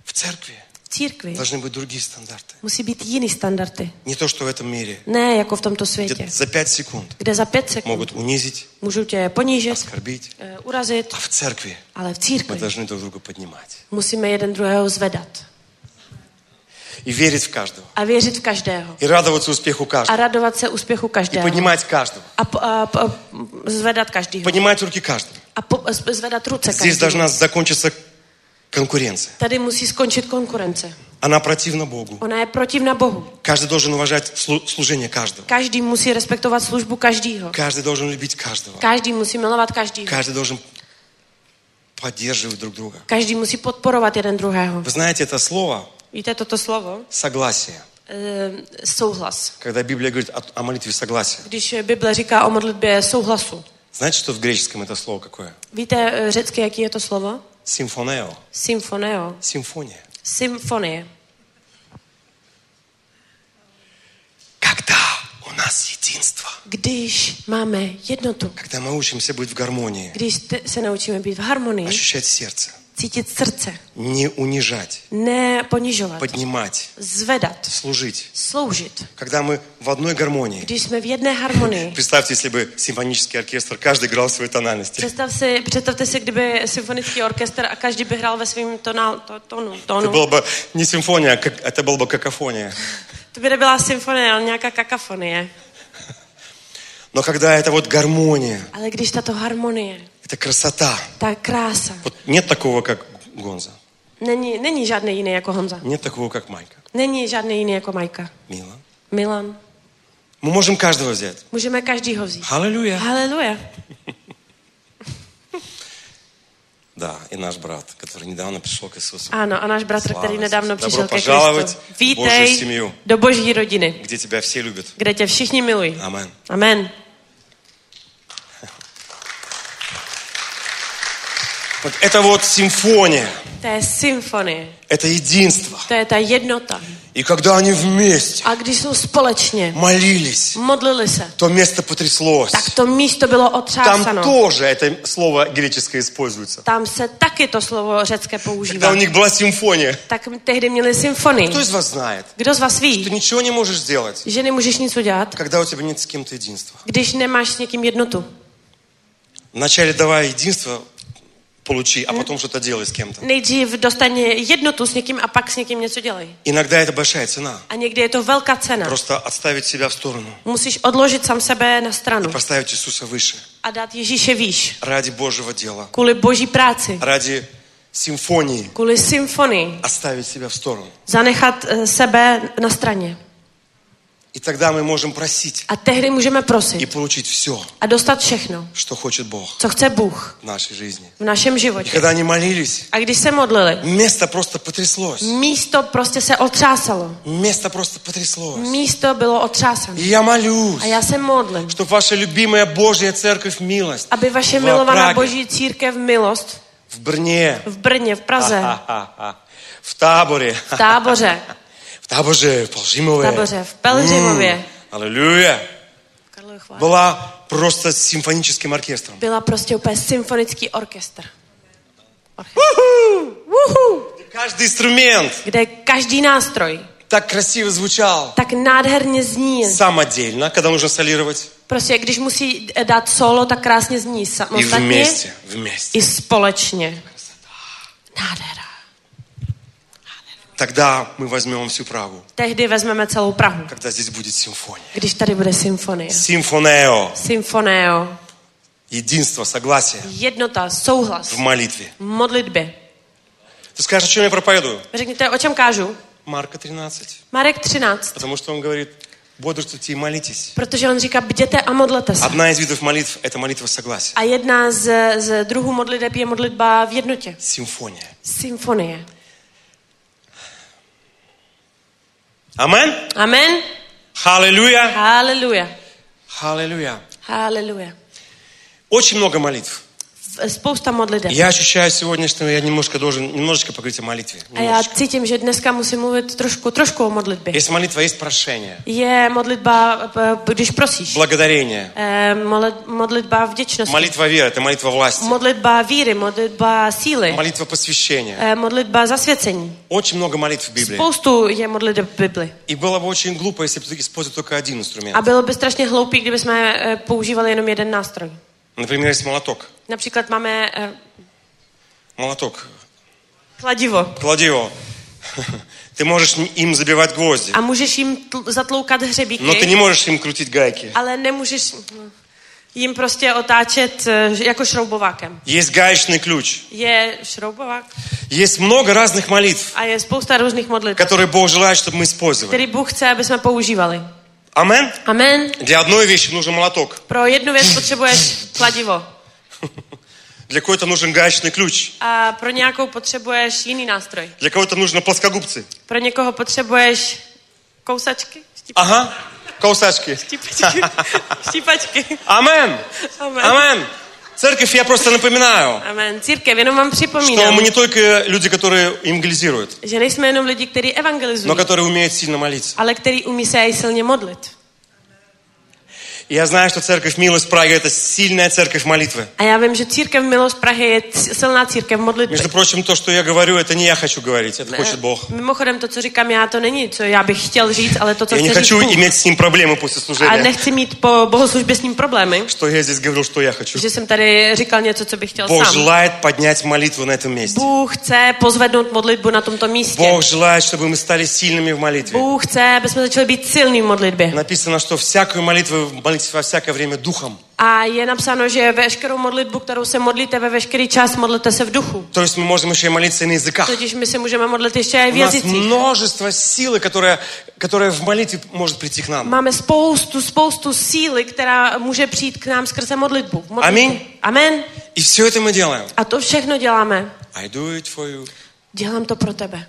S13: В церкви
S14: V církvi
S13: должны быть другие стандарты.
S14: musí být jiný standardy.
S13: Не то, что в этом мире,
S14: Ne jako v tomto světě,
S13: где за пять секунд
S14: kde za pět sekund
S13: могут унизить,
S14: můžu tě ponížit,
S13: оскорбить.
S14: eh, urazit,
S13: А в церкви
S14: ale v
S13: мы
S14: církvi
S13: должны друг друга поднимать.
S14: musíme jeden druhého zvedat
S13: И верить в каждого.
S14: a věřit v každého
S13: И радоваться успеху
S14: a
S13: каждого.
S14: radovat se úspěchu
S13: И
S14: každého
S13: поднимать каждого.
S14: a, po- a, po- a zvedat každého
S13: Поднимать руки каждого.
S14: a po, a zvedat ruce
S13: Здесь
S14: každého.
S13: должна закончиться конкуренция.
S14: Tady musí skončit konkurence.
S13: Она противна Богу.
S14: Ona je protivna Bohu.
S13: Каждый должен уважать слу- служение каждого.
S14: Každý musí respektovat službu každého.
S13: Каждый должен любить каждого.
S14: Každý musí milovat každého.
S13: Каждый должен поддерживать друг друга.
S14: Každý musí podporovat jeden druhého.
S13: Вы знаете это слово
S14: Víte toto slovo?
S13: согласие.
S14: E, souhlas.
S13: Когда Библия говорит о, о молитве согласия,
S14: Když Bible říká o modlitbě souhlasu.
S13: знаете, что в греческом это слово какое?
S14: Víte e, řecky, jaký je to slovo?
S13: Симфонео.
S14: Symfoneo.
S13: Симфония.
S14: Symfonie.
S13: Когда у нас единство,
S14: Když máme jednotu,
S13: когда мы учимся быть в гармонии,
S14: když te, se naučíme být v harmonii,
S13: ощущать сердце,
S14: cítit srdce,
S13: не унижать,
S14: neponižovat,
S13: поднимать,
S14: zvedat,
S13: служить.
S14: sloužit.
S13: Когда мы в одной гармонии.
S14: Když jsme v jedné harmonii,
S13: Представьте, если бы симфонический оркестр, каждый играл в своей тональности.
S14: Představ si, představte si, kdyby symfonický orchestr a každý by hrál ve svém tonál, to, tonu,
S13: Это
S14: tonu.
S13: было бы не симфония, а как, это была бы какофония.
S14: To by nebyla symfonie, ale nějaká kakafonie.
S13: Но когда это вот гармония,
S14: Ale když tato harmonie,
S13: это красота.
S14: ta krása,
S13: Вот нет такого, как Гонза.
S14: není, není žádný jiný jako Honza.
S13: Нет такого, как Майка.
S14: Není žádný jiný jako Majka.
S13: Мила.
S14: Milan.
S13: Мы можем каждого взять.
S14: Můžeme každýho vzít.
S13: Аллилуйя.
S14: *laughs* Haleluja.
S13: Да, и наш брат, который недавно пришел к Иисусу.
S14: Ano, a náš bratr,
S13: Слава
S14: který
S13: Иисусу.
S14: nedávno
S13: Добро
S14: přišel ke
S13: пожаловать
S14: Kristu.
S13: в Божью
S14: Vítej
S13: семью,
S14: do boží rodiny,
S13: где тебя все любят.
S14: kde tě všichni milují.
S13: Амен.
S14: Amen.
S13: Вот это вот симфония,
S14: To je symfonie.
S13: это единство.
S14: To je ta jednota.
S13: И когда они вместе
S14: A když jsou společně,
S13: молились,
S14: modlili se,
S13: то место потряслось.
S14: tak to místo bylo
S13: Там
S14: otřásáno.
S13: тоже это слово греческое используется.
S14: Tam se taky to slovo řecké používá.
S13: Когда у них была симфония.
S14: Tak tehdy měli symfonii.
S13: Кто из вас знает,
S14: Kdo z vás ví,
S13: что ничего не можешь сделать,
S14: že nemůžeš nic udělat,
S13: когда у тебя нет с кем-то единства?
S14: když nemáš s někým jednotu?
S13: Вначале давай единство получи, а потом что-то делай с кем-то.
S14: Nejdřív dostaň jednotu s někým a pak s někým něco dělej.
S13: Иногда это большая цена.
S14: A někdy je to velká cena.
S13: Просто отставить себя в сторону
S14: Musíš odložit sám sebe na stranu
S13: и поставить Иисуса выше.
S14: a dát Ježíše výš.
S13: Ради Божьего дела.
S14: Kvůli boží práci,
S13: Ради симфонии
S14: kvůli symfonii,
S13: оставить себя в сторону.
S14: zanechat eh, sebe na straně.
S13: И тогда мы можем просить
S14: A tehdy můžeme prosit
S13: и получить все,
S14: a dostat všechno,
S13: что хочет Бог
S14: co chce Bůh
S13: в нашей жизни.
S14: v našem
S13: И
S14: životě.
S13: когда они молились,
S14: A А když se modlili,
S13: место просто потряслось.
S14: místo prostě se otřásalo.
S13: Место просто потряслось.
S14: Místo bylo otřásáno.
S13: И я молюсь,
S14: A já se modlím,
S13: чтобы ваша любимая Божья церковь милость
S14: aby vaše
S13: V
S14: milovaná
S13: Praze.
S14: boží církev milost
S13: в Брне,
S14: v Brně, v Praze,
S13: ха-ха-ха, *laughs* в таборе,
S14: v táboře,
S13: *laughs* в таборе, в
S14: v
S13: Полжимове.
S14: táboře, v Pelřimově,
S13: Mm. Аллилуйя. Была просто с симфоническим оркестром.
S14: byla prostě úplně symfonický orchestr,
S13: Каждый инструмент
S14: kde každý nástroj
S13: так красиво звучал.
S14: tak nádherně zní.
S13: Самодельно, когда нужно солировать.
S14: Prostě když musí eh, dát solo, tak krásně zní
S13: И
S14: samostatně
S13: вместе, вместе.
S14: i společně.
S13: Тогда мы возьмем всю Прагу,
S14: Tehdy vezmeme celou Prahu,
S13: когда здесь будет симфония.
S14: když tady bude symfonie.
S13: Симфонео.
S14: Symfonéo,
S13: Единство, согласие
S14: jednota, souhlas,
S13: в молитве.
S14: v modlitbě.
S13: Ты скажешь, о чем я проповедую?
S14: Řekněte, o čem kážu?
S13: Марка 13.
S14: Marek 13,
S13: Потому что он говорит, бодрствуйте и молитесь.
S14: protože on říká, bděte a modlete se.
S13: Одна из видов молитв – это молитва согласия.
S14: A jedna z, z druhů modliteb je modlitba v jednotě.
S13: Симфония.
S14: Symfonie.
S13: Амен?
S14: Amen.
S13: Аллилуйя.
S14: Haleluja.
S13: Аллилуйя.
S14: Haleluja.
S13: Очень много молитв.
S14: V- Spousta modliteb.
S13: Я ощущаю сегодня, что я немножко должен, немножечко поговорить о молитве.
S14: A já cítím, že dneska musím mluvit trošku, trošku o modlitbě.
S13: Есть молитва, есть прошение,
S14: Je modlitba, p- když prosíš.
S13: благодарение.
S14: Eh, mole- Modlitba vděčnosti.
S13: Молитва веры, это молитва власти.
S14: Modlitba víry, modlitba síly.
S13: Молитва посвящения.
S14: Eh, Modlitba zasvěcení.
S13: Очень много молитв в Библии.
S14: Spoustu je modliteb v Bibli.
S13: И было бы очень глупо, если бы ты использовал только один инструмент.
S14: A bylo by strašně hloupý, kdyby jsme eh, používali jenom jeden nástroj.
S13: Например, есть молоток.
S14: Například máme eh,
S13: Молоток.
S14: kladivo
S13: Клади его. *laughs* Ты можешь им забивать гвозди,
S14: a můžeš jim tl- zatloukat hřebíky,
S13: но ты не можешь им крутить гайки.
S14: ale nemůžeš no, jim prostě otáčet eh, jako šroubovákem.
S13: Есть гаечный ключ.
S14: Je šroubovák
S13: Есть много разных молитв,
S14: a je spousta různých modlitb,
S13: которые Бог желает, чтобы мы использовали.
S14: který Bůh chce, aby jsme používali.
S13: Амен?
S14: Amen.
S13: Для одной вещи нужен молоток.
S14: Pro jednu věc potřebuješ kladivo
S13: Для кого-то нужен гаечный ключ.
S14: a pro nějakou potřebuješ jiný nástroj.
S13: Для кого-то нужно плоскогубцы.
S14: Pro někoho potřebuješ kousačky,
S13: Ага. Каусачки. *laughs*
S14: štípačky.
S13: Амен.
S14: Amen.
S13: Амен. Церковь, я просто напоминаю,
S14: Amen. Církev, jenom vám
S13: что
S14: připomínám,
S13: мы не только люди, которые евангелизируют,
S14: že nejsme jenom lidi, kteří evangelizují,
S13: но которые умеют сильно молиться.
S14: ale který umí se i silně modlit.
S13: И я знаю, что церковь Милость Праги это сильная церковь молитвы.
S14: A já vím, že církev Milost Prahy je c- silná církev modlitby.
S13: Между прочим, то, что я говорю, это не я хочу говорить, это хочет Бог.
S14: Mimochodem, to, co říkám já, to není, co já bych chtěl říct, ale to, co
S13: Я не
S14: chce říct
S13: хочу
S14: Bůh.
S13: иметь с ним проблемы после
S14: A
S13: служения,
S14: nechci mít po bohoslužbě s ním problémy,
S13: что я здесь говорил, что я хочу.
S14: že jsem tady říkal něco, co bych chtěl
S13: Бог
S14: sám.
S13: желает поднять молитву на этом месте.
S14: Bůh chce pozvednout modlitbu na tomto místě.
S13: Бог желает, чтобы мы стали сильными в молитве.
S14: Bůh chce, aby jsme začali být silní v modlitbě.
S13: Написано, что всякую молитву молитесь во всякое время духом.
S14: A je napsáno, že veškerou modlitbu, kterou se modlíte ve veškerý čas, modlete se v duchu.
S13: То есть мы можем еще и молиться и на языках.
S14: Totiž my se můžeme modlit ještě i
S13: У
S14: v
S13: нас
S14: jazycích.
S13: множество силы, которая, которая в молитве может прийти к нам.
S14: Máme spoustu, spoustu síly, která může přijít k nám skrze modlitbu. v modlitbě.
S13: Amen.
S14: Amen.
S13: И все это мы делаем.
S14: A to všechno děláme.
S13: I do it for you.
S14: Dělám to pro tebe.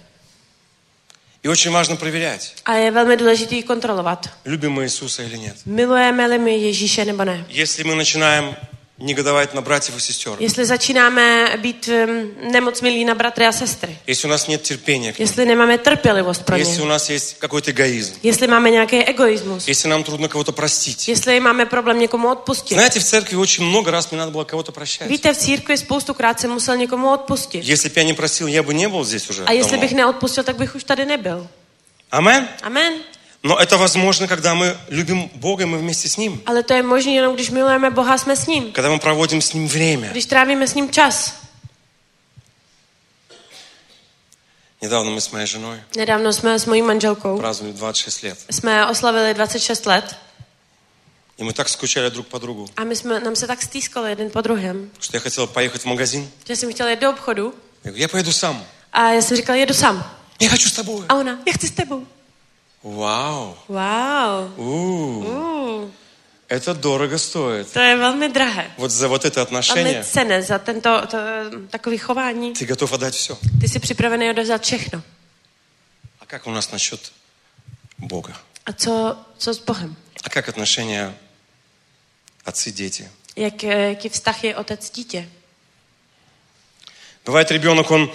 S13: И очень важно проверять,
S14: A je velmi důležité ji kontrolovat.
S13: любим мы Иисуса или нет.
S14: Milujeme-li my Ježíše nebo ne.
S13: Если мы начинаем негодовать на братьев и сестер.
S14: Jestli začínáme být em, nemoc milí na bratry a sestry.
S13: Если у нас нет терпения, к ним,
S14: Jestli nemáme trpělivost pro
S13: если
S14: ně.
S13: у нас есть какой-то эгоизм,
S14: Jestli máme nějaký egoismus.
S13: если нам трудно кого-то простить.
S14: Jestli máme problém někomu odpustit.
S13: Знаете, в церкви очень много раз мне надо было кого-то прощать.
S14: Víte, v církvi spoustukrát jsem musel někomu odpustit.
S13: Если бы я не просил, я бы не был здесь уже.
S14: A jestli
S13: давно.
S14: bych neodpustil, tak bych už tady nebyl.
S13: Амен.
S14: Amen.
S13: Но это возможно, когда мы любим Бога, и мы вместе с Ним.
S14: Ale to je možné jenom, když milujeme Boha, jsme s ním.
S13: Когда мы проводим с Ним время.
S14: Když trávíme s ním čas.
S13: Недавно мы с моей женой
S14: Nedávno jsme s mojí manželkou,
S13: праздновали 26 лет.
S14: jsme oslavili 26 let
S13: И мы так скучали друг по другу,
S14: a my jsme, nám se tak stýskali jeden po druhém,
S13: что я хотел поехать в магазин.
S14: že jsem chtěla jít do obchodu
S13: Я говорю, я поеду сам.
S14: a já jsem říkala, jedu sám.
S13: Já chci s tebou.
S14: A ona, já chci s tebou.
S13: Вау.
S14: Wow.
S13: У,
S14: Uh,
S13: это дорого стоит.
S14: to je velmi drahé.
S13: Вот за вот это
S14: Velmi
S13: отношение
S14: cené za tento to, takový chování.
S13: ты готов отдать все.
S14: Ty jsi připravený odevzat všechno.
S13: А как у нас насчет Бога?
S14: A co, co s Bohem?
S13: А как отношения отцы-дети?
S14: Jak, eh, jaký vztah je otec dítě?
S13: Бывает, ребенок, он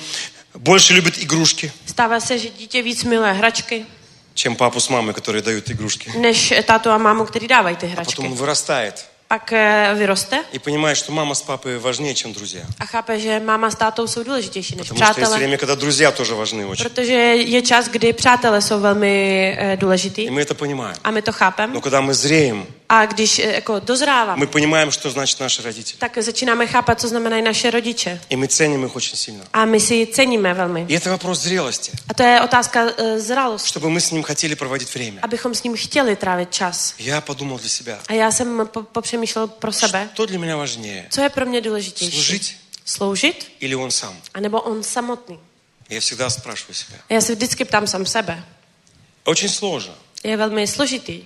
S13: больше любит игрушки,
S14: Stává se, že dítě víc miluje hračky,
S13: чем папу с мамой, которые дают игрушки.
S14: než tátu a mámu, který dávají ty
S13: А потом
S14: hračky.
S13: он вырастает
S14: Pak
S13: э,
S14: eh, vyroste
S13: и понимает, что мама с папой важнее, чем друзья.
S14: a chápe, že máma s tátou jsou důležitější než
S13: Потому что есть
S14: přátelé.
S13: время, когда друзья тоже важны очень.
S14: Protože je čas, kdy přátelé jsou velmi eh,
S13: И
S14: důležitý
S13: мы это понимаем.
S14: a my to chápeme.
S13: Но когда мы зреем,
S14: A když eh, jako dozráváme,
S13: мы poнимаем, что значит наши родители.
S14: tak začínáme chápat, co znamenají naše rodiče.
S13: И мы ценим их очень сильно.
S14: A my si ceníme velmi.
S13: И это вопрос зрелости,
S14: A to je otázka eh, zralosti,
S13: чтобы мы с ним хотели проводить время.
S14: abychom s ním chtěli trávit čas.
S13: Я подумал для себя,
S14: A já jsem po- popřemýšlel pro sebe,
S13: что для меня важнее,
S14: co je pro mě důležitější.
S13: служить
S14: Sloužit,
S13: или он сам?
S14: anebo on samotný.
S13: Я всегда спрашиваю себя.
S14: A já se vždycky ptám sám sebe.
S13: Очень сложно
S14: Je velmi složitý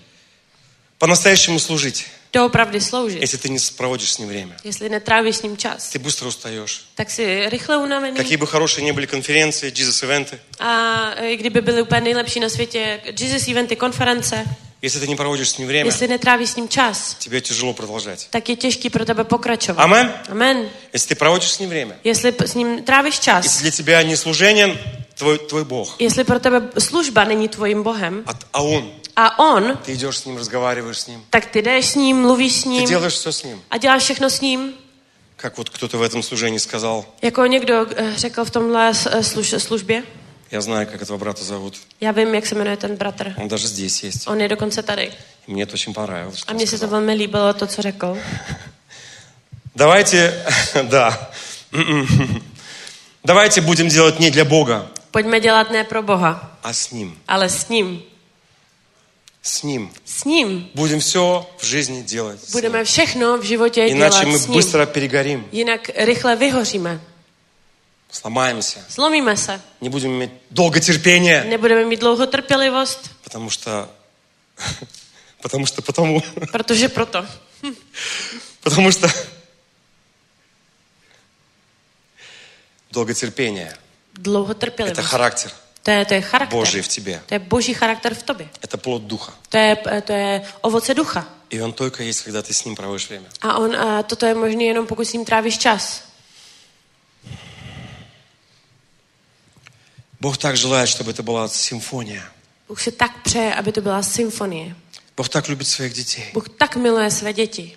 S13: по-настоящему служить,
S14: doopravdy sloužit.
S13: если ты не проводишь с ним время.
S14: Jestli netrávíš s ním čas,
S13: Ты быстро устаешь.
S14: tak si rychle unavený.
S13: Какие бы хорошие ни были конференции, Jesus ивенты
S14: A eh, i kdyby byly úplně nejlepší na světě Jesus eventy, konference,
S13: если ты не проводишь с ним время,
S14: jestli netrávíš s ním čas,
S13: тебе тяжело продолжать.
S14: tak je těžký pro tebe pokračovat.
S13: Амен?
S14: Amen.
S13: Если ты проводишь с ним время,
S14: Jestli p- s ním trávíš čas,
S13: если для тебя не служение, твой, твой Бог,
S14: jestli pro tebe služba není tvojím Bohem
S13: а, а он,
S14: a on,
S13: ты идешь с ним, разговариваешь с ним,
S14: tak ty jdeš s ním, mluvíš s
S13: ты
S14: ním
S13: делаешь все с ним.
S14: a děláš všechno s ním.
S13: Как вот кто-то в этом служении сказал,
S14: Jako někdo eh, řekl v tomhle eh, služ, službě,
S13: я знаю, как этого брата зовут,
S14: já vím, jak se jmenuje ten bratr.
S13: он даже здесь есть.
S14: On je dokonce tady.
S13: И Мне это очень понравилось. что
S14: A
S13: он
S14: mně se to velmi líbilo, to, co řekl.
S13: Давайте, *laughs* да. Давайте будем делать не для Бога,
S14: Pojďme dělat ne pro Boha,
S13: а с Ним.
S14: ale s ním.
S13: С Ним.
S14: S ním.
S13: Будем все в жизни делать. с Ним.
S14: Budeme všechno v životě dělat
S13: Иначе мы
S14: s ním.
S13: быстро перегорим,
S14: Jinak rychle vyhoříme.
S13: сломаемся.
S14: Zlomíme se.
S13: Не будем иметь долго терпения,
S14: Nebudeme mít dlouho trpělivost,
S13: потому что... *laughs* Потому что потому... *laughs*
S14: protože proto.
S13: Потому что... Долготерпение
S14: Dlouho
S13: – это
S14: trpělivost.
S13: характер
S14: To je, to je charakter.
S13: Божий в тебе.
S14: To je boží charakter v tobě.
S13: Это плод Духа.
S14: To je, eh, to je ovoce ducha.
S13: И он только есть, когда ты с ним проводишь время.
S14: A on, a toto je možné jenom pokud s ním trávíš čas.
S13: Бог так желает, чтобы это была симфония.
S14: Bůh se tak přeje, aby to byla symfonie.
S13: Бог так любит своих детей.
S14: Bůh tak miluje své děti.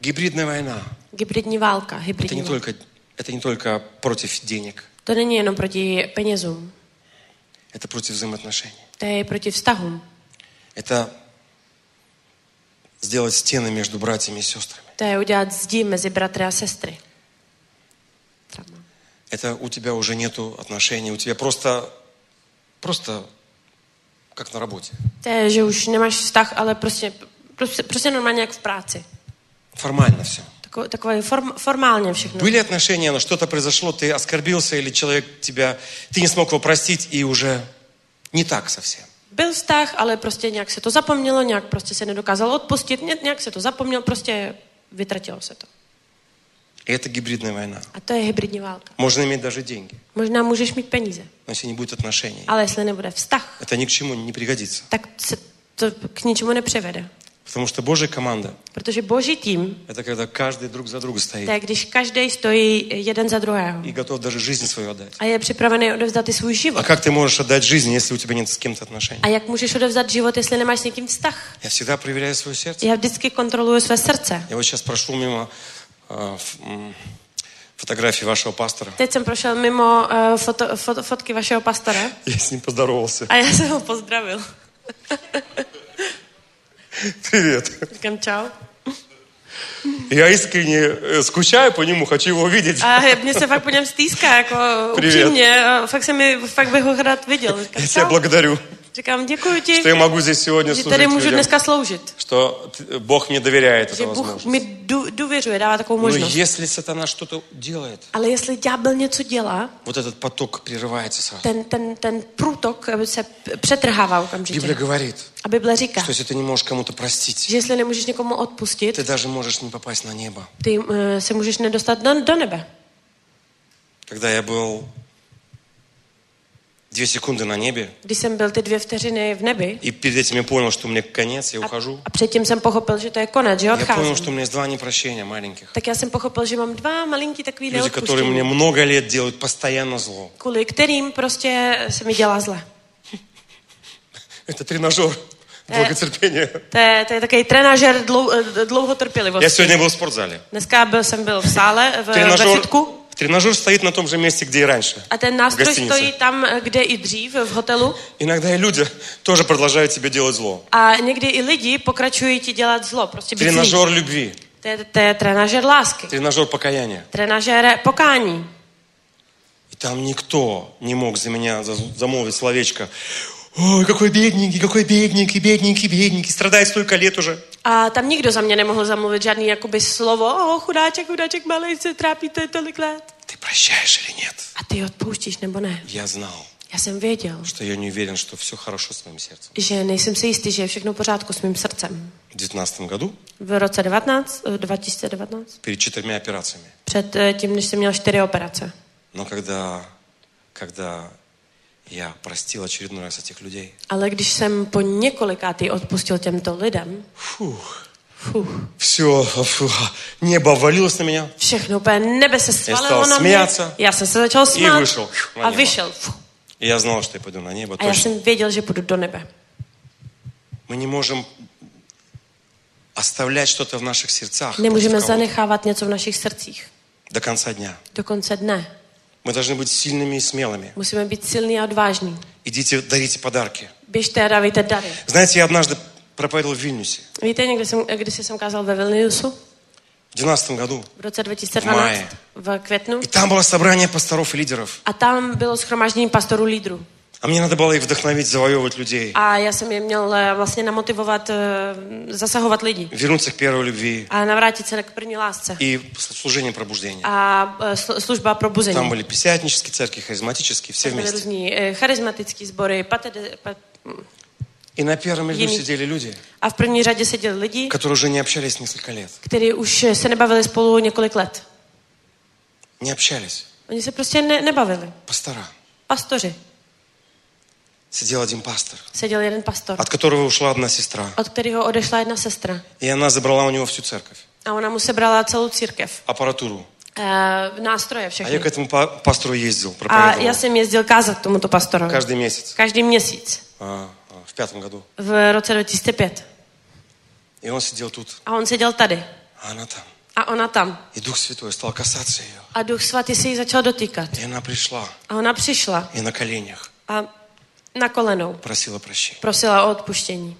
S13: Гибридная война
S14: Hybridní válka,
S13: это
S14: hybridní
S13: не
S14: válka.
S13: только это не только против денег,
S14: To není jenom proti penězům,
S13: это против взаимоотношений.
S14: to je proti vztahům.
S13: Это сделать стены между братьями и сестрами.
S14: To je udělat zdí mezi bratry a sestry.
S13: Это у тебя уже нету отношений, у тебя просто просто как на работе.
S14: To je, že už nemáš vztah, ale prostě, prostě, prostě normálně jak v práci.
S13: Формально все.
S14: Tako, takové form, formálně všechno.
S13: Были отношения, но что-то произошло, ты оскорбился или человек тебя, ты не смог его простить и уже не так совсем.
S14: Byl vztah, ale prostě nějak se to zapomnělo, nějak prostě se nedokázalo odpustit, ně- nějak se to zapomnělo, prostě vytratilo se to.
S13: И это гибридная война.
S14: A то je hybridní válka.
S13: Можно иметь даже деньги,
S14: Možná můžeš mít peníze,
S13: но если не будет отношений,
S14: ale jestli nebude vztah,
S13: это ни к чему не пригодится.
S14: tak se to k ničemu nepřivede.
S13: Потому что Божья команда
S14: Protože boží tým,
S13: – это когда каждый друг за друга
S14: to je,
S13: стоит
S14: když každý stojí jeden za druhého
S13: и готов даже жизнь свою отдать.
S14: a je připravený odevzdat i svůj
S13: А
S14: život.
S13: как ты можешь отдать жизнь, если у тебя нет с кем-то отношений?
S14: A jak můžeš odevzdat život, jestli nemáš s někým vztah?
S13: Я всегда проверяю свое сердце.
S14: Já vždycky kontroluju své srdce.
S13: Я вот сейчас прошу мимо э, ф- м, фотографии вашего пастора.
S14: Teď jsem prošel mimo uh, foto, foto, fotky vašeho pastora
S13: Я с ним поздоровался.
S14: a já jsem ho pozdravil.
S13: *laughs*
S14: *laughs*
S13: Привет.
S14: Říkám čau.
S13: Я искренне э, скучаю по нему, хочу его увидеть.
S14: A mě se fakt po něm stýská, jako
S13: Privět.
S14: upřímně. A Fakt, se mi, fakt bych ho rád viděl. Říkám,
S13: *laughs* Я тебя
S14: čau.
S13: благодарю,
S14: Říkám děkuji ti,
S13: что я могу здесь сегодня
S14: že
S13: служить
S14: tady můžu
S13: людям,
S14: dneska sloužit.
S13: что т- Бог мне доверяет
S14: Že
S13: эту
S14: Bůh
S13: возможность.
S14: mi du, důvěřuje, dává takovou
S13: Но
S14: možnost.
S13: если сатана что-то делает,
S14: Ale jestli ďábel něco dělá,
S13: вот этот поток прерывается сразу.
S14: ten, ten, ten průtok se přetrhává
S13: Библия
S14: okamžitě.
S13: говорит,
S14: A Bible říká,
S13: что если ты не можешь кому-то простить,
S14: že jestli nemůžeš někomu odpustit,
S13: ты даже можешь не попасть на небо.
S14: ty eh, se můžeš nedostat do, do nebe.
S13: Когда я был две секунды на небе,
S14: Když jsem byl ty dvě vteřiny v nebi
S13: и перед этим я понял, что мне конец, я ухожу.
S14: a předtím jsem pochopil, že to je konec, že
S13: Я понял,
S14: odcházím,
S13: что у меня есть два непрощения маленьких.
S14: tak já jsem pochopil, že mám dva malinký takový
S13: Люди, которые мне
S14: neodpuštění,
S13: много лет делают постоянно зло.
S14: kvůli kterým prostě se mi dělá zle.
S13: Это тренажер
S14: Э.
S13: благотерпения.
S14: To je, to je takový trenažer dlou, eh,
S13: Я
S14: dlouhotrpělivosti.
S13: сегодня был в спортзале.
S14: Dneska byl, jsem byl v sále, v, ve
S13: Тренажер,
S14: fitku
S13: тренажер стоит на том же месте, где и раньше.
S14: a ten nástroj
S13: Гостиница.
S14: stojí tam, eh, kde i dřív, v hotelu.
S13: Иногда и люди тоже продолжают тебе делать зло.
S14: A někdy i lidi pokračují ti dělat zlo, prostě být zlý.
S13: Тренажер любви,
S14: To je, to je trenažer lásky,
S13: тренажер покаяния.
S14: trenažer pokání.
S13: И там никто не мог за меня заз- замолвить словечко. Ой, какой бедненький, какой бедненький, бедненький, бедненький. Страдает столько лет уже.
S14: A tam nikdo za mě nemohl zamluvit žádný jakoby slovo, o chudáček, chudáček, malej, se trápíte tolik let.
S13: Ты прощаешь или нет?
S14: A ty odpouštíš nebo ne?
S13: Я знал,
S14: Já jsem věděl,
S13: что я не уверен, что все хорошо с моим сердцем.
S14: že nejsem si jistý, že je všechno v pořádku s mým srdcem.
S13: В 19 году,
S14: V roce 19, eh, 2019,
S13: перед четырьмя операциями.
S14: před eh, tím, než jsem měl čtyři operace.
S13: Но когда, когда я простил очередной раз этих людей,
S14: Ale když jsem po několikátý odpustil těmto lidem,
S13: фух,
S14: Фух.
S13: все, небо обвалилось на меня.
S14: všechno úplně nebe se svalilo
S13: Přestal
S14: na mě.
S13: smět.
S14: Já jsem se začal
S13: И
S14: smát
S13: вышел на
S14: a
S13: небо.
S14: vyšel. Fuh.
S13: И я знал, что я пойду на небо.
S14: A já
S13: точно.
S14: jsem věděl, že půjdu do nebe.
S13: Мы не можем оставлять что-то в наших сердцах
S14: Nemůžeme
S13: против кого-то
S14: zanechávat něco v našich srdcích.
S13: до конца дня.
S14: Do konce dne.
S13: Мы должны быть сильными и смелыми.
S14: Musíme být silní a odvážní.
S13: Идите, дарите подарки.
S14: Běžte a dávejte dary.
S13: Знаете, я однажды проповедовал в Вильнюсе
S14: Víte, někdy jsem, když jsem kázal ve Vilniusu
S13: в 2012 году.
S14: v roce
S13: V
S14: 2012
S13: máji.
S14: v květnu
S13: Там было собрание пасторов и лидеров.
S14: a tam bylo schromáždění pastorů lídrů.
S13: А мне надо было их вдохновить, завоевывать людей,
S14: A já jsem je měl eh, vlastně namotivovat, eh, zasahovat lidi
S13: вернуться к первой любви
S14: a navrátit se k první lásce.
S13: и служение пробуждения.
S14: A eh, sl- služba probuzení.
S13: Там были пятидесятнические церкви, харизматические, все
S14: Byly
S13: вместе.
S14: různí eh, charismatický sbory, patede, pat...
S13: И на первом ряду
S14: Ени.
S13: сидели люди,
S14: a v první řadě seděli lidi,
S13: которые уже не общались несколько лет.
S14: kteří už eh, se nebavili spolu několik let.
S13: Не общались.
S14: Oni se prostě ne, nebavili.
S13: Пастора.
S14: Pastoři.
S13: Сидел один пастор,
S14: Seděl jeden pastor,
S13: от которого ушла одна сестра.
S14: od kterého odešla jedna sestra.
S13: И она забрала у него всю церковь,
S14: A ona mu sebrala celou církev.
S13: аппаратуру.
S14: E, nástroje
S13: А
S14: všechny.
S13: я к этому па- пастору ездил,
S14: A já
S13: проповедовал.
S14: jsem jezdil kázat tomuto pastorovi.
S13: Каждый месяц.
S14: Každý měsíc.
S13: А, а, В пятом году.
S14: V roce 2005.
S13: И он сидел тут,
S14: A on seděl tady.
S13: а она там.
S14: A ona tam.
S13: И Дух Святой стал касаться ее.
S14: A duch svatý se jí začal dotýkat.
S13: И она пришла
S14: A ona přišla
S13: и на коленях
S14: a na kolenou
S13: просила прощения.
S14: prosila o odpuštění.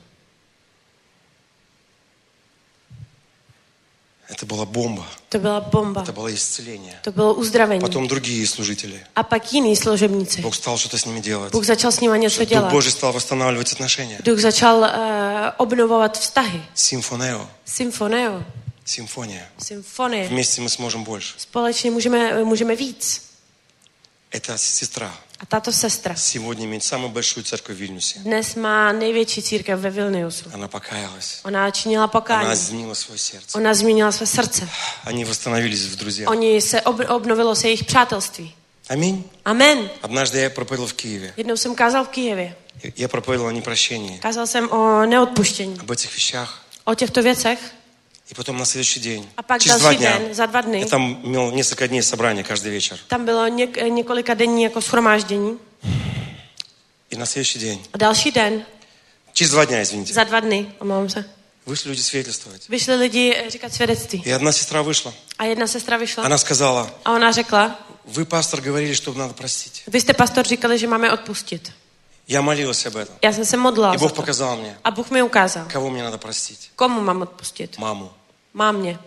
S13: Это была бомба.
S14: To byla bomba.
S13: Это было исцеление.
S14: To bylo uzdravení.
S13: Потом другие служители.
S14: A pak jiný služebníci.
S13: А Бог стал что-то с ними делать.
S14: Bůh začal s nima něco
S13: Дух
S14: dělat.
S13: Божий стал восстанавливать отношения.
S14: Duch začal uh, obnovovat vztahy.
S13: Симфонео.
S14: Symfoneo,
S13: Симфония.
S14: symfonie.
S13: Вместе мы сможем больше.
S14: Společně můžeme, můžeme víc.
S13: Эта А сестра
S14: A tato sestra
S13: сегодня имеет самую большую церковь в Вильнюсе.
S14: dnes má největší církev ve Vilniusu.
S13: Она покаялась.
S14: Ona činila
S13: Она
S14: pokání.
S13: изменила свое сердце.
S14: Ona změnila své srdce.
S13: Они восстановились в друзьях.
S14: Oni se ob, obnovilo se jejich přátelství.
S13: Аминь.
S14: Amen.
S13: Однажды я проповедовал в Киеве.
S14: Jednou jsem kázal v Kijevě.
S13: Я проповедовал о непрощении.
S14: Kázal jsem o neodpuštění.
S13: Об этих вещах,
S14: o těchto věcech.
S13: И потом на следующий день,
S14: A pak
S13: через два
S14: další
S13: дня,
S14: den, za dva dny,
S13: я там имел несколько дней собрания каждый вечер.
S14: tam bylo něk, několika denní jako schromáždění.
S13: И на следующий день,
S14: A další den,
S13: через два дня, извините,
S14: za dva dny, omlouvám se,
S13: вышли люди свидетельствовать.
S14: vyšli lidi eh, říkat svědectví.
S13: И одна сестра вышла.
S14: A jedna sestra vyšla
S13: Она сказала,
S14: a ona řekla,
S13: вы, пастор, говорили, что надо простить.
S14: vy jste pastor říkali, že máme odpustit.
S13: Я молилась об этом.
S14: Já jsem se modlila
S13: И
S14: za
S13: а Бог
S14: to.
S13: показал мне,
S14: A Bůh mi ukázal,
S13: кого мне надо простить.
S14: komu mám odpustit.
S13: Маму.
S14: Mámě,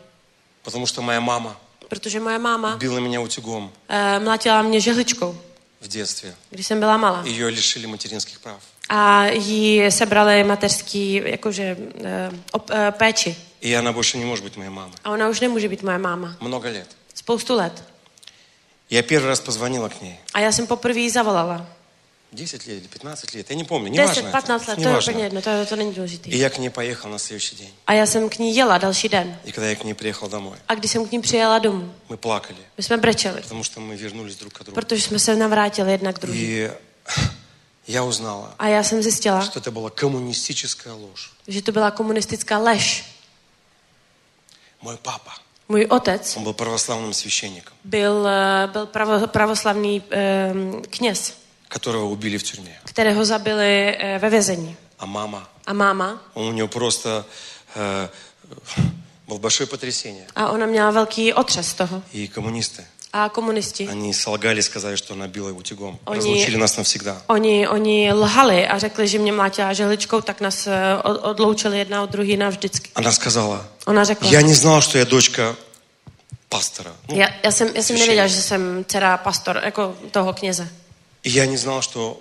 S13: Потому что моя мама
S14: protože moje máma
S13: била меня утюгом
S14: eh, mlátila mě žehličkou,
S13: в детстве.
S14: když jsem byla malá.
S13: Ее лишили материнских прав.
S14: A jí sebrali mateřský jakože, eh, op, eh, péči.
S13: И она больше не может быть моей мамой.
S14: A ona už nemůže být moje máma.
S13: Много лет.
S14: Spoustu let.
S13: Я первый раз позвонила к ней.
S14: A já jsem poprvé jí zavolala.
S13: 10 лет или 15 лет, я не помню, не важно.
S14: 10, 15 let, to je úplně jedno, to, to není důležité.
S13: И я к ней поехал на следующий день.
S14: A já jsem k ní jela další den.
S13: И когда я к ней приехал домой,
S14: A když jsem k ní přijela domů,
S13: мы плакали,
S14: my jsme brečeli,
S13: потому что мы вернулись друг к другу.
S14: protože jsme se navrátili jedna k druhé.
S13: И *laughs* я узнала,
S14: A já jsem zjistila,
S13: что это была коммунистическая ложь.
S14: že to byla komunistická lež.
S13: Мой папа,
S14: Můj otec
S13: он был православным священником,
S14: byl, eh, byl pravo, pravoslavný eh, kněz,
S13: которого убили в тюрьме.
S14: kterého zabili eh, ve vězení.
S13: А мама,
S14: A máma,
S13: у нее просто э, *laughs* было большое потрясение.
S14: a ona měla velký otřes z toho.
S13: И коммунисты,
S14: A komunisti,
S13: они солгали, сказали, что она била его утюгом.
S14: Они-
S13: Разлучили нас навсегда.
S14: oni, oni lhali a řekli, že mě mlátila žehličkou, tak nás eh, od- odloučili jedna od druhý navždycky.
S13: Она сказала,
S14: Ona řekla,
S13: я не знал, что я дочка пастора. Ну,
S14: Já, já, jsem, já jsem
S13: Slyšení.
S14: nevěděla, že jsem dcera pastor, jako toho kněze.
S13: И я не знал, что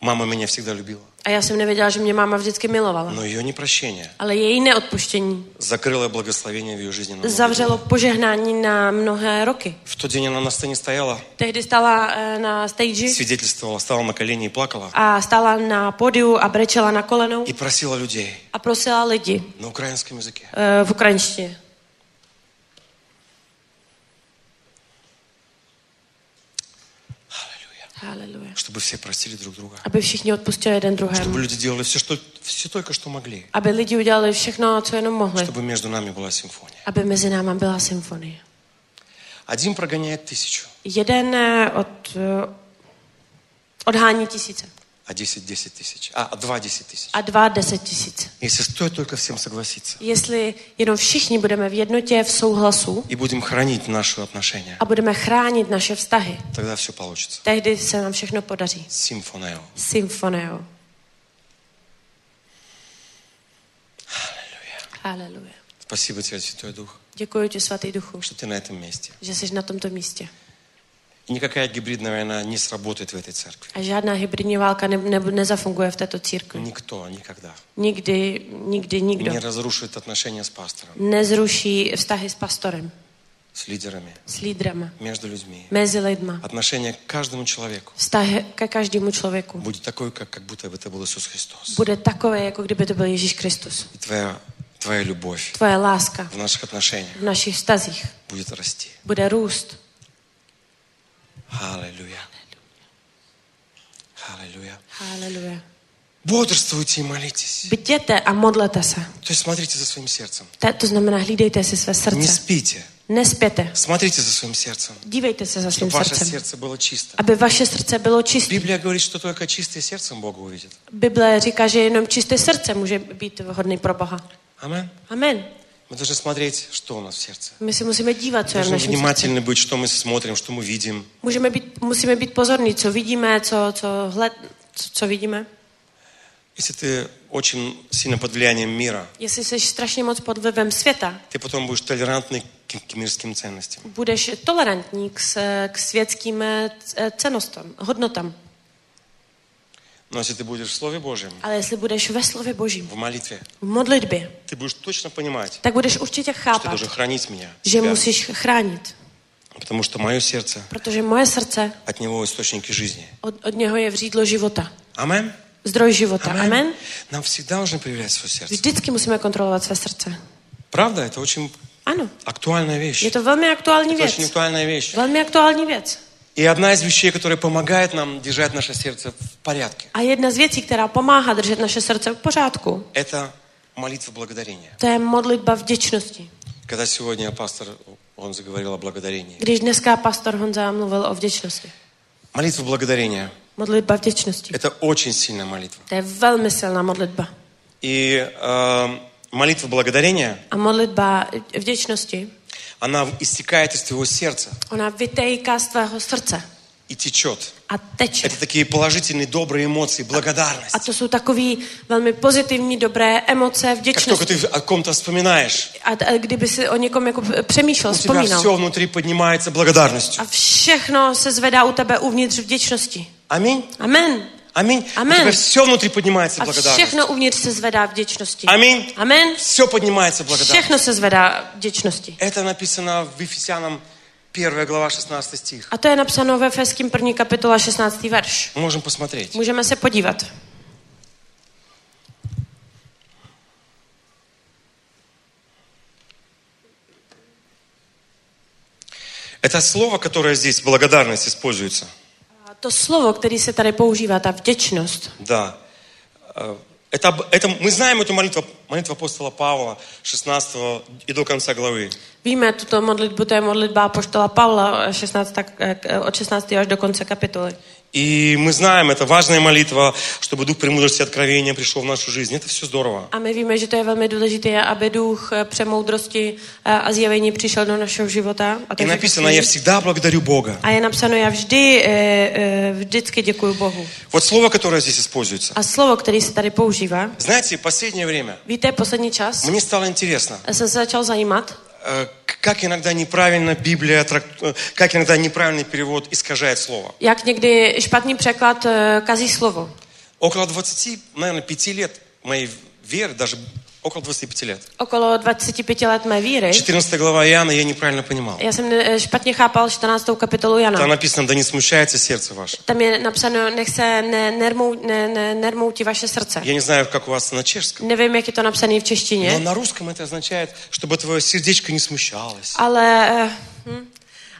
S13: мама меня всегда любила.
S14: A já jsem nevěděla, že mě máma vždycky milovala.
S13: Но ее непрощение
S14: Ale její neodpuštění
S13: закрыло благословение в ее жизни. на много лет.
S14: zavřelo požehnání na mnohé roky.
S13: В тот день она на сцене стояла,
S14: Tehdy stála eh, na stage
S13: свидетельствовала, стала на колени и плакала.
S14: a stála na pódiu a brečela na kolenou
S13: И просила людей
S14: a prosila lidi
S13: на украинском языке.
S14: eh, v ukrajinštině. Haleluja.
S13: Чтобы все простили друг друга.
S14: Aby všichni odpustili jeden
S13: Чтобы
S14: druhému.
S13: люди делали все, что, все только что могли.
S14: Aby lidi udělali všechno, co jenom mohli.
S13: Чтобы между нами была симфония.
S14: Aby mezi náma byla symfonie.
S13: Один прогоняет тысячу,
S14: Jeden eh, od, eh, odhání tisíce
S13: а десять десять тысяч. А, два десять тысяч.
S14: a dva deset tisíc.
S13: Если стоит только всем согласиться.
S14: Jestli jenom všichni budeme v jednotě, v souhlasu
S13: И будем хранить наши отношения.
S14: a budeme chránit naše vztahy,
S13: Тогда все получится.
S14: tehdy se nám všechno podaří.
S13: Симфонео.
S14: Symfoneo. Haleluja.
S13: Спасибо тебе, Святой Дух,
S14: Děkuji ti, svatý duchu,
S13: что ты на этом месте.
S14: že jsi na tomto místě.
S13: И никакая гибридная война не сработает в этой церкви.
S14: A žádná hybridní válka ne, ne, nezafunguje v této církvi.
S13: Никто, никогда.
S14: Nikdy, nikdy
S13: И
S14: nikdo
S13: не разрушит отношения с пастором,
S14: nezruší vztahy s pastorem,
S13: с лидерами,
S14: s lídrama,
S13: между людьми.
S14: mezi lidma.
S13: Отношение к каждому человеку
S14: Vztah ke každému člověku
S13: будет такое, как, как будто бы это был Иисус Христос.
S14: bude takové, jako kdyby to byl Ježíš Kristus.
S13: И твоя, твоя любовь
S14: Tvoje láska
S13: в наших отношениях
S14: v našich vztazích
S13: будет расти.
S14: bude růst.
S13: Аллилуйя. Аллилуйя.
S14: Haleluja.
S13: Бодрствуйте и молитесь.
S14: Bděte a modlete se.
S13: То есть смотрите за своим сердцем.
S14: To, to znamená, hlídejte si své
S13: Не
S14: srdce.
S13: спите.
S14: Nespěte.
S13: Смотрите за своим сердцем.
S14: Dívejte se za svým
S13: Чтобы ваше
S14: srdcem.
S13: сердце было чисто.
S14: Aby vaše srdce bylo čisté.
S13: Библия говорит, что только чистое сердцем Бога увидит.
S14: Bible říká, že jenom čisté srdce může být vhodný pro Boha.
S13: Амен.
S14: Amen.
S13: Мы должны смотреть, что у нас в сердце.
S14: My si musíme dívat, co
S13: Мы
S14: je v
S13: должны
S14: našem srdci.
S13: внимательны быть, что мы смотрим, что мы видим.
S14: Můžeme být, musíme být pozorní, co vidíme, co, co, hled, co, co vidíme.
S13: Если ты очень сильно под влиянием мира,
S14: Jestli jsi strašně moc pod vlivem světa,
S13: ты потом будешь толерантный к, к мирским ценностям.
S14: budeš tolerantní k, s- k světským eh, c- eh, cenostem, hodnotám.
S13: Но если ты будешь в Слове Божьем,
S14: Ale jestli budeš ve slově Božím,
S13: в молитве,
S14: v modlitbě,
S13: ты будешь точно понимать,
S14: tak budeš určitě
S13: что
S14: chápat,
S13: должен хранить меня.
S14: že
S13: тебя,
S14: musíš chránit.
S13: потому что мое сердце,
S14: Protože moje srdce,
S13: от него источники жизни.
S14: od, od něho je vřídlo života.
S13: Амен.
S14: Zdroj života. Amen. Amen.
S13: Нам всегда должны проявлять свое сердце.
S14: Vždycky musíme kontrolovat své srdce.
S13: Правда, это очень
S14: Ano,
S13: актуальная вещь.
S14: je to velmi aktuální
S13: Это
S14: věc.
S13: очень актуальная вещь.
S14: Velmi aktuální věc.
S13: И одна из вещей, которая помогает нам держать наше сердце в порядке,
S14: A jedna z věcí, která pomáhá držet naše srdce v pořádku,
S13: это молитва благодарения.
S14: To je modlitba vděčnosti.
S13: Когда сегодня пастор, он заговорил о благодарении.
S14: Když dneska pastor Honza mluvil o vděčnosti.
S13: Молитва благодарения
S14: Modlitba vděčnosti.
S13: – это очень сильная молитва.
S14: To je velmi silná modlitba.
S13: И э, молитва благодарения,
S14: A modlitba vděčnosti,
S13: она истекает из твоего сердца
S14: ona vytejká z tvého srdce
S13: и течет.
S14: a teče.
S13: Это такие положительные, добрые эмоции, благодарность.
S14: A to jsou takové velmi pozitivní, dobré emoce,
S13: Как только
S14: vděčnosti.
S13: ты о ком-то вспоминаешь,
S14: A t- a kdyby si o někom jako přemýšlel,
S13: у тебя
S14: vzpomínal.
S13: все внутри поднимается благодарностью.
S14: A všechno se zvedá u tebe uvnitř vděčnosti.
S13: Аминь.
S14: Amen.
S13: Аминь. У тебя
S14: Amen.
S13: все внутри поднимается
S14: A
S13: благодарностью.
S14: všechno uvnitř se zvedá vděčnosti.
S13: Аминь.
S14: Amen.
S13: Все поднимается благодарностью.
S14: Všechno se zvedá vděčnosti.
S13: Это написано в Ефесянам 1 глава 16 стих.
S14: A to je napsáno ve Feským 1. kapitola 16. verš.
S13: Мы можем посмотреть.
S14: Můžeme se podívat.
S13: Это слово, которое здесь, благодарность, используется.
S14: A to slovo, který se tady používá, ta vděčnost,
S13: Да. Э, Это, об- это, мы знаем эту молитву, молитву апостола Павла 16 и до конца главы.
S14: Víme tuto modlitbu, to je modlitba poštola Pavla 16, tak, eh, od 16. až do konce kapitoly.
S13: И мы знаем, это важная молитва, чтобы Дух премудрости и откровения пришел в нашу жизнь. Это все здорово.
S14: A my víme, že to je velmi důležité, aby duch eh, přemoudrosti eh, a zjevení přišel do našeho života. A, to
S13: И
S14: je
S13: написано,
S14: vždycky-
S13: я всегда благодарю Бога.
S14: a je napsáno, já vždy, eh, eh, vždycky děkuji Bohu.
S13: Вот слово, которое здесь используется.
S14: A slovo, který se tady používá,
S13: Знаете, последнее время
S14: víte, poslední čas
S13: мне стало интересно,
S14: jsem se začal zajímat,
S13: э, к- как иногда неправильно Библия, трак- э, как иногда неправильный перевод искажает слово.
S14: jak někdy špatný překlad eh, kazí slovo.
S13: Около 20, наверное, 5 лет моей веры, даже около 25 лет.
S14: Okolo 25 let mé víry,
S13: 14 глава Иоанна я неправильно понимал.
S14: já jsem eh, špatně chápal 14. kapitolu Jana.
S13: Там написано, да не смущается сердце ваше.
S14: Tam je napsáno, nech se ne, nermou, ne, ne, nermoutí vaše srdce.
S13: Я не знаю, как у вас на чешском.
S14: Nevím, jak je to napsané v
S13: Но
S14: češtině,
S13: на русском это означает, чтобы твое сердечко не смущалось.
S14: ale, eh, hm,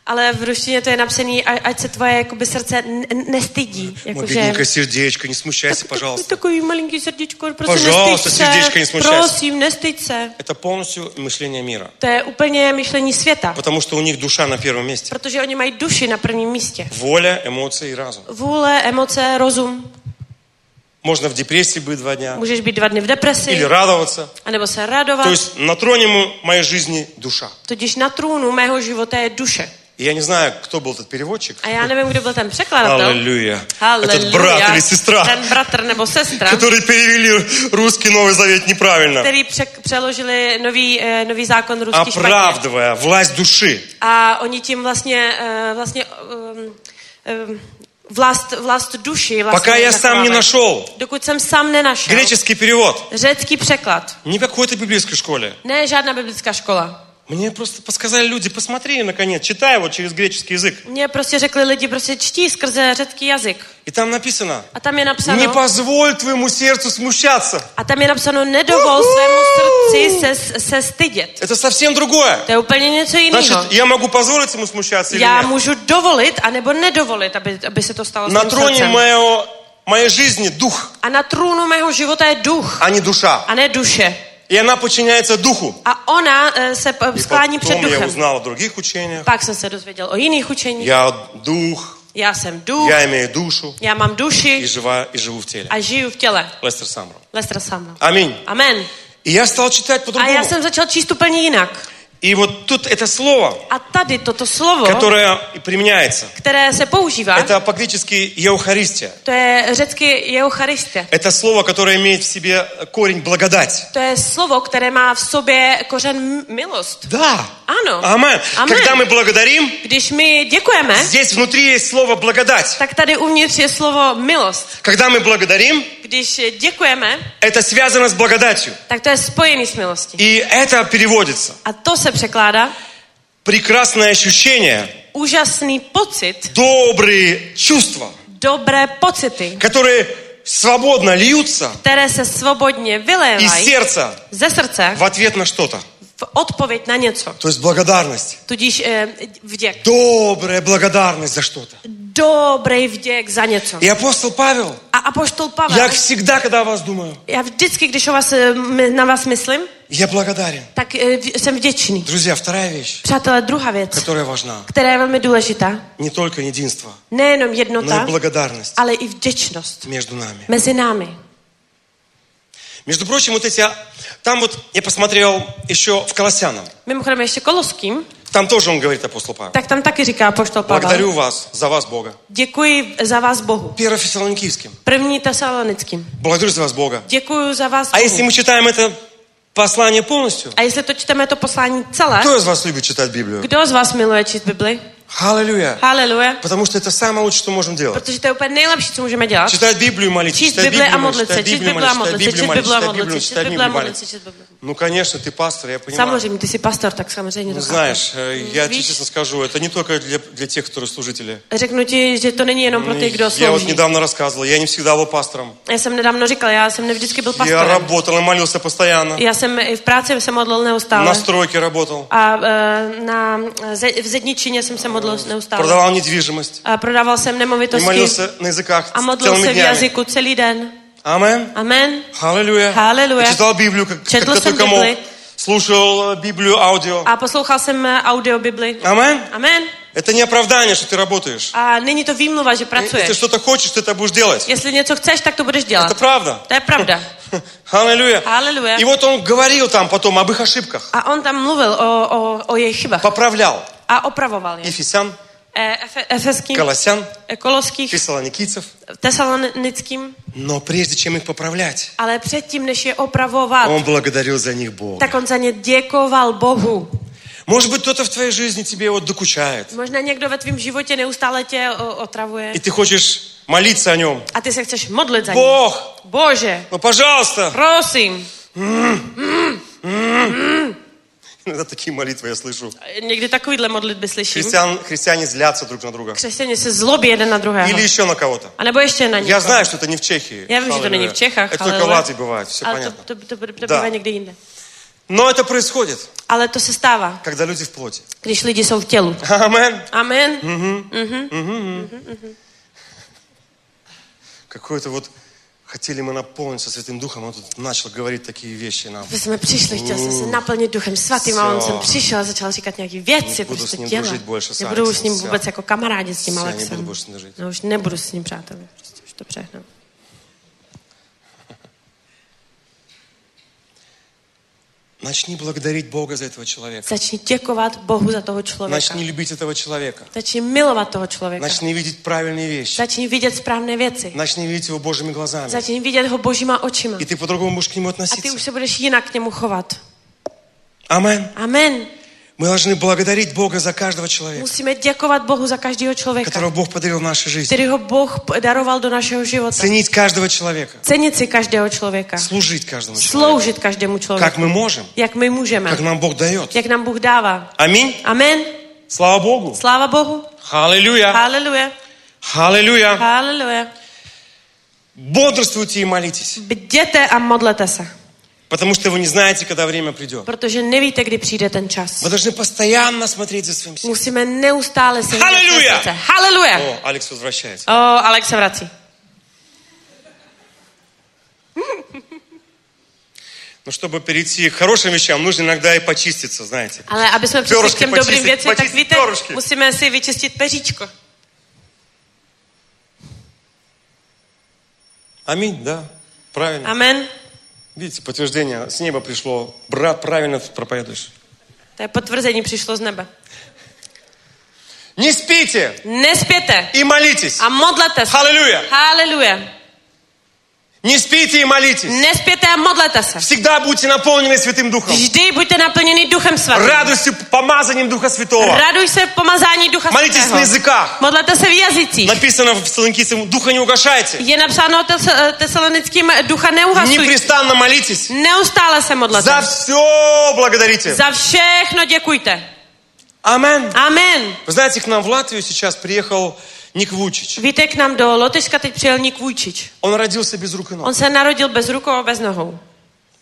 S14: ale v ruštině to je napsané, a- ať se tvoje jakoby, srdce n- n- nestydí.
S13: Мое
S14: Jakože,
S13: бедненькое сердечко, не смущайся, пожалуйста.
S14: takový malinký srdíčko, prostě
S13: Пожалуйста,
S14: nestyď
S13: srdíčko,
S14: se,
S13: nesmušej se.
S14: prosím, nestyď se.
S13: Это полностью мышление мира.
S14: To je úplně myšlení světa,
S13: Потому что у них душа на первом месте.
S14: protože oni маjí duši na prvním místě.
S13: Воля, эмоции и разум.
S14: Vůle, emoce, rozum.
S13: Можно в депрессии быть два дня.
S14: Můžeš být dva dny v
S13: Или
S14: depresi,
S13: радоваться.
S14: anebo se
S13: То
S14: radovat.
S13: есть на троне мо- моей жизни душа.
S14: Tudíž na trůnu mého života je duše.
S13: И я не знаю, кто был этот переводчик.
S14: A já nevím, kdo byl ten překladatel.
S13: А Аллилуйя. Этот брат или
S14: Haleluja.
S13: сестра,
S14: Ten bratr nebo sestra,
S13: которые перевели русский Новый Завет неправильно.
S14: který přek- přeložili nový, eh, nový zákon ruský špatně.
S13: Оправдывая власть души.
S14: A oni tím vlastně, eh, vlastně um, um, vlast, vlast duši vlastně
S13: Пока я сам не
S14: zachovávají.
S13: нашел
S14: Dokud jsem sám nenašel.
S13: греческий перевод.
S14: Řecký překlad.
S13: Не какой-то библейской школе.
S14: Ne, žádná biblická škola.
S13: Мне просто подсказали люди, посмотри, наконец, читай его через греческий язык.
S14: Mně prostě řekli lidi, prostě čtí skrze řecký jazyk.
S13: И там написано, а
S14: A tam je
S13: не
S14: napsáno,
S13: позволь твоему сердцу смущаться.
S14: a tam je napsáno, nedovol svému srdci se, se stydět.
S13: Это совсем другое.
S14: To je úplně něco jiného.
S13: Значит, я могу позволить ему смущаться или
S14: Já
S13: нет?
S14: můžu dovolit, anebo nedovolit, aby, aby se to stalo s
S13: На
S14: tím
S13: троне
S14: srdcem.
S13: моего, моей жизни дух,
S14: A na trůnu mého života je duch
S13: а не А душа.
S14: a ne duše.
S13: И она подчиняется духу.
S14: A ona eh, se eh, sklání před
S13: Потом я
S14: duchem.
S13: узнал о других учениях.
S14: Pak jsem se dozvěděl o jiných učeních.
S13: Я дух,
S14: Já jsem duch,
S13: я А имею душу
S14: já mám
S13: и,
S14: duši
S13: жива, и живу в теле.
S14: a žiju v těle.
S13: Лестер Самру.
S14: Lestra sama.
S13: Аминь.
S14: Amen.
S13: И я стал читать
S14: A já
S13: по-другому.
S14: jsem začal číst úplně jinak.
S13: И вот тут это слово,
S14: A tady toto slovo,
S13: которое и применяется,
S14: které se používá,
S13: это по-гречески «еухаристия».
S14: to je řecky eucharistie.
S13: Это слово, которое имеет в себе корень благодать.
S14: To je slovo, které má v sobě kořen m- milost.
S13: Да.
S14: Ano.
S13: Амен.
S14: Amen.
S13: Когда мы благодарим,
S14: Když my děkujeme,
S13: здесь внутри есть слово благодать.
S14: tak tady uvnitř je slovo milost.
S13: Когда мы благодарим,
S14: Když děkujeme,
S13: это svязано с благодатью.
S14: tak to je spojený s milostí.
S13: И это переводится.
S14: A to se překládá
S13: Прекрасное ощущение,
S14: úžasný pocit,
S13: добрые чувства,
S14: dobré pocity,
S13: которые свободно льются
S14: které se svobodně
S13: из
S14: vylévají
S13: сердца
S14: ze srdce
S13: в ответ на что-то.
S14: v odpověď na něco.
S13: То есть благодарность.
S14: Tudíž eh, vděk.
S13: Добрая благодарность за что-то.
S14: dobrý vděk za něco.
S13: И апостол Павел,
S14: A apoštol Pavel,
S13: я всегда, когда о вас думаю,
S14: já vždycky, když o vás, eh, m- na vás myslím,
S13: я благодарен.
S14: tak eh, v- jsem vděčný.
S13: Друзья, вторая вещь,
S14: Přátelé, druhá věc,
S13: которая важна,
S14: která je velmi důležitá,
S13: не только единство,
S14: nejenom
S13: но и
S14: jednota,
S13: благодарность
S14: ale i vděčnost
S13: между нами.
S14: mezi námi.
S13: Между прочим, вот эти... а, Там вот я посмотрел еще в Колоссянам.
S14: Mimochodem ještě Koloským,
S13: Там тоже он говорит, апостол Павел.
S14: tak tam taky říká apoštol
S13: Благодарю
S14: Pavel.
S13: вас за вас, Бога.
S14: Děkuji za vás Bohu. První tesalonickým.
S13: Благодарю за вас, Бога.
S14: Děkuji za vás
S13: А если
S14: Bohu.
S13: мы читаем это послание полностью,
S14: A jestli to čteme to poslání celé,
S13: кто из вас любит читать Библию?
S14: kdo z vás miluje číst Bibli?
S13: Аллилуйя.
S14: Haleluja.
S13: Потому что это самое лучшее, что можем делать.
S14: Protože to je úplně nejlepší, co můžeme dělat.
S13: Читать Библию, молиться,
S14: Číst
S13: читать
S14: Bibli a
S13: Библию,
S14: modlit
S13: молиться,
S14: se,
S13: читать
S14: číst
S13: Библию,
S14: Bibli a
S13: молиться,
S14: modlit
S13: читать
S14: se, číst
S13: Библию,
S14: Bibli a
S13: молиться, читать Библию,
S14: modlit se, číst Bibli a modlit se, číst
S13: читать Библию, молиться.
S14: Bibli.
S13: Ну, конечно, ты пастор, я понимаю.
S14: Samozřejmě, ty jsi pastor, tak samozřejmě
S13: Ну,
S14: to
S13: знаешь, э, я тебе
S14: Видишь?
S13: честно скажу, это не только для, для тех, которые служители.
S14: Řeknu ti, že to není jenom pro ty, kdo
S13: Я вот
S14: slouží.
S13: недавно рассказывал, я не всегда был пастором.
S14: Já jsem nedávno říkal, já jsem nevždycky byl
S13: Я
S14: pastorem.
S13: работал и молился постоянно.
S14: Já jsem i v práci se modlil neustále.
S13: На стройке работал.
S14: A e, na, ze- v zedničině jsem se modlil neustále.
S13: Продавал недвижимость.
S14: A prodával jsem
S13: И
S14: nemovitosti
S13: молился на А языках
S14: a modlil
S13: целыми
S14: se v
S13: днями.
S14: jazyku celý den.
S13: Амен.
S14: Amen.
S13: Аллилуйя.
S14: Аллилуйя.
S13: И Читал Библию, как,
S14: Читал
S13: когда
S14: сам
S13: только
S14: Библию.
S13: мог. Слушал э, Библию аудио.
S14: A poslouchal jsem eh, audio Bibli.
S13: Амен.
S14: Amen.
S13: Это не оправдание, что ты работаешь.
S14: A není to výmluva, že
S13: Если ты
S14: pracuješ.
S13: что-то хочешь, ты это будешь делать.
S14: Jestli něco chceš, tak to budeš dělat.
S13: Это правда.
S14: To je *laughs* pravda.
S13: Аллилуйя.
S14: Аллилуйя.
S13: И вот он говорил там потом об их ошибках.
S14: A on tam mluvil o, o, o jejich chybách.
S13: Поправлял.
S14: A opravoval je.
S13: Ефесян,
S14: Eh, Efe- Efeským,
S13: Колоссян,
S14: eh, Koloských,
S13: Фессалоникийцев.
S14: Tesalonickým,
S13: Но прежде чем их поправлять,
S14: ale předtím, než je opravoval,
S13: он благодарил за них Бога.
S14: tak on za ně děkoval Bohu.
S13: Может быть, кто-то в твоей жизни тебе вот докучает.
S14: Možná někdo ve tvém životě neustále tě o, otravuje
S13: И ты хочешь молиться о нем.
S14: a ty se chceš modlit za ně.
S13: Бог,
S14: Bože,
S13: ну пожалуйста.
S14: prosím. Mm.
S13: Иногда такие молитвы я слышу.
S14: Někdy takovýhle modlitby slyším.
S13: Христиан, христиане злятся друг на друга.
S14: Křesťané se zlobí jeden na druhého.
S13: Или еще на кого-то.
S14: A nebo ještě na někoho.
S13: Я знаю, что это не в Чехии.
S14: Já vím, že to není
S13: Аллилуйя. А
S14: v Čechách,
S13: Это только в
S14: halleluja.
S13: Латвии бывает, все
S14: ale to,
S13: понятно.
S14: to, to, to, to
S13: Da.
S14: bývá někde jinde.
S13: Но это происходит,
S14: Ale to se stává,
S13: когда люди в плоти.
S14: když lidi jsou v tělu.
S13: Амен.
S14: Amen.
S13: Мгм.
S14: Mhm.
S13: Мгм.
S14: Mhm, mhm.
S13: Какое-то вот хотели мы наполниться Святым Духом, он тут начал говорить такие вещи нам.
S14: My jsme přišli, chtěl jsem se
S13: Uuu.
S14: naplnit duchem svatým a on
S13: Co?
S14: jsem přišel a začal říkat nějaké věci,
S13: Nebudu
S14: prostě
S13: s ním
S14: dělat.
S13: družit больше s
S14: Nebudu už s
S13: Alexem,
S14: ním
S13: co?
S14: vůbec jako kamarádi s tím
S13: Всё, я не буду
S14: Alexem.
S13: больше с ним жить.
S14: No, už nebudu s ním přáteli, prostě už to přehnám.
S13: Начни благодарить Бога за этого человека.
S14: Začni děkovat Bohu za toho člověka.
S13: Начни любить этого человека.
S14: Začni milovat toho člověka.
S13: Начни видеть правильные вещи.
S14: Začni vidět správné věci.
S13: Начни видеть его Божьими глазами.
S14: Začni vidět ho božíma očima.
S13: И ты по-другому будешь к нему
S14: A ty už
S13: относиться.
S14: se budeš jinak k němu chovat.
S13: Амен.
S14: Amen.
S13: Мы должны благодарить Бога за каждого человека,
S14: Musíme děkovat Bohu za každého člověka,
S13: которого Бог подарил в нашей жизни.
S14: který ho Bůh daroval do našeho života.
S13: Ценить каждого человека.
S14: Cenit si každého člověka.
S13: Служить каждому человеку.
S14: Sloužit každému člověku.
S13: Как мы можем,
S14: Jak my můžeme.
S13: как нам Бог дает.
S14: Jak nám Bůh dává.
S13: Аминь.
S14: Amen.
S13: Слава Богу.
S14: Sláva Bohu.
S13: Аллилуйя.
S14: Haleluja.
S13: Аллилуйя.
S14: Haleluja.
S13: Бодрствуйте и молитесь.
S14: Bděte a modlete se,
S13: Потому что вы не знаете, когда время придет.
S14: protože nevíte, kdy přijde ten čas.
S13: Вы должны постоянно смотреть за своим сердцем.
S14: Musíme neustále se
S13: Haleluja!
S14: Haleluja.
S13: О, Алекс возвращается.
S14: O, Alex se vrací.
S13: Но чтобы перейти к хорошим вещам, нужно иногда и почиститься, знаете.
S14: Ale aby jsme přišli k
S13: Pěrošky
S14: těm dobrým
S13: počistit,
S14: věcem, tak
S13: počistit
S14: víte,
S13: pěrošky.
S14: musíme si vyčistit peříčko.
S13: Аминь, да? Правильно.
S14: Amen.
S13: Видите, подтверждение с неба пришло. Брат, правильно ты проповедуешь.
S14: To je potvrzení, přišlo z nebe.
S13: Не спите
S14: Nespěte
S13: и молитесь.
S14: a modlete se.
S13: Haleluja.
S14: Haleluja.
S13: Не спите и молитесь.
S14: Nespěte a modlete se.
S13: Всегда будьте наполнены Святым Духом.
S14: Vždy buďte naplněni Duchem Svatým.
S13: Радостью, помазанием Духа Святого.
S14: Raduj se v pomazání Ducha
S13: Молитесь на
S14: Svatého.
S13: языках.
S14: Modlete se v jazycích.
S13: Написано в Фессалоникийцам, Духа не угашайте.
S14: Je napsáno tes- tesalonickým eh, ducha neuhasujte.
S13: Непрестанно молитесь.
S14: Neustále se modlete.
S13: За все благодарите.
S14: Za všechno děkujte.
S13: Амен.
S14: Amen.
S13: Вы знаете, к нам в Латвию сейчас приехал Ник Вучич.
S14: Víte, k nám do Lotyška teď přijel Nik Vujčič.
S13: Он родился без рук и ног.
S14: On se narodil bez rukou a bez nohou.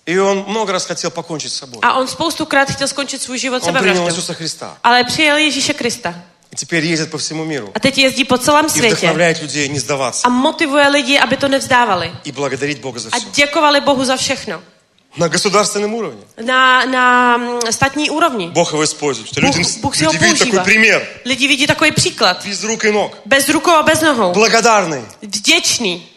S13: И он много раз хотел покончить с собой.
S14: A on spoustukrát chtěl skončit svůj život
S13: Он принял
S14: sebevraždou.
S13: Иисуса Христа.
S14: Ale přijel Ježíše Krista.
S13: И И теперь ездят по всему миру.
S14: A teď jezdí po celém
S13: И
S14: světě
S13: вдохновляет людей не сдаваться.
S14: a motivuje lidi, aby to nevzdávali.
S13: И благодарить Бога за
S14: A
S13: все.
S14: děkovali Bohu za všechno. А
S13: На государственном уровне.
S14: Na, na mm, státní úrovni.
S13: Бог его использует. Что люди,
S14: Бог- Бог всего
S13: люди видят
S14: Божьего.
S13: такой пример.
S14: Lidi vidí takový příklad.
S13: Bez rukou a noh.
S14: Bez rukou a bez nohou.
S13: Благодарный.
S14: Vděčný.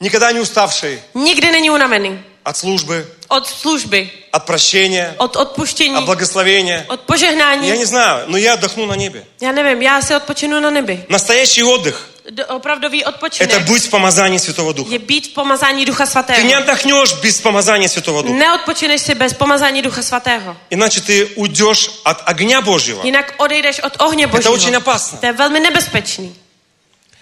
S13: Никогда не уставший
S14: Nikdy není unavený.
S13: от службы,
S14: Od služby,
S13: от прощения,
S14: od
S13: от
S14: odpuštění,
S13: благословения.
S14: od požehnání.
S13: Я не znаю, но я отдохну на небе.
S14: Já nevím, já se odpočinu na nebi.
S13: Настоящий отдых
S14: D- opravdový
S13: – это
S14: odpočinek
S13: быть в помазании Святого Духа.
S14: je být v pomazání Ducha
S13: Ты не
S14: Svatého.
S13: отдохнешь без помазания Святого Духа.
S14: Neodpočineš si bez pomazání Ducha Svatého.
S13: Иначе ты уйдешь от огня Божьего.
S14: Jinak odejdeš od ohně
S13: Это очень
S14: Božího.
S13: опасно.
S14: To je velmi nebezpečný.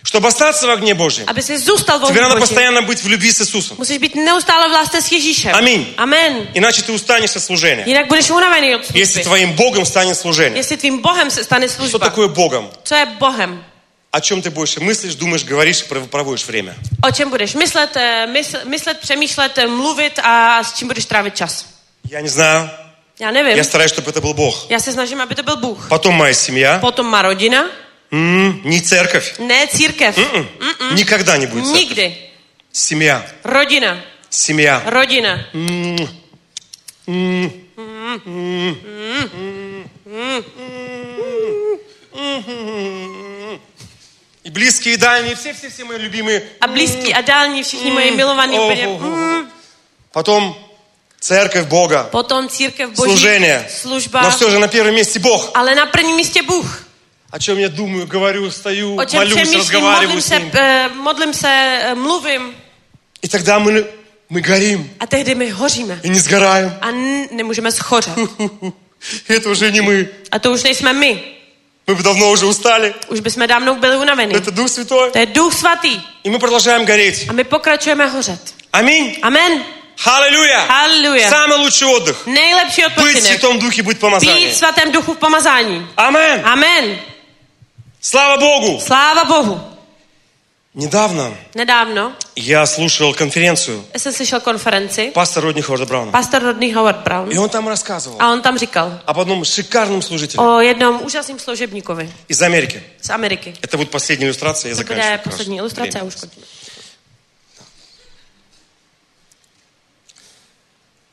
S13: Чтобы остаться в огне Божьем,
S14: Aby si zůstal v
S13: тебе
S14: ohni
S13: надо
S14: Boží.
S13: постоянно быть в любви с Иисусом.
S14: Musíš být neustále v lásce s Ježíšem.
S13: Аминь.
S14: Amen.
S13: Иначе ты устанешь от служения.
S14: Jinak budeš unavený od služby.
S13: Если твоим Богом станет служение.
S14: Jestli tvým Bohem se stane
S13: Что
S14: služba.
S13: такое Богом?
S14: Co je Bohem?
S13: О чем ты больше мыслишь, думаешь, говоришь и пров- проводишь время?
S14: O čem budeš myslet, eh, mysl, myslet, přemýšlet, eh, mluvit a s čím budeš trávit čas?
S13: Я не знаю.
S14: Já nevím.
S13: Я стараюсь, чтобы это был Бог.
S14: Já se snažím, aby to byl Bůh.
S13: Потом моя семья.
S14: Potom má rodina,
S13: М, не церковь.
S14: ne církev.
S13: М-м. Никогда не будет церковь.
S14: Nikdy.
S13: Семья.
S14: Rodina.
S13: Семья. М-м.
S14: Rodina. Mm.
S13: М, м, И близкие, и дальние, все-все-все мои любимые.
S14: A blízký a dální, všichni moji
S13: Mm.
S14: milovaní.
S13: Oh,
S14: úplně,
S13: oh, oh.
S14: mm.
S13: Потом церковь Бога.
S14: Potom církev boží,
S13: Служение.
S14: služba,
S13: Но все же на первом месте Бог.
S14: ale na prvním místě Bůh.
S13: О чем я думаю, говорю, стою,
S14: O čem
S13: молюсь,
S14: přemýšlím, modlím
S13: разговариваю с
S14: se,
S13: Ним.
S14: eh, modlím se, eh, mluvím
S13: И тогда мы, мы горим
S14: a tehdy my hoříme.
S13: и не сгораем.
S14: A n- nemůžeme *laughs* schořet.
S13: И это уже не мы.
S14: A to už nejsme my.
S13: Мы бы давно уже устали.
S14: Už bychom dávno byli unavení.
S13: Это Дух Святой.
S14: To je Duch Svatý.
S13: И мы продолжаем гореть.
S14: A my pokračujeme hořet.
S13: Аминь.
S14: Amen.
S13: Аллилуйя.
S14: Halleluja.
S13: Самый лучший отдых.
S14: Nejlepší
S13: Быть в
S14: odpočinek.
S13: Святом Духе, быть
S14: Být
S13: помазанием.
S14: v svatém duchu v pomazání.
S13: Амен.
S14: Amen.
S13: Слава Богу.
S14: Sláva Bohu.
S13: Недавно
S14: Nedávno
S13: я слушал конференцию
S14: jsem slyšel konferenci
S13: пастора Родни Хорда Брауна.
S14: pastor Rodney Howard Brown
S13: И он там рассказывал
S14: a on tam říkal
S13: об одном шикарном служителе
S14: o jednom úžasném služebníkovi
S13: из Америки.
S14: z Ameriky.
S13: Это будет последняя иллюстрация,
S14: To
S13: я
S14: bude
S13: заканчиваю. Хорошо.
S14: poslední ilustrace a
S13: Время.
S14: už končíme.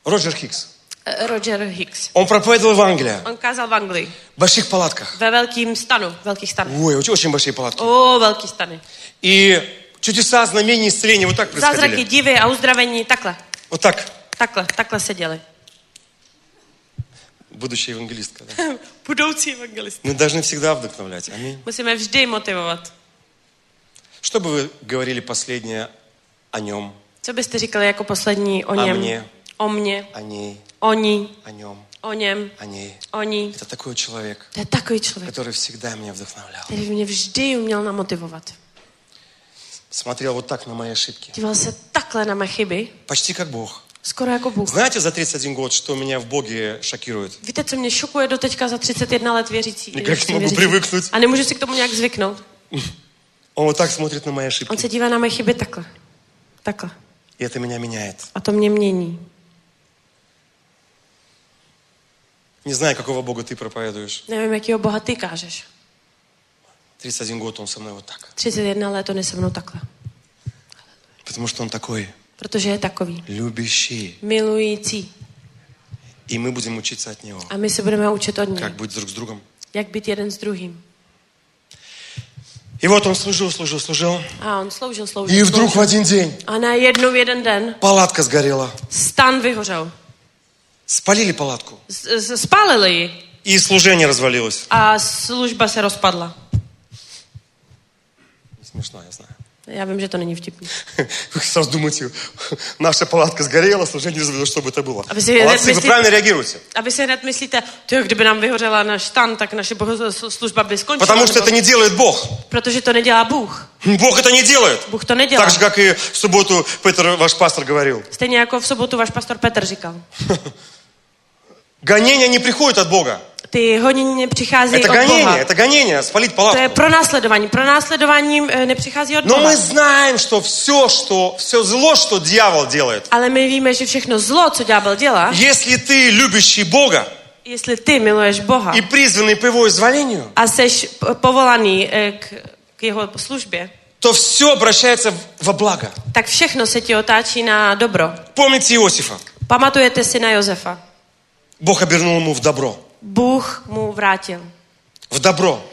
S13: Роджер Хикс.
S14: Eh, Roger Hicks.
S13: Он проповедовал в Англии.
S14: On kázal v Anglii.
S13: В больших палатках.
S14: Ve velkým stanu. Velkých stanech.
S13: Ой, очень очень большие палатки.
S14: O, velký stany.
S13: И чудеса, знамения, исцеления вот так
S14: Zázraky,
S13: происходили.
S14: divy a uzdravení. Takhle.
S13: Вот так.
S14: Takhle. Takhle se děli. *laughs*
S13: Будущая евангелистка. да.
S14: Budoucí evangelist.
S13: Мы должны всегда вдохновлять. Аминь.
S14: Musíme vždy motivovat.
S13: Что бы вы говорили последнее о нем,
S14: Co byste říkali jako poslední o
S13: о
S14: něm?
S13: мне,
S14: O mně,
S13: о ней,
S14: oni,
S13: о нем,
S14: o něm,
S13: о ней?
S14: oni.
S13: Это такой человек,
S14: To je takový člověk,
S13: который всегда меня вдохновлял.
S14: který mě vždy uměl namotivovat.
S13: Смотрел вот так на мои ошибки.
S14: Díval se takhle na mé chyby,
S13: Почти как Бог.
S14: skoro jako Bůh.
S13: Знаете за 31 год, что меня в Боге шокирует?
S14: Víte, co mě šokuje do teďka za 31 let věřící?
S13: Никак
S14: jsem
S13: не могу
S14: věřící.
S13: привыкнуть.
S14: A nemůžu si k tomu nějak zvyknout.
S13: Он вот так смотрит на мои ошибки.
S14: On se dívá na mé chyby takhle. Takhle.
S13: И это меня меняет.
S14: A to mě mění.
S13: Не знаю, какого Бога ты проповедуешь.
S14: Nevím, jakýho Boha ty kážeš.
S13: 31 год он со мной вот так.
S14: 31 let on je se mnou takhle.
S13: Потому что он такой
S14: Protože je takový.
S13: любящий.
S14: Milující.
S13: И мы будем учиться от него.
S14: A my se budeme učit od něj.
S13: Как быть друг с другом.
S14: Jak být jeden s druhým.
S13: И вот он служил, служил, служил.
S14: A on sloužil, sloužil,
S13: И вдруг в
S14: sloužil.
S13: один день
S14: A najednou v jeden den
S13: палатка сгорела.
S14: stan vyhořel.
S13: Спалили палатку.
S14: Z- z- Spálili ji
S13: И служение развалилось.
S14: a služba se rozpadla.
S13: Не смешно, я знаю.
S14: Já vím, že to není vtipný.
S13: Вы сразу думаете, *laughs* наша палатка сгорела, служение развалилось, что бы это было.
S14: А вы себе
S13: Молодцы, вы
S14: мысли-
S13: правильно реагируете.
S14: A vy si hned myslíte, tyjo, kdyby nám vyhořela náš stan, tak naše boho- sl- služba by skončila.
S13: Потому что это
S14: nebo-
S13: не делает Бог.
S14: Protože to nedělá Bůh.
S13: Бог это не делает.
S14: Bůh to nedělá.
S13: Так же, как и в субботу Петр, ваш пастор, говорил.
S14: Stejně jako v sobotu váš pastor Petr říkal.
S13: Гонения не приходят от Бога.
S14: Ty honění přichází
S13: Это
S14: od Boha.
S13: гонение, это гонение, спалить
S14: To je
S13: палатку.
S14: pro následování. Pro následování eh, nepřichází od
S13: Но
S14: Boha.
S13: мы знаем, что все, что, все зло, что дьявол делает, А?
S14: Ale my víme, že všechno zlo, co ďábel dělá,
S13: Если ты любящий Бога,
S14: Jestli ty miluješ Boha
S13: и призванный по его изволению,
S14: a jsi povolaný eh, k, k jeho službě,
S13: то все обращается в- во благо.
S14: tak všechno se ti otáčí na dobro.
S13: Помните Иосифа?
S14: Pamatujete si na Josefa.
S13: Бог обернул ему в добро.
S14: Bůh mu vrátil.
S13: В добро.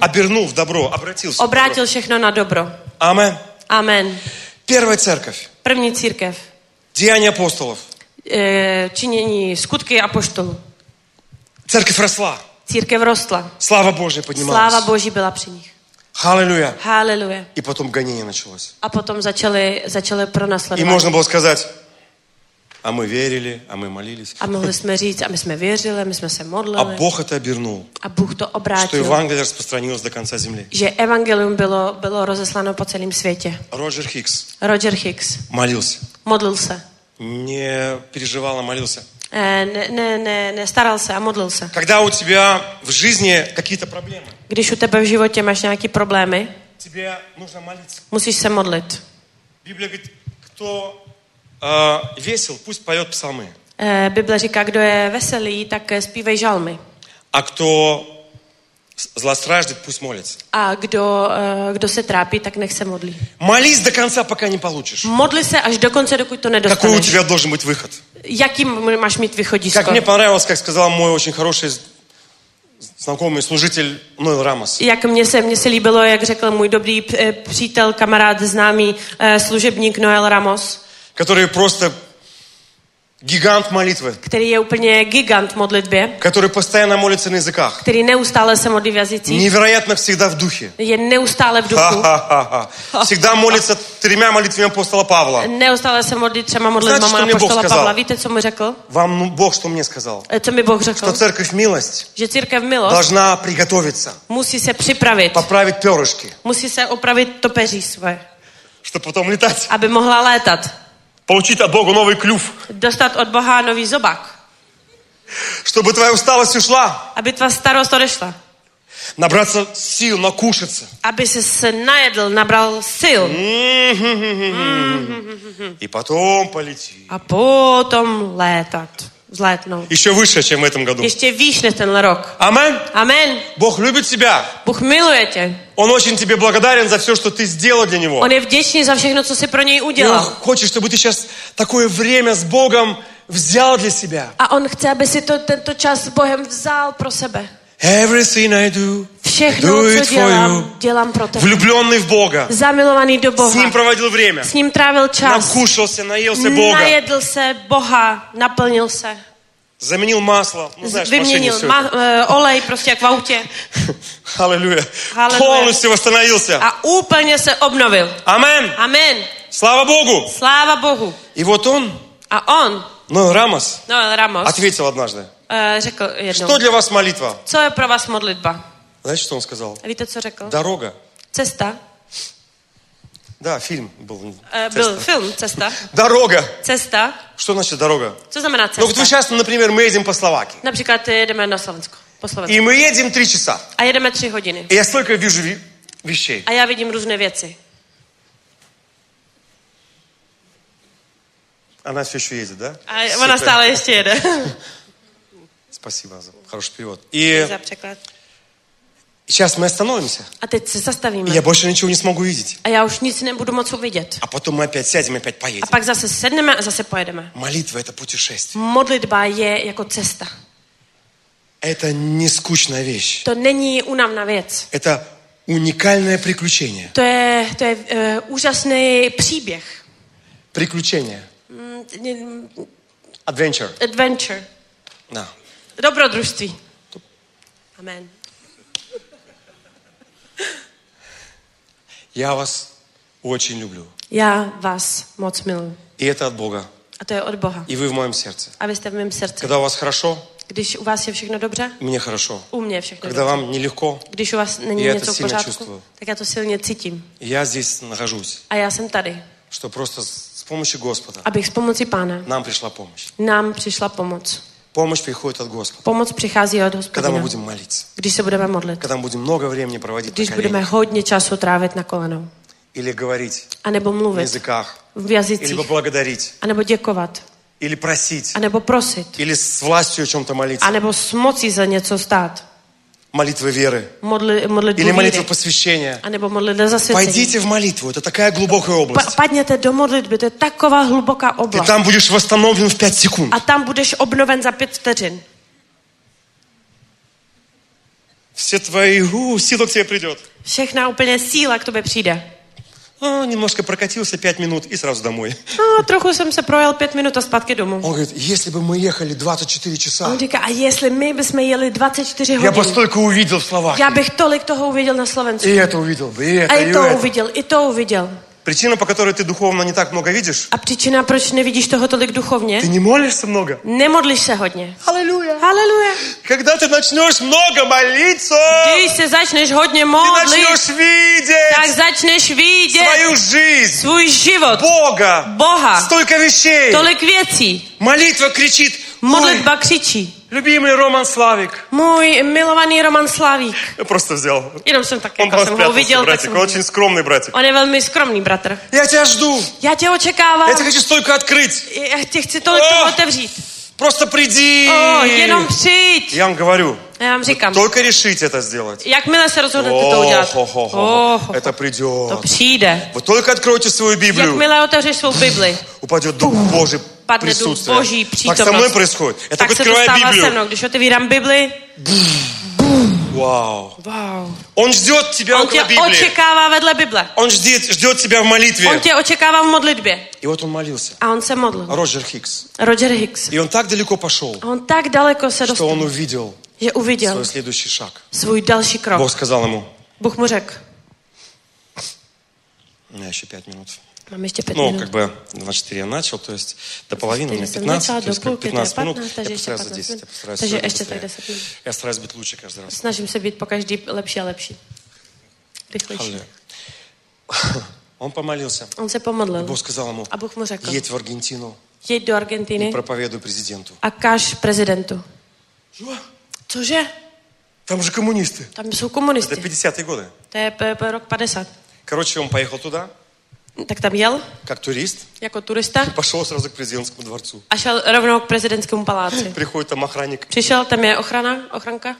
S13: Обернул в добро, обратился. в добро.
S14: Obrátil všechno na dobro.
S13: Амен.
S14: Amen.
S13: Первая церковь.
S14: První církev.
S13: Деяния апостолов.
S14: Eh, Činění skutky apoštolů.
S13: Церковь росла.
S14: Církev rostla.
S13: Слава Божья поднималась.
S14: Sláva Boží byla při nich.
S13: Аллилуйя.
S14: Haleluja.
S13: И потом гонение началось.
S14: A potom začaly, začaly
S13: И
S14: pronásledovat.
S13: можно было сказать, а мы верили, а мы молились.
S14: A mohli jsme říct, a my jsme věřili, my jsme se
S13: А
S14: modlili.
S13: Бог это обернул,
S14: A Bůh to
S13: что
S14: obrátil.
S13: Евангелие распространилось до конца земли.
S14: Že evangelium bylo, bylo rozesláno po celém světě.
S13: Роджер Хикс
S14: Roger Hicks
S13: молился.
S14: modlil se.
S13: Не переживал, а молился.
S14: Eh, Ne, ne, ne, nestaral se a modlil se.
S13: Когда у тебя в жизни какие-то проблемы,
S14: Když u tebe v životě máš nějaké problémy,
S13: тебе нужно молиться.
S14: musíš se modlit.
S13: Библия говорит, кто э, весел, пусть поет псалмы.
S14: Eh, Bible říká, kdo je veselý, tak eh, zpívej žalmy.
S13: А кто с- злостраждет, пусть молится.
S14: A kdo, eh, kdo se trápí, tak nech se modlí.
S13: Молись до конца, пока не получишь.
S14: Modli se až do konce, dokud to
S13: Какой у
S14: nedostaneš.
S13: тебя должен быть выход?
S14: Jaký m- máš mít
S13: Как
S14: východisko?
S13: мне понравилось, как сказал мой очень хороший з- знакомый служитель Нойл Рамос.
S14: Jak mě se, mě se líbilo, jak řekl můj dobrý eh, přítel, kamarád, známý eh, služebník Noel Ramos,
S13: который просто гигант молитвы,
S14: který je úplně gigant v modlitbě,
S13: который постоянно молится на языках,
S14: který neustále se modlí v jazycích,
S13: невероятно всегда в духе.
S14: je neustále v duchu,
S13: Ха-ха-ха-ха. Всегда молится тремя молитвами апостола Павла.
S14: neustále se modlí třema
S13: Знаете,
S14: modlitbama
S13: co mě Bůh
S14: Apoštola
S13: vzkazal?
S14: Pavla. Víte, co mi řekl?
S13: Вам ну, Бог что мне сказал?
S14: Eh, Co mi Bůh řekl?
S13: Что церковь милость
S14: Že církev milost
S13: должна приготовиться,
S14: musí se připravit,
S13: поправить перышки,
S14: musí se opravit to peří své,
S13: чтобы потом летать.
S14: aby mohla létat,
S13: Получить от Бога новый клюв,
S14: dostat od Boha nový zobák,
S13: чтобы твоя усталость ушла,
S14: aby tvá starost odešla,
S13: набраться сил, накушаться.
S14: aby se se najedl, nabral sil.
S13: Mm-hmm. И потом полети.
S14: A potom létat, vzlétnout.
S13: Еще выше, чем в этом году.
S14: Ještě výš než tenhle rok.
S13: Амен.
S14: Amen.
S13: Бог любит тебя.
S14: Bůh miluje tě.
S13: Он очень тебе благодарен за все, что ты сделал для Него.
S14: On je vděčný za všechno, co si pro něj
S13: И Он
S14: udělal.
S13: хочет, чтобы ты сейчас такое время с Богом взял для себя.
S14: A on chce, aby si to, tento čas s Bohem vzal pro sebe.
S13: Everything I do,
S14: Všechno,
S13: do it
S14: co
S13: for you.
S14: dělám, dělám pro tebe.
S13: Влюбленный в Бога.
S14: Zamilovaný do
S13: С Ним
S14: Boha.
S13: проводил время.
S14: S ním trávil čas.
S13: Накушался, наелся Бога.
S14: Najedl se Boha, naplnil se.
S13: Заменил масло. Ну, знаешь, в машине
S14: Vyměnil
S13: все
S14: ma- eh, olej prostě jak v autě.
S13: Аллилуйя. А
S14: Аллилуйя.
S13: Полностью восстановился.
S14: A úplně se obnovil.
S13: Амен.
S14: Amen.
S13: Слава Богу.
S14: Sláva Bohu.
S13: И вот он,
S14: A on,
S13: Ноэл Рамос, Ну.
S14: Noel Ramos,
S13: ответил однажды.
S14: eh, řekl jednou,
S13: Что для вас молитва?
S14: co je pro vás modlitba?
S13: Знаете, что он сказал?
S14: A víte, co řekl?
S13: Дорога.
S14: Cesta.
S13: Да, фильм Э, был.
S14: Eh, Byl film Cesta.
S13: Дорога.
S14: Cesta.
S13: Что значит дорога?
S14: Co znamená
S13: Ну вот вы
S14: cesta?
S13: сейчас, например, мы едем по Словакии.
S14: Například jedeme na Slovensko. Po
S13: И
S14: Slovensku.
S13: мы едем три часа.
S14: A jedeme tři hodiny.
S13: И я столько вижу ви- вещей.
S14: A já vidím různé věci.
S13: Она все еще едет, да?
S14: A
S13: Супер.
S14: ona stále ještě jede.
S13: Спасибо за хороший перевод.
S14: Za
S13: И
S14: překlad.
S13: сейчас мы остановимся.
S14: A teď se zastavíme.
S13: И я больше ничего не смогу видеть.
S14: A já už nic nebudu moc uvidět.
S13: А потом мы опять сядем и опять поедем.
S14: A pak zase sedneme a zase pojedeme.
S13: Молитва — это путешествие.
S14: Modlitba je jako cesta.
S13: Это не скучная вещь.
S14: To není únavná věc.
S13: Это уникальное приключение.
S14: To je, to je uh, úžasný příběh.
S13: Приключение.
S14: Mm, mm,
S13: Adventure.
S14: Adventure.
S13: Да.
S14: Dobrodružství. Amen.
S13: Я вас очень люблю.
S14: Já vás moc miluji.
S13: И это от Бога.
S14: A to je od Boha.
S13: И вы в моем сердце.
S14: A vy jste v mém srdci.
S13: Когда у вас хорошо,
S14: Když u vás je všechno dobře,
S13: мне хорошо.
S14: u mě je všechno
S13: Когда
S14: dobře.
S13: vám нелегко,
S14: Když u vás není
S13: Já to
S14: něco v
S13: silně
S14: pořádku,
S13: čustuju.
S14: tak já to silně cítím.
S13: я здесь нахожусь,
S14: A já jsem tady,
S13: что просто с с помощью Господа
S14: abych s pomocí pána
S13: нам пришла помощь.
S14: nám přišla pomoc.
S13: Помощь приходит от Господа,
S14: Pomoc přichází od
S13: когда мы
S14: hospodina,
S13: будем молиться,
S14: když se budeme modlit,
S13: когда мы будем много времени проводить на
S14: když budeme
S13: коленях,
S14: hodně času trávit na kolenou,
S13: или говорить
S14: anebo
S13: на
S14: mluvit
S13: языках,
S14: v
S13: или
S14: jazycích,
S13: поблагодарить,
S14: anebo děkovat,
S13: Или просить.
S14: anebo prosit,
S13: Или с властью о чем-то молиться.
S14: anebo s mocí za něco stát.
S13: Молитвы веры. А
S14: Modli, modlitbu
S13: Или молитвы
S14: víry,
S13: посвящения.
S14: anebo modlitba zasvěcení.
S13: Пойдите в молитву. Это такая глубокая область.
S14: Pa- padněte do modlitby, to je taková hluboká
S13: Ты
S14: oblast.
S13: там будешь восстановлен в 5 секунд.
S14: A tam budeš obnoven za pět vteřin.
S13: Все твои у, сила к тебе придет.
S14: Všechna úplně síla k tobě přijde.
S13: А, немножко прокатился 5 минут и сразу домой.
S14: No, trochu А, jsem se projel pět minut a zpátky domů.
S13: Он говорит, если бы мы ехали 24 часа,
S14: On říká, a jestli my bychom jeli 24
S13: я бы
S14: hodin,
S13: столько увидел в словах.
S14: já bych tolik toho uviděl na Slovensku.
S13: И это увидел бы, и это,
S14: A
S13: и
S14: i to
S13: это.
S14: uviděl, i to uviděl.
S13: Причина, по которой ты духовно не так много видишь,
S14: A příčina, proč nevidíš toho tolik duchovně?
S13: ты не молишься много.
S14: Nemodlíš se hodně.
S13: Аллилуйя.
S14: Аллилуйя.
S13: Когда ты начнешь много молиться,
S14: Když se začneš hodně
S13: ты
S14: modlit,
S13: начнешь видеть
S14: tak začneš vidět
S13: свою жизнь,
S14: svůj život,
S13: Бога,
S14: Boha,
S13: столько вещей.
S14: tolik věcí.
S13: Молитва кричит, «Ой,
S14: Modlitba křičí.
S13: любимый Роман Славик.
S14: Můj milovaný Roman Slavík.
S13: Я просто взял.
S14: Jenom jsem tak,
S13: Он
S14: jako jsem
S13: просто
S14: ho
S13: прятался,
S14: uviděl, tak
S13: братик.
S14: jsem
S13: Он
S14: ho...
S13: очень скромный братик.
S14: On je velmi skromný bratr.
S13: Я тебя жду.
S14: Já tě očekávám.
S13: Я тебя хочу столько открыть.
S14: Já tě chci tolik
S13: Oh.
S14: toho otevřít.
S13: Просто приди.
S14: O, jenom přijď.
S13: Я вам говорю,
S14: Já vám říkám,
S13: только решить это сделать.
S14: jakmile se rozhodnete
S13: Oh.
S14: to udělat,
S13: О-хо-хо-хо. Это придет.
S14: přijde.
S13: Вы только откройте свою Библию,
S14: Jakmile otevřeš svou Bibli,
S13: упадет Дух Божий
S14: padne duch Boží,
S13: присутствие. Так со мной
S14: přítomnost.
S13: происходит. Я
S14: tak
S13: только
S14: se to
S13: открываю
S14: stává se
S13: Библию.
S14: mnou. Když otevírám Bibli,
S13: Вау.
S14: wow.
S13: Он ждет тебя
S14: on tě
S13: около Библии.
S14: očekává vedle Bible.
S13: Он ждет, ждет тебя в
S14: On
S13: молитве.
S14: tě očekává v modlitbě.
S13: И вот А он молился.
S14: A on se modlil.
S13: Роджер Хикс.
S14: Roger Hicks.
S13: И он так далеко пошел,
S14: A on tak daleko se
S13: что
S14: dostal,
S13: он увидел
S14: že uviděl
S13: свой следующий шаг.
S14: svůj další
S13: Бог
S14: krok.
S13: сказал ему,
S14: Bůh mu řekl,
S13: у меня еще пять минут.
S14: mám ještě pět
S13: Ну,
S14: minut.
S13: как бы 24 я начал, то есть до половины у меня
S14: 24
S13: 15,
S14: начала,
S13: то есть
S14: до
S13: как
S14: полки,
S13: 15
S14: до
S13: минут.
S14: 15,
S13: Я
S14: даже
S13: постараюсь за
S14: еще 15
S13: 10,
S14: минут. Даже еще
S13: я постараюсь сегодня быстрее.
S14: 10 минут.
S13: Я стараюсь быть лучше каждый раз.
S14: Snažím se být po každý lepší a lepší. Rychlejší.
S13: Аллилуйя. *laughs* Он помолился.
S14: On se
S13: И
S14: pomodlil
S13: Бог сказал ему,
S14: a Bůh mu řekl,
S13: едь в Аргентину
S14: jeď do
S13: и
S14: Argentiny
S13: проповедуй президенту.
S14: a káž prezidentu. Cože?
S13: Там же коммунисты. э,
S14: Tam jsou komunisty.
S13: Это 50-е годы.
S14: To je p- p- rok 50.
S13: Короче, он поехал туда,
S14: Tak tam jel
S13: как турист,
S14: jako turista
S13: и пошел сразу к президентскому дворцу.
S14: a шel rovnou k prezidentskému paláci.
S13: Приходит там охранник.
S14: Přišel, tam je ochrana, ochranka.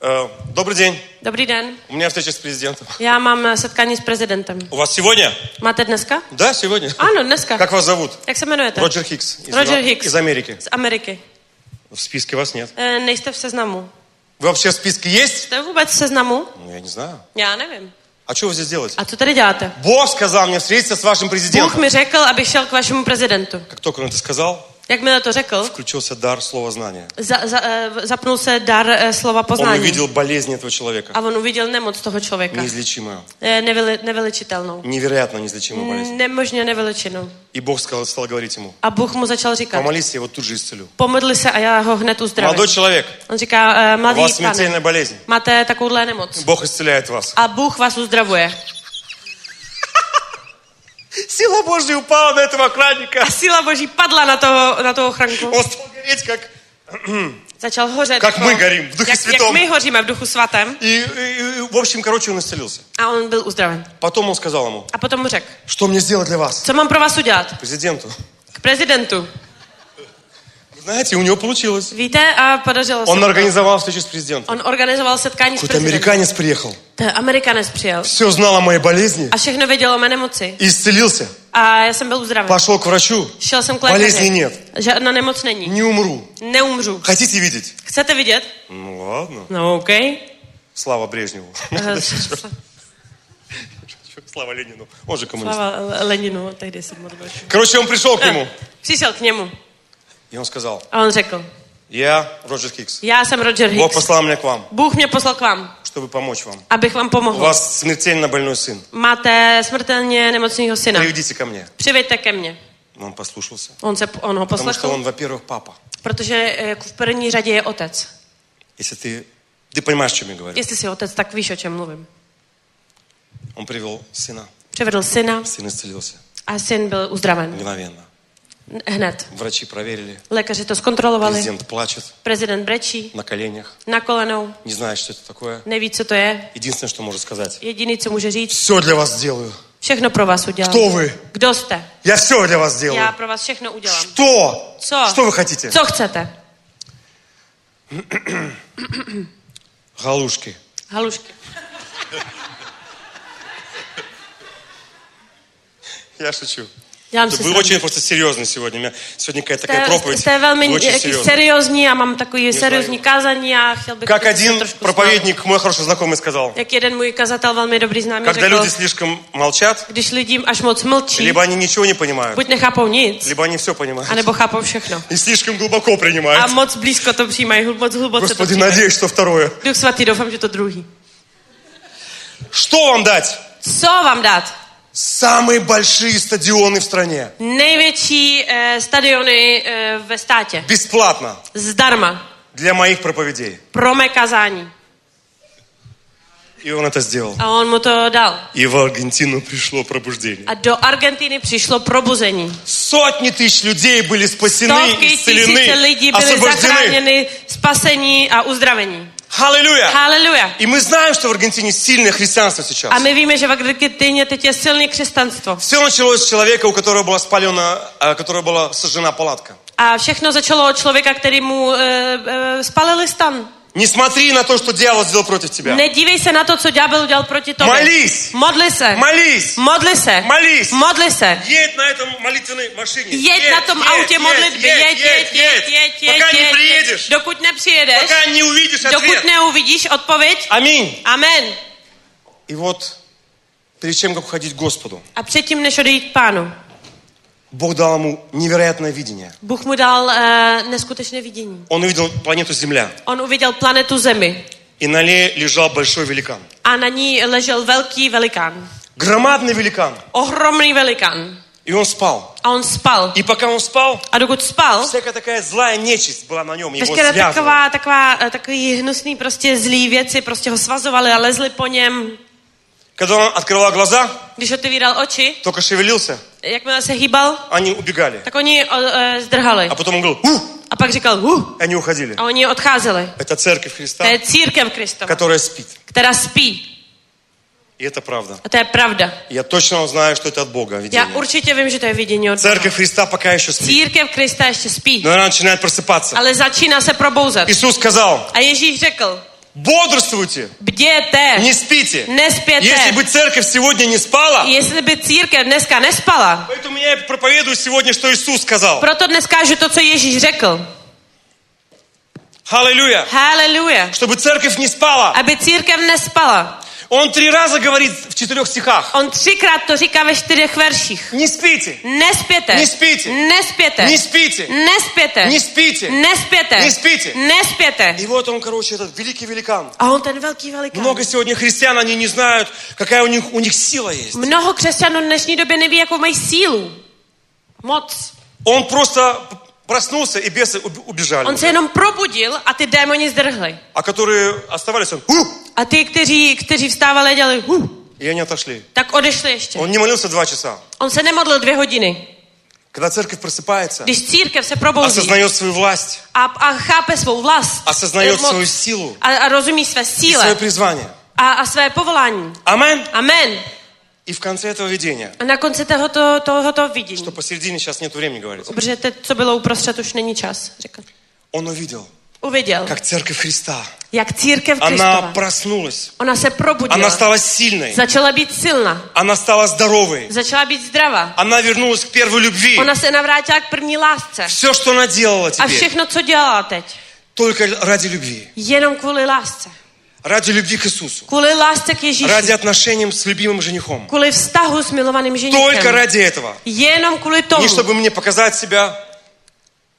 S13: «Э, Добрый день,
S14: Dobrý den,
S13: у меня встреча с президентом.
S14: já mám eh, setkání s prezidentem.
S13: У вас сегодня?
S14: Máte dneska?
S13: Да, сегодня.
S14: Ano, dneska.
S13: Как вас зовут?
S14: Jak se jmenujete?
S13: Роджер Хикс. Из,
S14: ну, Роджер Хикс. А-
S13: из Америки.
S14: Z Ameriky.
S13: В списке вас нет.
S14: E, nejste v seznamu.
S13: Вы вообще в списке есть?
S14: Jste vůbec v seznamu?
S13: Ну, я не знаю.
S14: Já nevím.
S13: А что вы здесь делаете?
S14: A co tady děláte?
S13: Бог сказал мне встретиться с вашим
S14: Bůh
S13: президентом.
S14: mi řekl, abych šel k vašemu prezidentu.
S13: Как только он это сказал,
S14: Jakmile to řekl,
S13: включился дар слова знания.
S14: za, za, eh, zapnul se dar eh, slova
S13: Он
S14: poznání.
S13: увидел болезнь этого человека.
S14: A on uviděl nemoc toho člověka.
S13: Неизлечимую.
S14: Eh, Nevyle, nevylečitelnou.
S13: Невероятно неизлечимую болезнь.
S14: Nemožně nevylečinou.
S13: И Бог сказал, стал говорить ему,
S14: A Bůh mu začal říkat,
S13: помолись, я его тут же исцелю.
S14: pomodli se a já ho hned uzdravím.
S13: Молодой человек,
S14: On říká, eh,
S13: у
S14: mladý
S13: вас
S14: pane,
S13: смертельная болезнь.
S14: máte takovouhle nemoc.
S13: Бог исцеляет вас.
S14: A Bůh vás uzdravuje.
S13: Сила Божья упала на этого охранника.
S14: A síla boží padla na toho, na toho ochranku.
S13: Он стал гореть, как...
S14: *clears throat* Začal hořet.
S13: Как
S14: jako-
S13: мы горим в Духе
S14: jak, jak
S13: Святом.
S14: my hoříme v duchu svatém.
S13: И, и- и, в общем, короче, А он исцелился.
S14: A on byl uzdraven.
S13: Потом он сказал ему,
S14: A potom mu řekl,
S13: что мне сделать для вас?
S14: co mám pro vás udělat?
S13: Президенту.
S14: K prezidentu.
S13: Знаете, у него получилось.
S14: Víte, a podařilo se.
S13: Он
S14: mu to.
S13: организовал встречу с президентом.
S14: on organizoval setkání s
S13: Какой-то
S14: prezidentem.
S13: американец приехал.
S14: Ten Amerikanec přijel.
S13: Все знал о моей болезни.
S14: A všechno věděl o mé nemoci.
S13: И исцелился.
S14: A já jsem byl uzdraven.
S13: Пошел к врачу.
S14: Šel jsem k
S13: Болезни
S14: lékaři.
S13: нет.
S14: Žádná nemoc není.
S13: Не умру.
S14: Neumřu.
S13: Хотите видеть?
S14: Chcete vidět?
S13: Ну ладно.
S14: No, OK.
S13: Слава *laughs* Брежневу.
S14: Eh,
S13: Слава Ленину. ну, Он же коммунист.
S14: Slava Leninu, tehdy jsem modlil.
S13: Короче, он пришел к нему.
S14: Eh, Přišel k němu
S13: И он сказал,
S14: a on řekl,
S13: я Роджер Хикс.
S14: já jsem Roger
S13: Бог
S14: Hicks.
S13: послал меня к вам,
S14: Bůh mě poslal k vám,
S13: чтобы помочь вам.
S14: abych vám
S13: У
S14: pomohl.
S13: вас смертельно больной сын.
S14: Máte smrtelně nemocného syna.
S13: Приведите ко мне.
S14: Přiveďte ke mně.
S13: Он послушался.
S14: On, se, on ho
S13: Потому что
S14: poslechl,
S13: он, во-первых, папа.
S14: protože eh, v první řadě je otec.
S13: Если ты... Ты понимаешь, о чем я говорю.
S14: Jestli jsi otec, tak víš, o čem mluvím.
S13: Он привел сына.
S14: Přivedl syna
S13: Сын исцелился.
S14: a syn byl uzdraven.
S13: Мгновенно.
S14: Hned.
S13: Врачи проверили.
S14: Lékaři to zkontrolovali.
S13: Президент плачет
S14: Prezident brečí
S13: на коленях.
S14: na kolenou.
S13: Не знает, что это такое.
S14: Neví, co to je.
S13: Единственное, что может сказать.
S14: Jediný, co může říct,
S13: Все для вас сделаю.
S14: Všechno pro vás udělám.
S13: Кто вы?
S14: Kdo jste?
S13: Я все для вас делаю.
S14: Já pro vás všechno udělám.
S13: Что?
S14: Co?
S13: Что вы хотите?
S14: Co *clears throat* chcete?
S13: *clears throat* Галушки.
S14: Halušky.
S13: Я шучу.
S14: Já vám
S13: Вы
S14: se srandu.
S13: очень просто серьезный сегодня. У меня сегодня какая-то
S14: Jste-
S13: такая проповедь.
S14: Jste velmi
S13: Вы очень
S14: jaký
S13: серьезный.
S14: seriózní a mám takový seriózní kázání a chtěl bych...
S13: Как
S14: aby se
S13: один
S14: trošku
S13: проповедник, мой хороший знакомый, сказал,
S14: Jak jeden můj kazatel velmi dobrý známý
S13: когда
S14: řekl,
S13: люди слишком молчат,
S14: když lidím až moc mlčí,
S13: либо они ничего не понимают,
S14: buď nechápou nic,
S13: либо они все понимают.
S14: anebo chápou všechno.
S13: И слишком глубоко
S14: A
S13: принимают.
S14: moc blízko to přijímají, hl- moc hluboce to
S13: Господи,
S14: přijímají.
S13: надеюсь, что второе.
S14: Duch svatý, doufám, že to druhý.
S13: Что вам дать?
S14: Co vám dát?
S13: Самые большие стадионы в стране.
S14: Největší eh, stadiony eh, ve státě.
S13: Бесплатно.
S14: Zdarma.
S13: Для моих проповедей.
S14: Pro mé kazání.
S13: И он это сделал.
S14: A on mu to dal.
S13: И в Аргентину пришло пробуждение.
S14: A do Argentiny přišlo probuzení.
S13: Сотни тысяч людей были спасены,
S14: Stovky tisíce lidí byly
S13: исцелены, освобождены.
S14: zachráněny, spasení a uzdravení.
S13: Аллилуйя!
S14: Haleluja.
S13: И мы знаем, что в Аргентине сильное христианство сейчас.
S14: A my víme, že v Argentině teď je silné křesťanstvo.
S13: Все началось с человека, у которого была спалена, э, которого была сожжена палатка.
S14: A všechno začalo od člověka, který mu e, e, spalili stan.
S13: Не смотри на то, что дьявол сделал против тебя.
S14: Nedívej se na to, co ďábel udělal proti tobě.
S13: Molíš.
S14: Modli se.
S13: Молись!
S14: Modli se.
S13: Молись!
S14: Modli se.
S13: Едь на этом молитвенной машине.
S14: Jeď na tom autě modlitby. Jeď, jeď, jeď, jeď, jeď,
S13: Пока не
S14: jeď,
S13: приедешь.
S14: Dokud nepřijedeš.
S13: Пока не увидишь
S14: Dokud
S13: ответ.
S14: neuvidíš odpověď.
S13: Аминь.
S14: Amen.
S13: И вот, перед чем как уходить к Господу,
S14: A předtím, než odejít k pánu,
S13: Бог дал ему невероятное видение.
S14: Bůh mu dal e, neskutečné vidění.
S13: Он увидел планету Земля.
S14: On uviděl planetu Zemi
S13: И на ней лежал большой великан.
S14: a na ní ležel velký velikán.
S13: Громадный великан.
S14: Ohromný velikán.
S13: И А он спал.
S14: A on spal.
S13: И пока он спал,
S14: A dokud spal,
S13: всякая такая злая нечисть была на нем, его
S14: veškeré
S13: связывала.
S14: taková, taková, eh, takový hnusný prostě zlý věci prostě ho svazovaly a lezly po něm.
S13: Когда он открывал глаза,
S14: Když otevíral oči,
S13: только шевелился,
S14: jakmile se hýbal,
S13: они убегали.
S14: tak oni o, e, zdrhali.
S13: А потом он говорил, «Ух!»
S14: A pak říkal, huh,
S13: и они уходили.
S14: a oni odcházeli.
S13: А Это церковь
S14: To
S13: Христа,
S14: je církev Kristova,
S13: которая спит.
S14: která spí.
S13: И это правда.
S14: A to je pravda.
S13: Я точно знаю, что это от Бога
S14: Já
S13: видение.
S14: určitě vím, že to je vidění od Boha.
S13: Церковь Христа пока еще спит.
S14: Církev Krista ještě spí,
S13: Но она начинает просыпаться.
S14: ale začíná se probouzet.
S13: Иисус сказал,
S14: A Ježíš řekl,
S13: бодрствуйте,
S14: bděte,
S13: не спите. Если
S14: nespěte.
S13: бы церковь сегодня не спала,
S14: Jestli by církev dneska nespala,
S13: поэтому я и проповедую сегодня, что Иисус сказал.
S14: Proto dnes kážu to, co Ježíš řekl.
S13: Аллилуйя.
S14: Haleluja.
S13: Чтобы церковь не спала.
S14: Aby církev nespala.
S13: Он три раза говорит в четырех стихах.
S14: On třikrát to říká ve čtyřech verších.
S13: Не спите,
S14: Nespěte.
S13: Nespěte.
S14: Nespěte.
S13: не спите,
S14: Nespěte.
S13: не спите.
S14: Nespěte.
S13: Nespěte.
S14: Nespěte.
S13: И вот он, короче, этот великий великан.
S14: A on ten velký velikán.
S13: Много сегодня христиан, они не знают, какая у них, у них сила есть.
S14: Mnoho křesťanů v dnešní době neví, jakou mají sílu. Moc.
S13: Он просто проснулся, и бесы уб- убежали.
S14: On se jenom probudil a ty démoni zdrhli.
S13: А которые оставались, он, «Ух!»
S14: A ty, kteří, kteří vstávali a dělali huh,
S13: и они отошли.
S14: tak odešli ještě.
S13: Он не молился два часа.
S14: On se nemodlil dvě hodiny.
S13: Когда церковь просыпается,
S14: Když církev se probouzí,
S13: осознает свою власть,
S14: a, a chápe svou vlast
S13: осознает
S14: moc
S13: свою силу
S14: a, a rozumí své
S13: и свое
S14: síle
S13: призвание.
S14: a, a své povolání.
S13: Амен.
S14: Amen.
S13: И в конце этого видения,
S14: A na konci tohoto, tohoto vidění,
S13: что посередине сейчас нет времени говорить,
S14: protože te, co bylo uprostřed, už není čas, řekl.
S13: он увидел,
S14: Uviděl,
S13: как церковь Христа,
S14: jak církev
S13: она
S14: Kristova,
S13: проснулась,
S14: ona se
S13: она
S14: probudila,
S13: стала сильной,
S14: začala být silná,
S13: она стала здоровой,
S14: začala být zdravá,
S13: она verнулась к первой любви.
S14: ona se navrátila k první lásce.
S13: Все, что она делала
S14: A
S13: теперь,
S14: všechno, co dělala teď,
S13: только ради любви.
S14: jenom kvůli lásce.
S13: Ради любви к Иисусу.
S14: Kvůli lásce k
S13: Ради
S14: Ježíši.
S13: отношениям с любимым женихом.
S14: Kvůli vztahu s milovaným
S13: Только
S14: ženichem.
S13: ради этого.
S14: Jenom kvůli tomu.
S13: Не чтобы мне показать себя,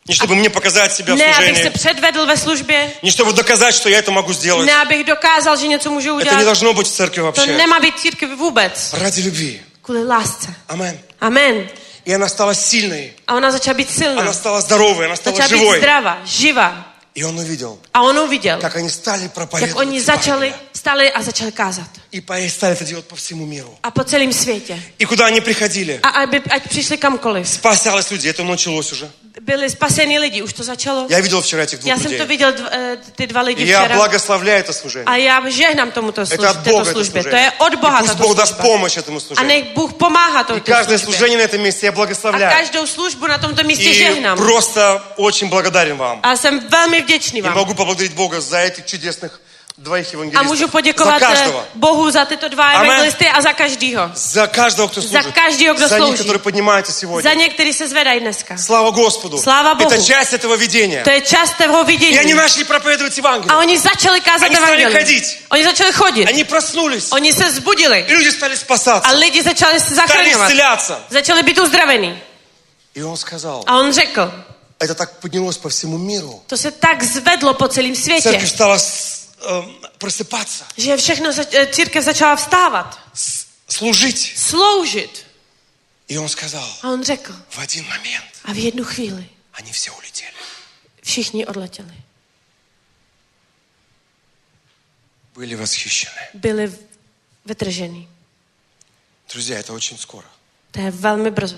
S13: не чтобы мне показать себя в
S14: Ne, abych se
S13: служении,
S14: předvedl ve službě,
S13: не чтобы доказать, что я это могу сделать.
S14: ne, abych dokázal, že něco můžu
S13: Это не
S14: udělat.
S13: должно быть в церкви
S14: To
S13: вообще.
S14: nemá být církev vůbec.
S13: Ради любви.
S14: Kvůli lásce.
S13: Амен.
S14: Amen.
S13: И она стала сильной,
S14: A ona začala být silná.
S13: она стала здоровой, она стала
S14: Začala být
S13: живой.
S14: zdravá, živá.
S13: И он увидел,
S14: A on uviděl,
S13: как они стали
S14: jak
S13: проповедовать.
S14: oni začali, stali a začali kázat.
S13: И по- и стали это делать по всему миру.
S14: A po celém světě.
S13: И куда они приходили,
S14: A aby, ať přišli kamkoliv.
S13: спасалось люди, это началось уже.
S14: byli spaseni lidi, už to začalo.
S13: Я видел вчера этих двух
S14: Já jsem
S13: людей.
S14: to viděl dv, eh, ty dva
S13: И
S14: lidi
S13: я
S14: včera.
S13: благословляю это служение.
S14: A já žehnám tomuto služ,
S13: А, Это от Бога
S14: této
S13: это
S14: službě. To
S13: служение.
S14: je od Boha
S13: И пусть
S14: tato
S13: Бог даст
S14: služba.
S13: помощь этому
S14: A
S13: служению.
S14: nech Bůh pomáhá to
S13: И каждое служение на этом месте я
S14: A
S13: благословляю.
S14: každou službu na tomto místě
S13: И
S14: žehnám.
S13: просто очень благодарен вам.
S14: A jsem velmi vděčný
S13: И
S14: vám.
S13: могу поблагодарить Бога за этих чудесных двоих
S14: A můžu
S13: евангелистов. А За
S14: poděkovat
S13: каждого.
S14: eh, Bohu za tyto dva
S13: Amen.
S14: evangelisty a za každýho.
S13: За каждого, кто служит.
S14: каждого, кто
S13: за них,
S14: служит.
S13: которые поднимаются
S14: Za
S13: сегодня.
S14: ně, který se zvedají dneska.
S13: Слава Господу.
S14: Слава Богу.
S13: Это часть этого видения.
S14: To je část toho vidění.
S13: И они начали проповедовать Евангелие.
S14: A oni začali kázat
S13: Они стали
S14: evangelium.
S13: ходить.
S14: Oni začali chodit.
S13: Они проснулись.
S14: Oni se zbudili.
S13: И люди стали спасаться.
S14: A lidi začali se
S13: Стали
S14: zachraňovat.
S13: исцеляться.
S14: Začali být uzdravení.
S13: И он сказал,
S14: A on řekl,
S13: это так поднялось по всему миру.
S14: to se tak zvedlo po celém světě,
S13: Церковь стала с-
S14: um,
S13: эм,
S14: prostě
S13: просыпаться,
S14: že všechno, zač- eh, církev začala vstávat,
S13: служить.
S14: sloužit.
S13: И он сказал,
S14: A on řekl,
S13: в один момент
S14: a v jednu chvíli
S13: они все улетели.
S14: všichni odletěli.
S13: Были восхищены.
S14: Byli v- vytrženi.
S13: Друзья, это очень скоро.
S14: To je velmi brzo,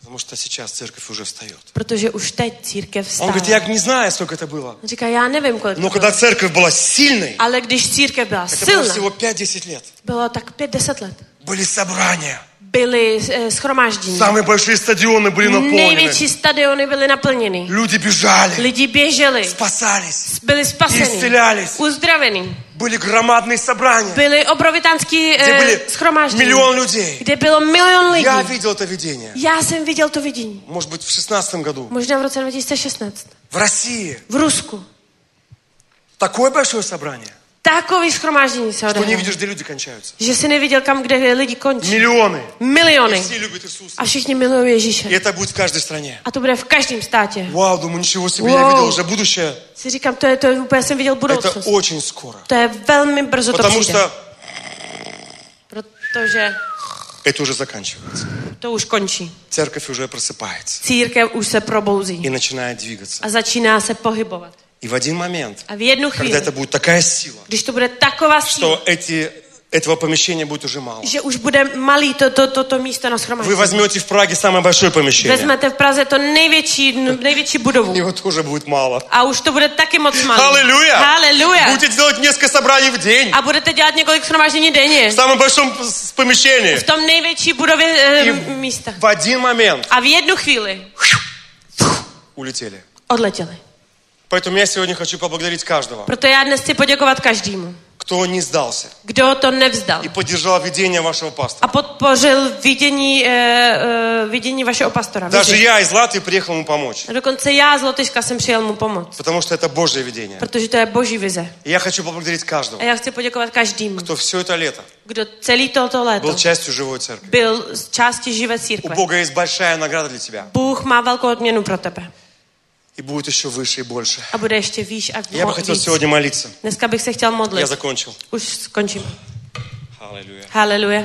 S13: Потому что сейчас церковь уже встает.
S14: protože už teď církev
S13: Он
S14: vstává.
S13: говорит, я не знаю, сколько это было.
S14: On říká, já nevím, No, kolik to
S13: Но
S14: bylo,
S13: когда церковь была сильной,
S14: ale když církev byla
S13: это было
S14: silná,
S13: всего 5-10 лет,
S14: bylo tak 5-10 let.
S13: были собрания.
S14: Byly eh, schromáždění.
S13: Самые большие стадионы были наполнены.
S14: Největší stadiony byly naplněny.
S13: Люди бежали,
S14: Lidi běželi.
S13: спасались,
S14: Byli spaseni.
S13: исцелялись.
S14: Uzdraveni.
S13: Были громадные собрания.
S14: Byly obrovitánský
S13: Где
S14: eh,
S13: были
S14: schromáždění.
S13: миллион людей.
S14: Kde bylo milion
S13: Я
S14: lidí.
S13: видел это видение.
S14: Já jsem viděl to vidění.
S13: Может быть, в 16 году.
S14: Možná v roce 2016.
S13: В России.
S14: V Rusku.
S13: Такое большое собрание,
S14: Takový schromáždění se
S13: что не
S14: odehrál.
S13: vidишь, где люди кончаются.
S14: Že jsi neviděl kam, kde lidi končí.
S13: Миллионы. И
S14: Miliony.
S13: все любят Иисуса.
S14: A všichni milují Ježíše.
S13: И это будет А в каждой стране.
S14: A to bude v každém státě.
S13: Вау, думаю, ничего себе, я
S14: Вау.
S13: видел уже будущее.
S14: Si říkám, to je to, je úplně jsem viděl
S13: Это
S14: budoucnost.
S13: очень скоро.
S14: To je velmi brzo to
S13: Потому
S14: přijde.
S13: что
S14: Protože
S13: это уже заканчивается.
S14: to už končí.
S13: Церковь уже просыпается
S14: Církev už se probouzí
S13: и начинает двигаться.
S14: a začíná se pohybovat.
S13: И в один момент,
S14: A v jednu
S13: когда
S14: chvíli,
S13: это будет такая сила,
S14: když to bude taková síla,
S13: что эти, этого помещения будет уже мало.
S14: že už bude malý to, to, to, to místo na
S13: Вы
S14: schromáždění.
S13: возьмете в Праге самое большое помещение.
S14: Vezmete v Praze to největší, největší budovu.
S13: Его тоже будет мало.
S14: A už to bude taky moc malý.
S13: Аллилуйя!
S14: Haleluja!
S13: Будете делать несколько собраний в день.
S14: A budete dělat několik schromáždění denně.
S13: В самом большом с- помещении.
S14: V tom největší budově e,
S13: И
S14: místa.
S13: в один момент
S14: A v jednu chvíli
S13: улетели.
S14: odletěli.
S13: Поэтому я сегодня хочу поблагодарить каждого,
S14: Proto já dnes chci poděkovat každému,
S13: кто не сдался
S14: kdo to nevzdal.
S13: и поддержал видение вашего пастора.
S14: a podpořil vidění, e, e, vidění vašeho pastora.
S13: Даже
S14: vizi.
S13: я из Латвии приехал ему помочь,
S14: A dokonce já z Lotyška jsem přijel mu pomoct,
S13: потому что это Божье видение.
S14: protože to je boží vize.
S13: И я хочу поблагодарить каждого,
S14: A já chci poděkovat každému,
S13: кто все это лето
S14: kdo celý toto léto
S13: был частью живой церкви.
S14: byl z části živé
S13: У
S14: církve.
S13: Бога есть большая награда для тебя.
S14: Bůh má velkou odměnu pro tebe
S13: И будет еще выше и больше.
S14: a bude ještě výš a
S13: Я бы
S14: mo-
S13: хотел
S14: víc.
S13: сегодня молиться.
S14: Dneska bych se chtěl
S13: Я
S14: modlit.
S13: закончил.
S14: Už skončím.
S13: Аллилуйя.
S14: Haleluja.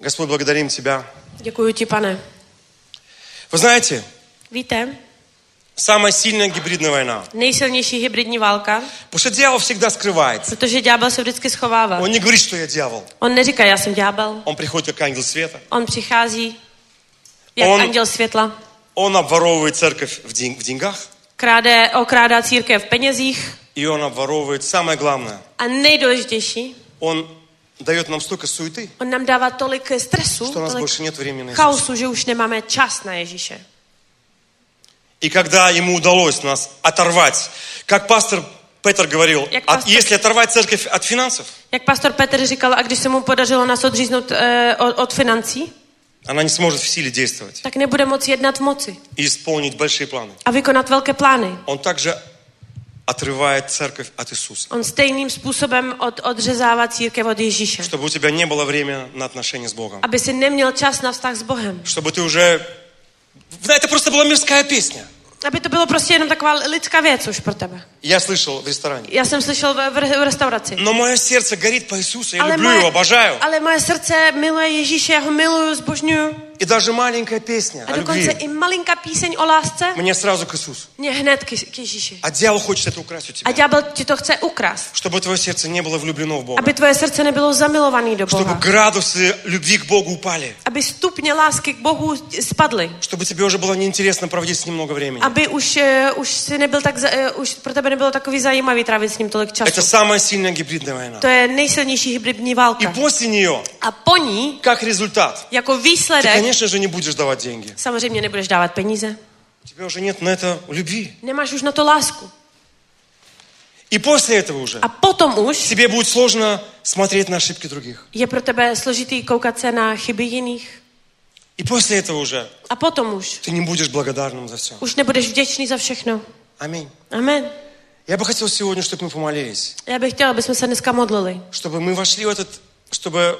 S13: Господь, благодарим Тебя.
S14: Děkuji ti, pane.
S13: Вы знаете,
S14: Víte,
S13: самая сильная гибридная война.
S14: nejsilnější hybridní válka,
S13: Потому что дьявол всегда скрывается.
S14: protože ďábel se vždycky schovává.
S13: Он не говорит, что я дьявол.
S14: On neříká, já jsem ďábel.
S13: Он приходит как ангел света.
S14: On přichází jak
S13: On-
S14: on... anděl světla.
S13: Он обворовывает церковь в, ден- в деньгах.
S14: Kráde, okrádá církev v penězích
S13: И он обворовывает самое главное.
S14: a nejdůležitější,
S13: Он дает нам столько суеты,
S14: on nám dává tolik stresu,
S13: что у нас
S14: tolik
S13: больше нет времени на Иисуса.
S14: chaosu, že už nemáme čas na Ježíše.
S13: И когда ему удалось нас оторвать, как пастор Петр говорил,
S14: Як
S13: а
S14: пастор-
S13: если оторвать церковь от финансов,
S14: Jak pastor Petr říkal, a když se mu podařilo nás odříznout eh, od, od financí,
S13: она не сможет в силе действовать
S14: tak nebude moc jednat v moci
S13: и исполнить большие планы.
S14: a vykonat velké plány.
S13: Он также отрывает церковь от Иисуса.
S14: On stejným způsobem od, odřezává církev od Ježíše,
S13: Чтобы у тебя не было времени на отношения с Богом.
S14: aby si neměl čas na vztah s Bohem.
S13: Чтобы ты уже... Да, это просто была мирская песня.
S14: Aby to bylo prostě jenom taková lidská věc už pro tebe.
S13: Я слышал в ресторане.
S14: Já jsem slyšel v, v, v restauraci.
S13: Но мое сердце горит по Иисусу. Я
S14: Ale
S13: люблю
S14: moje-
S13: его, обожаю.
S14: Ale moje srdce miluje Ježíše, já ho miluju, zbožňuju.
S13: и даже маленькая песня
S14: A
S13: о
S14: dokonce
S13: любви
S14: i malinká píseň o lásce
S13: мне сразу к Иисусу.
S14: mě hned k, k Ježíši.
S13: А дьявол хочет это украсть у тебя,
S14: A ďábel ti to chce ukrást,
S13: чтобы твое сердце не было влюблено в Бога,
S14: aby tvoje srdce nebylo zamilované do
S13: чтобы
S14: Boha.
S13: градусы любви к Богу упали,
S14: Aby stupně lásky k Bohu spadly.
S13: чтобы тебе уже было неинтересно проводить с ним много времени.
S14: Aby už, eh, už, si nebyl tak, za- eh, už pro tebe nebylo takový zajímavý trávit s ním tolik
S13: Это
S14: času.
S13: самая сильная гибридная война.
S14: To je nejsilnější hybridní válka.
S13: После нее,
S14: A po ní,
S13: как результат,
S14: jako
S13: ты,
S14: výsledek,
S13: конечно же, не будешь давать деньги.
S14: samozřejmě nebudeš dávat peníze.
S13: У тебя уже нет на это любви.
S14: Nemáš už na to lásku.
S13: И после этого уже
S14: A potom už
S13: тебе будет сложно смотреть на ошибки других.
S14: Je pro tebe složitý koukat se na chyby jiných.
S13: И после этого уже
S14: A potom už.
S13: ты не будешь благодарным за все.
S14: Už nebudeš vděčný za všechno.
S13: Аминь.
S14: Amen.
S13: Я бы хотел сегодня, чтобы мы помолились,
S14: Já bych chtěla, aby jsme se dneska modlili.
S13: чтобы мы вошли в этот, чтобы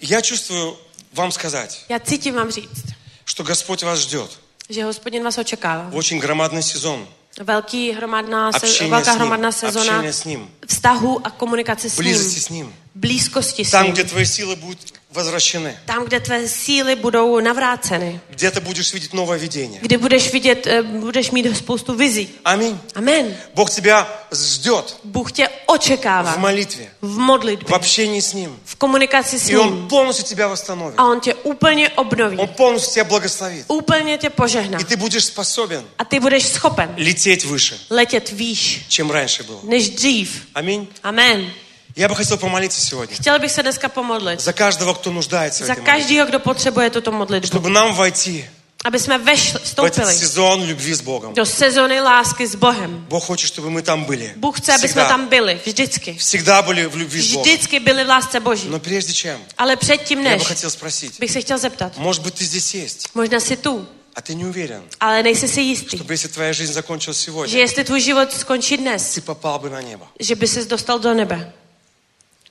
S13: я чувствую вам сказать,
S14: Já cítím vám říct,
S13: что Господь вас ждет
S14: že hospodin vás očekává.
S13: в очень громадный сезон
S14: Velký
S13: А
S14: hromadná, se,
S13: общения с
S14: velká
S13: Ним,
S14: hromadná sezona
S13: общения с Ним,
S14: vztahu a komunikace s ním.
S13: близости с Ним,
S14: Blízkosti s
S13: там,
S14: ním.
S13: где твои силы будут возвращены,
S14: Tam, kde tvé síly budou navráceny.
S13: где ты будешь видеть новое видение.
S14: Kdy budeš vidět, eh, budeš mít spoustu vizí.
S13: Аминь.
S14: Amen.
S13: Бог тебя ждет
S14: Bůh tě očekává
S13: в молитве,
S14: v modlitbě,
S13: в общении с Ним.
S14: v komunikaci s
S13: И Он
S14: ním.
S13: полностью тебя восстановит.
S14: A on tě úplně obnoví.
S13: Он полностью тебя благословит.
S14: úplně tě požehná.
S13: И ты будешь способен
S14: A ty budeš schopen
S13: лететь выше,
S14: letět výš
S13: чем раньше было.
S14: než dřív.
S13: Аминь.
S14: Amen.
S13: Я бы хотел помолиться сегодня
S14: Chtěl bych se dneska pomodlit
S13: за каждого, кто нуждается в
S14: za
S13: этой молитве,
S14: každého, kdo potřebuje tuto modlitbu.
S13: чтобы нам войти
S14: Aby jsme vešli,
S13: в этот
S14: vstoupili
S13: сезон любви с Богом.
S14: do sezony lásky s Bohem.
S13: Бог хочет, чтобы мы там были.
S14: Bůh chce, aby jsme
S13: Всегда.
S14: tam byli. Vždycky.
S13: Всегда были в любви с Богом.
S14: Vždycky byli v lásce Boží.
S13: Но прежде чем,
S14: Ale předtím
S13: я бы
S14: než
S13: хотел спросить,
S14: bych se chtěl zeptat.
S13: может быть, ты здесь есть,
S14: Možná jsi tu,
S13: а ты не уверен,
S14: ale nejsi si jistý,
S13: чтобы если твоя жизнь закончилась
S14: že
S13: сегодня,
S14: jestli tvůj život skončí dnes,
S13: ты попал бы на небо.
S14: že by ses dostal do nebe.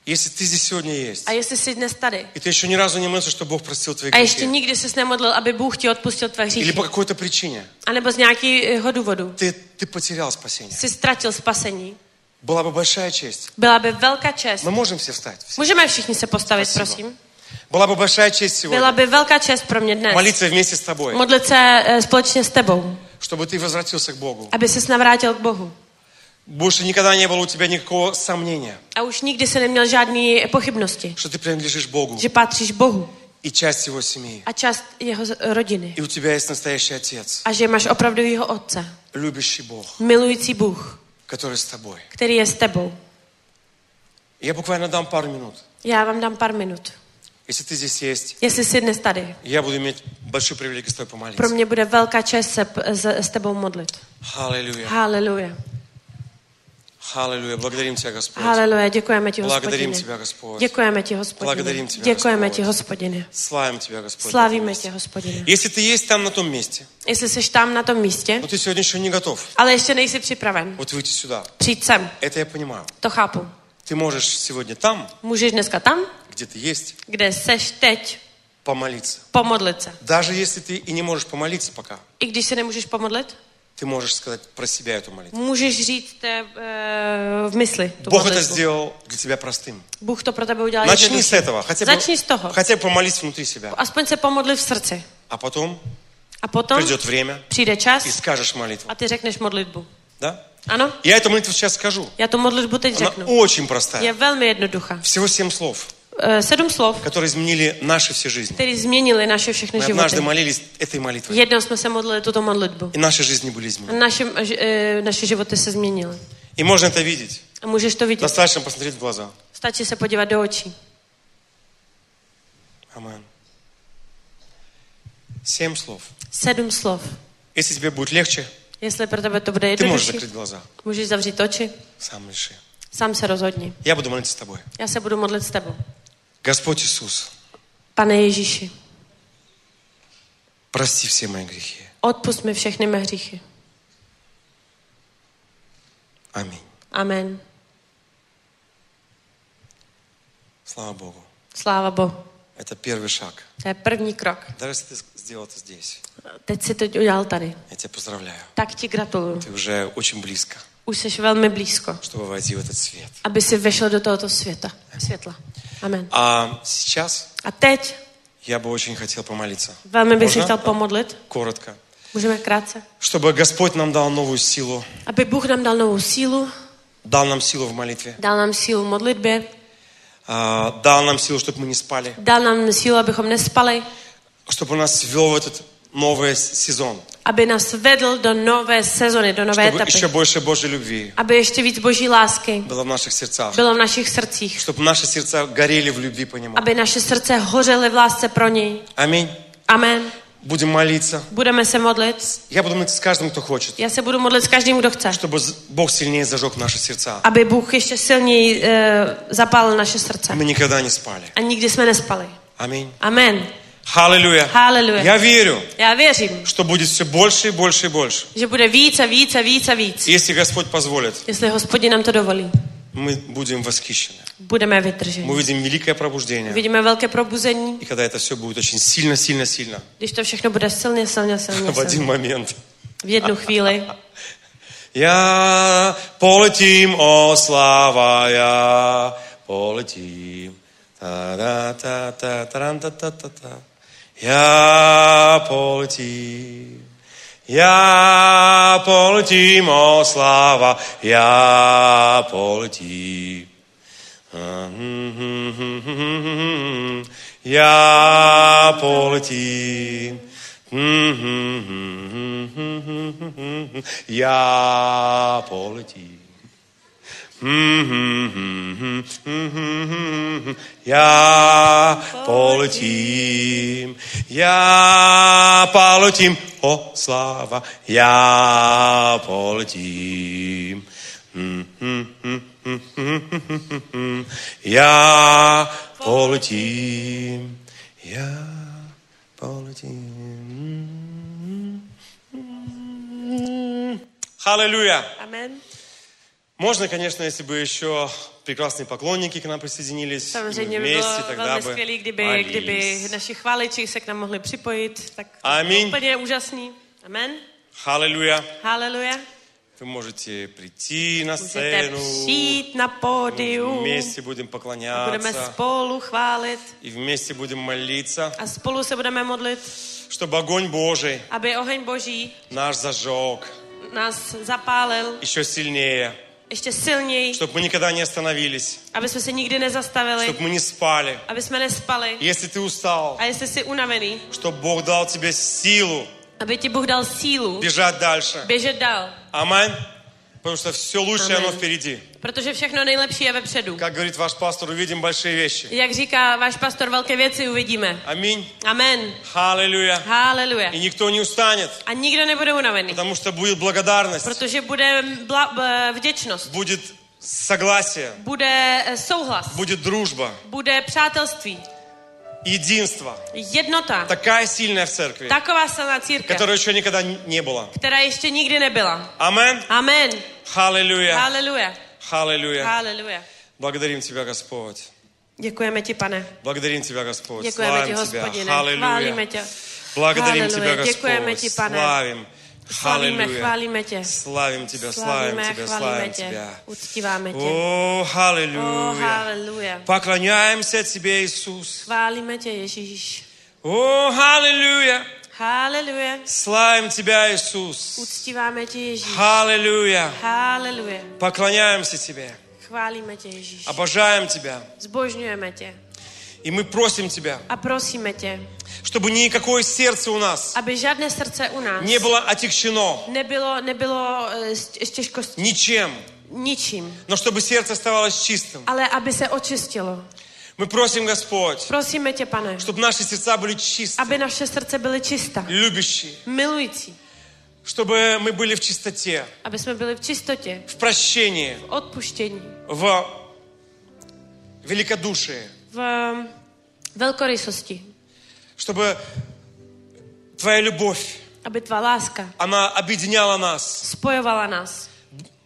S13: Если ты здесь сегодня есть,
S14: A jestli jsi dnes tady,
S13: и ты еще ни разу не myslишь, что Бог простил твои
S14: A ještě
S13: грехи,
S14: nikdy ses nemodlil, aby Bůh ti odpustil tvé
S13: или
S14: hříchy.
S13: по какой-то причине
S14: anebo z nějakého důvodu
S13: ты, ты потерял спасение,
S14: jsi ztratil spasení.
S13: была бы большая честь.
S14: Byla by velká čest.
S13: Мы можем все встать.
S14: Můžeme všichni se postavit, prosím?
S13: Была бы большая честь
S14: Byla
S13: сегодня
S14: by velká čest pro mě dnes.
S13: молиться вместе с тобой,
S14: Modlit se eh, společně s tebou,
S13: чтобы ты возвратился к Богу.
S14: aby ses navrátil k Bohu.
S13: Больше никогда не было у тебя никакого сомнения,
S14: A už nikdy se neměl žádný pochybnosti,
S13: что ты принадлежишь Богу
S14: že patříš Bohu
S13: и часть Его семьи.
S14: a část jeho z- rodiny.
S13: И у тебя есть настоящий Отец,
S14: A že máš opravdu jeho otce,
S13: любящий Бог,
S14: milující Bůh,
S13: который с тобой.
S14: který je s tebou.
S13: Я bukvalno дам пару минут.
S14: Já vám dám pár minut.
S13: Если ты здесь есть,
S14: Jestli jsi dnes tady,
S13: я буду иметь большую привилегию с
S14: pro
S13: тобой помолиться.
S14: mě bude velká čest se p- s- s tebou modlit.
S13: Аллилуйя.
S14: Haleluja.
S13: Аллилуйя. Благодарим Тебя, Господь.
S14: Haleluja, děkujeme ti,
S13: Благодарим
S14: hospodine.
S13: Тебя, Господь.
S14: Děkujeme ti, hospodine.
S13: Благодарим Тебя,
S14: Děkujeme ti, hospodine.
S13: Славим Тебя, Господь.
S14: Slavíme tě, hospodine.
S13: Если ты есть там на том месте,
S14: Jestli jsi tam na tom místě,
S13: но ты сегодня еще не готов,
S14: ale ještě nejsi připraven,
S13: вот выйти сюда.
S14: přijď sem.
S13: Это я понимаю.
S14: To chápu.
S13: Ты можешь сегодня там,
S14: Můžeš dneska tam,
S13: где ты есть,
S14: kde seš teď,
S13: помолиться.
S14: pomodlit se.
S13: Даже если ты и не можешь помолиться пока,
S14: I když se nemůžeš pomodlit,
S13: ты можешь сказать про себя эту молитву.
S14: můžeš říct eh, v mysli tu
S13: Бог это
S14: modlitbu.
S13: сделал для тебя простым.
S14: Bůh to pro tebe udělá
S13: Начни с
S14: jednodušší.
S13: этого. Хотя бы,
S14: Začni z toho.
S13: хотя бы помолись внутри себя.
S14: Aspoň se pomodli v srdci.
S13: А потом
S14: A potom
S13: придет время,
S14: přijde čas
S13: и скажешь молитву.
S14: a ty řekneš modlitbu.
S13: Да?
S14: Ano?
S13: Я эту молитву сейчас скажу.
S14: Já tu modlitbu teď
S13: Она
S14: řeknu.
S13: очень простая.
S14: Je velmi jednoduchá.
S13: Всего семь слов,
S14: Eh, Sedm slov,
S13: которые изменили наши все жизни.
S14: které změnily naše všechny
S13: Мы однажды
S14: životy.
S13: молились этой молитвой,
S14: Jednou jsme se modlili tuto modlitbu.
S13: и наши жизни были
S14: A
S13: изменены.
S14: naše, eh, naše životy se změnily.
S13: И можно это видеть.
S14: A můžeš to vidět.
S13: Достаточно посмотреть в глаза.
S14: Stačí se podívat do očí.
S13: Амин. Семь слов.
S14: Sedm slov.
S13: Если тебе будет легче,
S14: Jestli pro tebe to bude
S13: ты можешь
S14: jednodušší,
S13: закрыть глаза.
S14: můžeš zavřít oči,
S13: Сам реши.
S14: sám se rozhodni.
S13: Я буду молиться с тобой.
S14: Já se budu modlit s tebou.
S13: Господь Иисус,
S14: Pane Ježíši,
S13: прости все мои грехи.
S14: odpust mi všechny mé hříchy.
S13: Аминь.
S14: Amen.
S13: Слава Богу.
S14: Sláva Bohu.
S13: Это первый шаг.
S14: To je první krok.
S13: Даже если ты сделал это здесь,
S14: Teď si to udělal tady.
S13: я тебя поздравляю.
S14: Tak ti gratuluju.
S13: Ты уже очень близко,
S14: Už jsi velmi blízko,
S13: чтобы войти в этот свет.
S14: aby si vešel do tohoto světa. Světla. Amen.
S13: А сейчас
S14: A teď
S13: Я бы очень хотел помолиться.
S14: Velmi bych se
S13: Можно?
S14: chtěl pomodlit.
S13: Коротко.
S14: Můžeme krátce.
S13: Чтобы Господь нам дал новую силу,
S14: Aby Bůh nám dal novou sílu,
S13: дал нам силу в молитве,
S14: dal nám sílu v modlitbě,
S13: а, dal нам силу, чтобы мы не спали,
S14: dal nám sílu, abychom nespali,
S13: чтобы нас ввел в этот новый с- сезон,
S14: aby nás vedl do nové sezony, do nové
S13: чтобы
S14: etapy.
S13: еще больше Божьей любви
S14: Aby ještě víc boží lásky
S13: было в наших сердцах,
S14: bylo v našich srdcích.
S13: чтобы наши сердца горели в любви по Нему.
S14: Aby naše srdce hořely v lásce pro něj.
S13: Аминь.
S14: Amen.
S13: Будем молиться.
S14: Budeme se modlit.
S13: Я буду молиться с каждым, кто хочет,
S14: Já se budu modlit s každým, kdo chce.
S13: чтобы з- Бог сильнее зажег наши сердца.
S14: Aby Bůh ještě silněji e, zapálil naše srdce.
S13: Мы никогда не спали.
S14: A nikdy jsme nespali.
S13: Аминь.
S14: Amen.
S13: Аллилуйя.
S14: Haleluja.
S13: Я верю,
S14: Já věřím,
S13: что будет все больше и больше и больше.
S14: že bude víc a víc a víc a víc.
S13: Если Господь позволит,
S14: Jestli hospodin nám to dovolí,
S13: мы будем восхищены.
S14: budeme vytrženi.
S13: Мы увидим великое пробуждение.
S14: Uvidíme velké probuzení,
S13: И когда это все будет очень сильно, сильно, сильно,
S14: když to všechno bude silně, silně, *laughs* silně.
S13: в один
S14: silně.
S13: момент.
S14: V jednu chvíli.
S13: Я полетим, о слава, я полетим. Та-да-та-та-таран-та-та-та-та. Я полетим. Я полетим, о слава, я полетим. М-м-м-м-м-м. Я полетим. Hm, М-м-м-м-м-м-м. Я полетим. Hm, М-м-м-м-м-м-м. Я полетим. Я полетим. О, слава, я полетим. Hm, М-м-м-м-м-м-м-м. Я полетим. Я полетим. Аллилуйя!
S14: Amen.
S13: Можно, конечно, если бы еще прекрасные поклонники к нам присоединились, мы
S14: Samozřejmě by bylo
S13: вместе тогда
S14: velmi
S13: бы
S14: skvělé, kdyby,
S13: молились.
S14: kdyby naši chváliči se k nám mohli připojit. Tak to
S13: Amin.
S14: bylo úplně úžasný. Amen.
S13: Аллилуйя!
S14: Haleluja.
S13: Вы можете прийти на
S14: Můžete
S13: сцену,
S14: přijít na pódium.
S13: вместе будем
S14: A budeme
S13: поклоняться
S14: spolu chválit
S13: и вместе будем молиться,
S14: a spolu А se budeme modlit,
S13: чтобы огонь Божий
S14: aby oheň boží
S13: наш зажег
S14: nás zapálil
S13: еще сильнее,
S14: ještě silněji,
S13: чтобы мы никогда не остановились,
S14: aby jsme se nikdy nezastavili,
S13: чтобы мы не спали.
S14: aby jsme nespali.
S13: Если ты устал,
S14: A jestli jsi unavený,
S13: чтобы Бог дал тебе силу
S14: aby ti Bůh dal sílu
S13: бежать дальше.
S14: běžet dál,
S13: Аминь. Потому что все лучшее, оно
S14: Аминь.
S13: впереди.
S14: protože všechno nejlepší je vepředu.
S13: Как говорит ваш пастор, увидим большие вещи.
S14: Jak říká váš pastor, velké věci uvidíme.
S13: Аминь.
S14: Amen.
S13: Аллилуйя.
S14: Haleluja.
S13: И никто не устанет,
S14: A nikdo nebude unavený,
S13: потому что будет благодарность,
S14: protože bude bla, b- vděčnost,
S13: будет согласие,
S14: bude eh, souhlas,
S13: будет дружба,
S14: bude přátelství,
S13: единство.
S14: jednota.
S13: Такая сильная в церкви,
S14: Taková silná církev,
S13: которой еще никогда н- не было.
S14: která ještě nikdy nebyla.
S13: Аминь.
S14: Amen.
S13: Аллилуйя.
S14: Haleluja.
S13: Аллилуйя.
S14: Haleluja.
S13: Благодарим Тебя, Господь.
S14: Děkujeme ti, pane.
S13: Благодарим Тебя, Господь.
S14: Děkujeme ti,
S13: Славим Тебя.
S14: hospodine. Chválíme
S13: Аллилуйя.
S14: tě.
S13: Благодарим
S14: Haleluja.
S13: Тебя,
S14: Děkujeme ti,
S13: Господь.
S14: pane.
S13: Славим.
S14: Chválíme,
S13: Аллилуйя.
S14: chválíme tě.
S13: Славим Тебя, славим
S14: Slavíme,
S13: Тебя,
S14: chválíme
S13: славим
S14: tě.
S13: Тебя.
S14: Uctíváme tě.
S13: О,
S14: O,
S13: аллилуйя.
S14: haleluja.
S13: Поклоняемся Тебе, Иисус.
S14: Chválíme tě, Ježíš.
S13: О, аллилуйя.
S14: Haleluja.
S13: Славим Тебя, Иисус.
S14: Uctíváme tě, Ježíš.
S13: Аллилуйя.
S14: Haleluja.
S13: Поклоняемся Тебе.
S14: Chválíme tě, Ježíš.
S13: Обожаем Тебя.
S14: Zbožňujeme tě.
S13: И мы просим Тебя,
S14: A prosíme tě,
S13: чтобы никакое сердце у нас
S14: aby žádné srdce u nás
S13: не было отягчено
S14: nebylo, nebylo eh, s s těžkostí,
S13: ничем,
S14: ničím,
S13: но чтобы сердце оставалось чистым.
S14: ale aby se očistilo.
S13: Мы просим, Господь,
S14: Prosíme tě, pane,
S13: чтобы наши сердца были чистые,
S14: aby naše srdce byly čistá,
S13: любящие,
S14: milující,
S13: чтобы мы были в чистоте,
S14: aby jsme byli v čistotě,
S13: в прощении,
S14: v odpuštění,
S13: в великодушии,
S14: v eh, velkorysosti,
S13: чтобы Твоя любовь,
S14: aby tvá láska
S13: она объединяла нас.
S14: spojovala nás.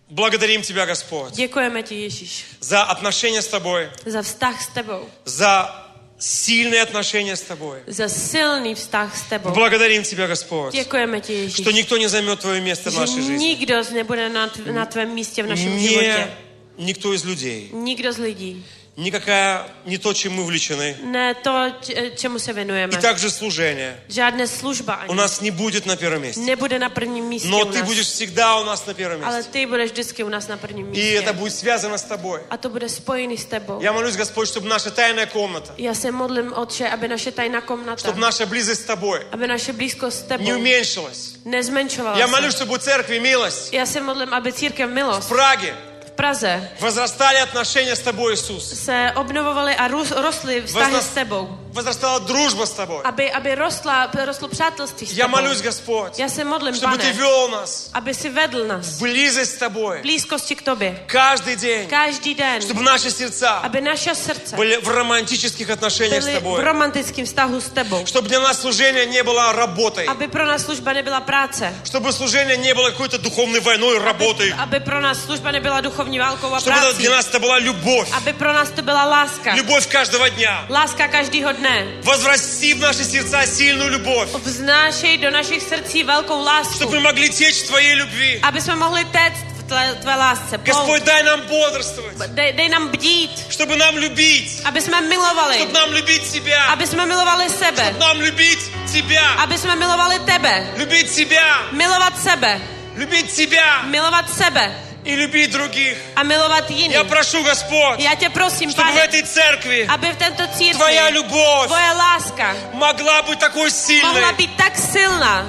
S13: Благодарим Тебя, Господь,
S14: Děkujeme ti, Ježíš,
S13: за отношения с Тобой,
S14: za vztah s tebou,
S13: за сильные отношения с Тобой.
S14: za silný vztah s tebou.
S13: Благодарим Тебя, Господь,
S14: Děkujeme ti, Ježíš,
S13: что никто не zаймет Твое место в нашей
S14: že
S13: жизни.
S14: nikdo nebude na, tv- na tvém místě v našem
S13: Не
S14: životě.
S13: никто из людей,
S14: Nikdo z lidí,
S13: никакая, не то, чем мы увлечены.
S14: ne to, č- čemu se
S13: И
S14: věnujeme.
S13: также служение.
S14: Žádné služba ani.
S13: У нас не будет на первом месте.
S14: Nebude na prvním místě
S13: Но
S14: u
S13: ты
S14: nás.
S13: будешь всегда у нас А на первом месте.
S14: Ale ty budeš vždycky u nás na prvním
S13: И
S14: místě.
S13: это будет связано с тобой.
S14: A to bude spojený s tebou.
S13: Я молюсь, Господь, чтобы наша тайная комната,
S14: Já se modlím, Otče, aby naše tajná komnata,
S13: чтобы наша близость с тобой
S14: aby naše blízkost s
S13: не
S14: tebou
S13: уменьшилась.
S14: nezmenšovala
S13: Я молюсь,
S14: se.
S13: чтобы у церкви милость
S14: Já se modlím, aby církev milost
S13: в Праге
S14: v Praze
S13: возрастали отношения с тобой, Иисус.
S14: se obnovovaly e, a růst, rostly vztahy
S13: Возна-
S14: s tebou.
S13: Возрастала дружба с тобой.
S14: Aby, aby rostla, rostlo přátelství s
S13: Я
S14: tebou.
S13: молюсь, Господь,
S14: Já se modlím,
S13: чтобы ты
S14: pane,
S13: вел нас
S14: aby si vedl nás
S13: в близость с тобой
S14: v blízkosti k tobě.
S13: каждый день,
S14: Každý den,
S13: чтобы наши сердца
S14: aby naše srdce
S13: были в романтических отношениях с
S14: byly v
S13: тобой,
S14: romantickém vztahu s tebou.
S13: чтобы для нас служение не было работой,
S14: Aby pro nás služba nebyla práce.
S13: чтобы служение не было какой-то духовной войной, работой,
S14: Aby pro nás služba nebyla duchovní válkou a
S13: чтобы
S14: prací.
S13: для нас это была любовь,
S14: Aby pro nás to byla láska.
S13: любовь каждого дня.
S14: Láska každýho dne.
S13: Возвращи в наши сердца сильную любовь,
S14: Vznášej do našich srdcí velkou lásku.
S13: чтобы мы могли течь в Твоей любви.
S14: Aby jsme mohli téct v tvé, tvé lásce.
S13: Господь,
S14: Plout.
S13: дай нам бодрствовать,
S14: Dej, dej nám bdít.
S13: чтобы нам любить,
S14: Aby jsme milovali.
S13: чтобы нам любить Тебя,
S14: Aby jsme milovali sebe.
S13: чтобы нам любить Тебя,
S14: Aby jsme milovali tebe.
S13: любить Тебя,
S14: Milovat sebe.
S13: любить Тебя
S14: Milovat sebe.
S13: и любить других.
S14: A milovat jiný.
S13: А Я прошу, Господь,
S14: Já tě prosím,
S13: чтобы в
S14: pane,
S13: этой церкви
S14: aby v tento církvi
S13: Tvoja любовь
S14: tvoje láska
S13: могла быть
S14: mohla
S13: такой сильной,
S14: být tak silná,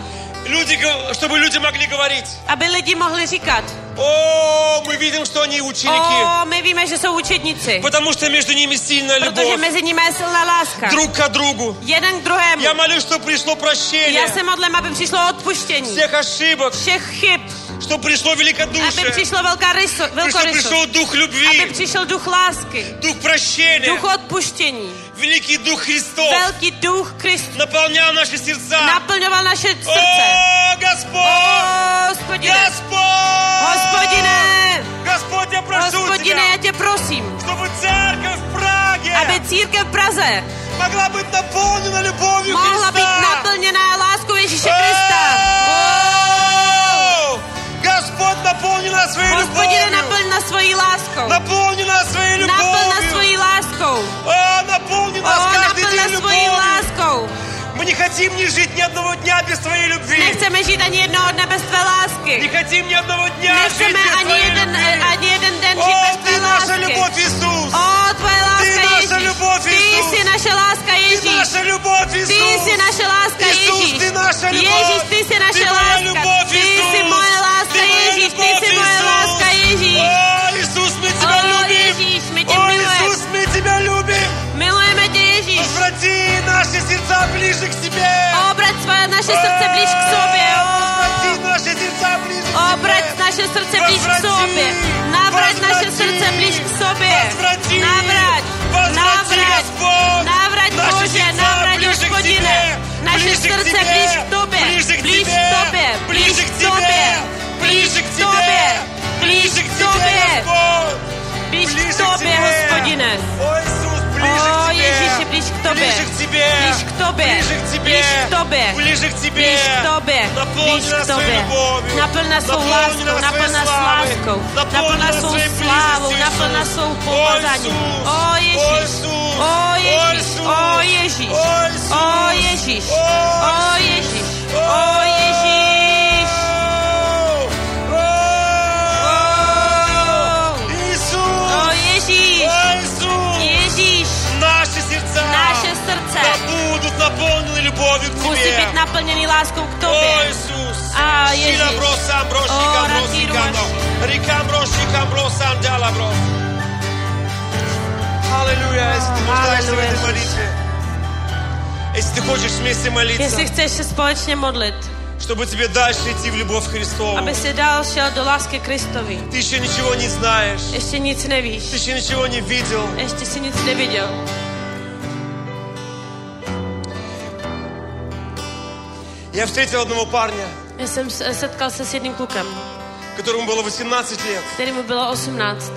S13: люди, гов- чтобы люди могли говорить,
S14: aby lidi mohli říkat,
S13: о, мы видим, что они ученики,
S14: o, my víme, že jsou učedníci,
S13: потому что между ними сильная
S14: protože
S13: любовь,
S14: mezi nimi je silná láska.
S13: друг к другу.
S14: Jeden k druhému.
S13: Я молюсь, что пришло
S14: Já se
S13: прощение
S14: modlím, aby přišlo odpuštění
S13: всех ошибок,
S14: všech chyb,
S13: что пришло
S14: aby
S13: великодушие,
S14: přišlo velká ryso,
S13: что пришел
S14: velkorysost,
S13: дух
S14: aby
S13: любви,
S14: přišel duch lásky,
S13: дух прощения,
S14: duch odpuštění,
S13: великий дух Христов
S14: velký duch Kristus
S13: наполнял наши сердца.
S14: naplňoval naše srdce.
S13: О, Господь!
S14: Hospodine,
S13: Господь!
S14: hospodine,
S13: Господь, я прошу
S14: hospodine, já
S13: Тебя,
S14: tě prosím,
S13: чтобы церковь в Праге
S14: aby církev v Praze
S13: могла быть наполнена любовью
S14: mohla být
S13: Христа.
S14: naplněná láskou Ježíše Krista.
S13: О! Господь, наполни нас своей
S14: Hospodine,
S13: любовью.
S14: naplň nás svojí láskou.
S13: Наполни нас своей
S14: Naplň nás
S13: любовью.
S14: svojí láskou.
S13: О, наполни
S14: O,
S13: нас каждый
S14: naplň nás
S13: день
S14: svojí
S13: любовью.
S14: láskou.
S13: Мы не хотим ни жить ни одного дня без Твоей любви.
S14: Nechceme žít ani jednoho dne bez tvé
S13: Не
S14: lásky.
S13: хотим ни одного дня жить
S14: Nechceme
S13: без
S14: ani
S13: Твоей
S14: jeden,
S13: любви.
S14: ani jeden den žít
S13: О,
S14: bez
S13: Ты
S14: tvé
S13: наша
S14: lásky.
S13: любовь, Иисус.
S14: O, tvoje láska
S13: Ty naša
S14: Ježíš.
S13: любовь,
S14: Ty
S13: Isus.
S14: jsi naše láska
S13: Ты
S14: Ježíš.
S13: наша любовь,
S14: Ty jsi
S13: Иисус.
S14: naše láska
S13: Иисус,
S14: Ježíš.
S13: ты наша любовь.
S14: Ježíš, ty jsi
S13: Ты
S14: naše
S13: моя
S14: láska.
S13: любовь,
S14: Ty jsi
S13: Иисус.
S14: moje láska
S13: Ты моя
S14: Ježíš. Ty
S13: любовь,
S14: jsi moje
S13: Иисус.
S14: láska Ježíš.
S13: О, Иисус, мы тебя
S14: O,
S13: любим.
S14: Ježíš, my tě
S13: О,
S14: milujeme.
S13: Иисус, мы тебя любим.
S14: Milujeme tě, Ježíš.
S13: Возврати наши сердца ближе к себе.
S14: Obrať svoje naše srdce blíž k sobě.
S13: Возврати наши сердца ближе к
S14: O, Obrať
S13: себе.
S14: naše srdce blíž k sobě. Navrať naše srdce blíž k sobě.
S13: Возврати.
S14: Navrať.
S13: Возврати,
S14: Navrať.
S13: Господь.
S14: Navrať
S13: Naše
S14: Bože,
S13: srdca
S14: navrať
S13: blíže k
S14: Hospodine.
S13: Tebe.
S14: Naše
S13: Blíže k
S14: srdce
S13: Tebe.
S14: blíž k Tobě.
S13: Blíže k
S14: Blíž k
S13: Tebe.
S14: Tobě.
S13: Blíže k
S14: Tobě.
S13: Tebe.
S14: Blíž
S13: Blíže
S14: k
S13: k
S14: Tobě.
S13: Tebe.
S14: Blíž
S13: Ближе
S14: k
S13: к
S14: Tobě.
S13: Тебе, Господь.
S14: Blíž k
S13: Ближе к
S14: Tobě,
S13: Тебе.
S14: Hospodine.
S13: О, Иисус, ближе
S14: О,
S13: к Тебе.
S14: Ježíši, blíž k Tobě.
S13: Ближе к Тебе.
S14: Blíž k Tobě.
S13: Ближе к Тебе.
S14: Blíž k Tobě.
S13: Ближе к Тебе.
S14: Blíž k Tobě. Blíž
S13: Наполни
S14: k
S13: нас своей
S14: Tobě.
S13: любовью.
S14: Naplň nás svou
S13: Наполни
S14: láskou,
S13: нас
S14: naplň
S13: своей
S14: nás
S13: славой.
S14: láskou, naplň
S13: Наполни
S14: nás
S13: нас
S14: svou
S13: своей
S14: slávou,
S13: близостью,
S14: naplň nás svou
S13: Иисус.
S14: pomazáním. O
S13: О,
S14: Ježíš,
S13: Иисус.
S14: o
S13: О,
S14: Ježíš,
S13: Иисус.
S14: o Ježíš, o Ježíš, o Ježíš, o Ježíš.
S13: О,
S14: O
S13: Иисус.
S14: Ježíš,
S13: О, Иисус.
S14: Ježíš,
S13: Наши сердца
S14: naše srdce
S13: да будут наполнены любовью к
S14: musí
S13: Тебе.
S14: být naplněný láskou k
S13: О,
S14: Tobě.
S13: Иисус!
S14: А, Иисус.
S13: Шилаброс, амброс,
S14: О,
S13: шикамброс,
S14: ратируаш.
S13: шикамброс. Рикамброс, шикамброс, андалаброс. Аллилуйя, если ты нуждаешься в
S14: аллилуйя,
S13: этой
S14: Иисус.
S13: молитве, если ты хочешь вместе молиться,
S14: Jestli chceš se společně modlit,
S13: чтобы тебе дальше идти в любовь к Христову,
S14: aby si dál šel do lásky Kristovi.
S13: ты еще ничего не знаешь,
S14: Ještě nic nevíš,
S13: ты еще ничего не видел,
S14: ještě si nic neviděl.
S13: я встретил одного парня,
S14: Já jsem s- setkal se s jedním klukem,
S13: которому было 18 лет,
S14: kterému bylo 18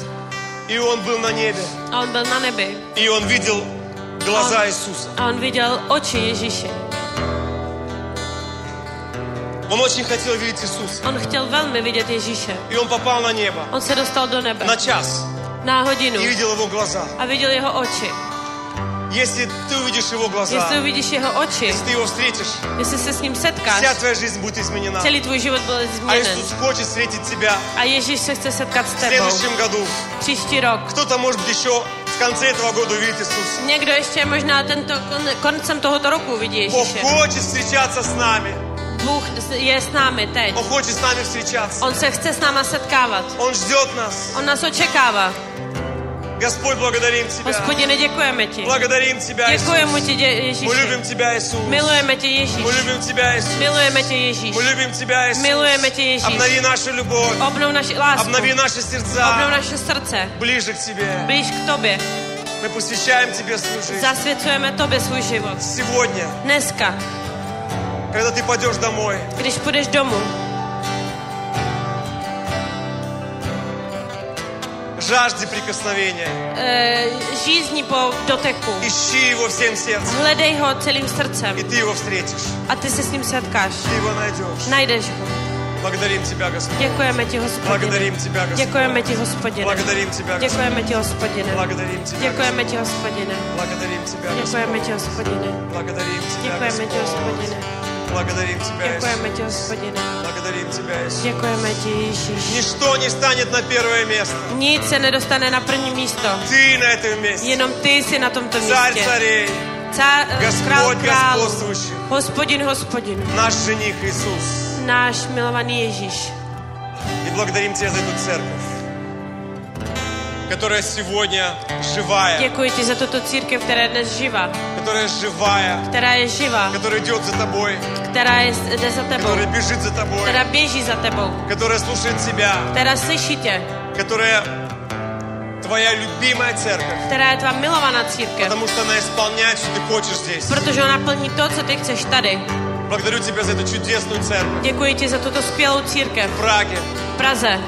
S13: и он был на небе,
S14: a on byl na nebi А
S13: и он видел глаза Иисуса.
S14: a on viděl oči Ježíše.
S13: Он очень хотел видеть Иисуса,
S14: On chtěl velmi vidět Ježíše.
S13: и он попал на небо
S14: On se dostal do nebe
S13: на час.
S14: na hodinu
S13: и видел его глаза.
S14: a viděl jeho oči.
S13: Если ты увидишь его глаза,
S14: Jestli uvidíš jeho oči,
S13: если ты его встретишь,
S14: jestli se s ním setkáš,
S13: вся твоя жизнь будет изменена.
S14: celý tvůj život byl
S13: А
S14: změněn.
S13: Иисус хочет встретить тебя
S14: A Ježíš se chce setkat s
S13: в
S14: tebou.
S13: следующем году.
S14: Příští рок.
S13: Кто-то, может быть, еще в конце этого года увидит Иисуса.
S14: Někdo ještě možná tento, kon, koncem tohoto roku uvidí
S13: Бог
S14: Ježíše.
S13: хочет встречаться с нами.
S14: Bůh s- je s námi teď.
S13: Он хочет с нами встречаться.
S14: On se chce s náma setkávat.
S13: Он ждет нас.
S14: On nás očekává.
S13: Господь, благодарим Тебя.
S14: Hospodine, děkujeme ti.
S13: Благодарим Тебя,
S14: Děkujeme ti,
S13: Иисус.
S14: dě-
S13: Мы
S14: Ježíši.
S13: любим Тебя, Иисус.
S14: Milujeme tě, Ježíš.
S13: Мы любим Тебя, Иисус.
S14: Milujeme tě, Ježíš.
S13: Мы любим Тебя, Иисус.
S14: Milujeme tě, Ježíš.
S13: Обнови нашу любовь.
S14: Obnov naši lásku.
S13: Обнови наши
S14: Obnov
S13: сердца.
S14: naše srdce.
S13: Ближе к Тебе.
S14: Blíž k tobě.
S13: Мы посвящаем Тебе свою жизнь.
S14: Zasvěcujeme tobě svůj život.
S13: Сегодня,
S14: Dneska,
S13: когда Ты пойдешь домой,
S14: když půjdeš domů,
S13: жажди прикосновения.
S14: eh, žízní po doteku.
S13: Ищи Его всем сердцем.
S14: Hledej ho celým srdcem.
S13: И Ты Его встретишь.
S14: A ty se s ním setkáš.
S13: Ты Его найдешь.
S14: Najdeš ho.
S13: Благодарим Тебя, Господь.
S14: Děkujeme ti, hospodine.
S13: Благодарим Тебя, Господь.
S14: Děkujeme ti, hospodine.
S13: Благодарим Тебя, Господь.
S14: Děkujeme ti, hospodine.
S13: Благодарим Тебя,
S14: Děkujeme ti, hospodine.
S13: Благодарим Тебя,
S14: Děkujeme ti, hospodine.
S13: Благодарим Тебя,
S14: Děkujeme ti, hospodine. Děkujeme
S13: Благодарим Тебя,
S14: ti,
S13: Иисус.
S14: hospodine.
S13: Благодарим Тебя, Иисус.
S14: Děkujeme ti, Ježíš.
S13: Ничто не станет на первое место.
S14: Nic se nedostane na první místo.
S13: Ты на этом месте.
S14: Jenom ty jsi na tomto
S13: Царь
S14: místě.
S13: царей,
S14: Cár, král,
S13: Господь
S14: král,
S13: господствующий,
S14: hospodin, hospodin.
S13: наш жених Иисус.
S14: Náš milovaný Ježíš.
S13: И благодарим Тебя за эту церковь, которая сегодня живая,
S14: Děkuji ti za tuto církev, která je dnes živa.
S13: которая живая,
S14: Která je živa.
S13: которая идет за Тобой,
S14: Která je, jde za tebou.
S13: которая бежит за Тобой,
S14: Která běží za tebou.
S13: которая слушает Тебя,
S14: Která slyší tě.
S13: которая Твоя любимая церковь,
S14: Která je tvá milovaná církev.
S13: потому что она исполняет, что Ты хочешь здесь.
S14: Protože ona plní to, co ty chceš tady.
S13: Благодарю Тебя за эту чудесную церковь
S14: Děkuji ti za tuto skvělou církev.
S13: в Праге.
S14: V Praze.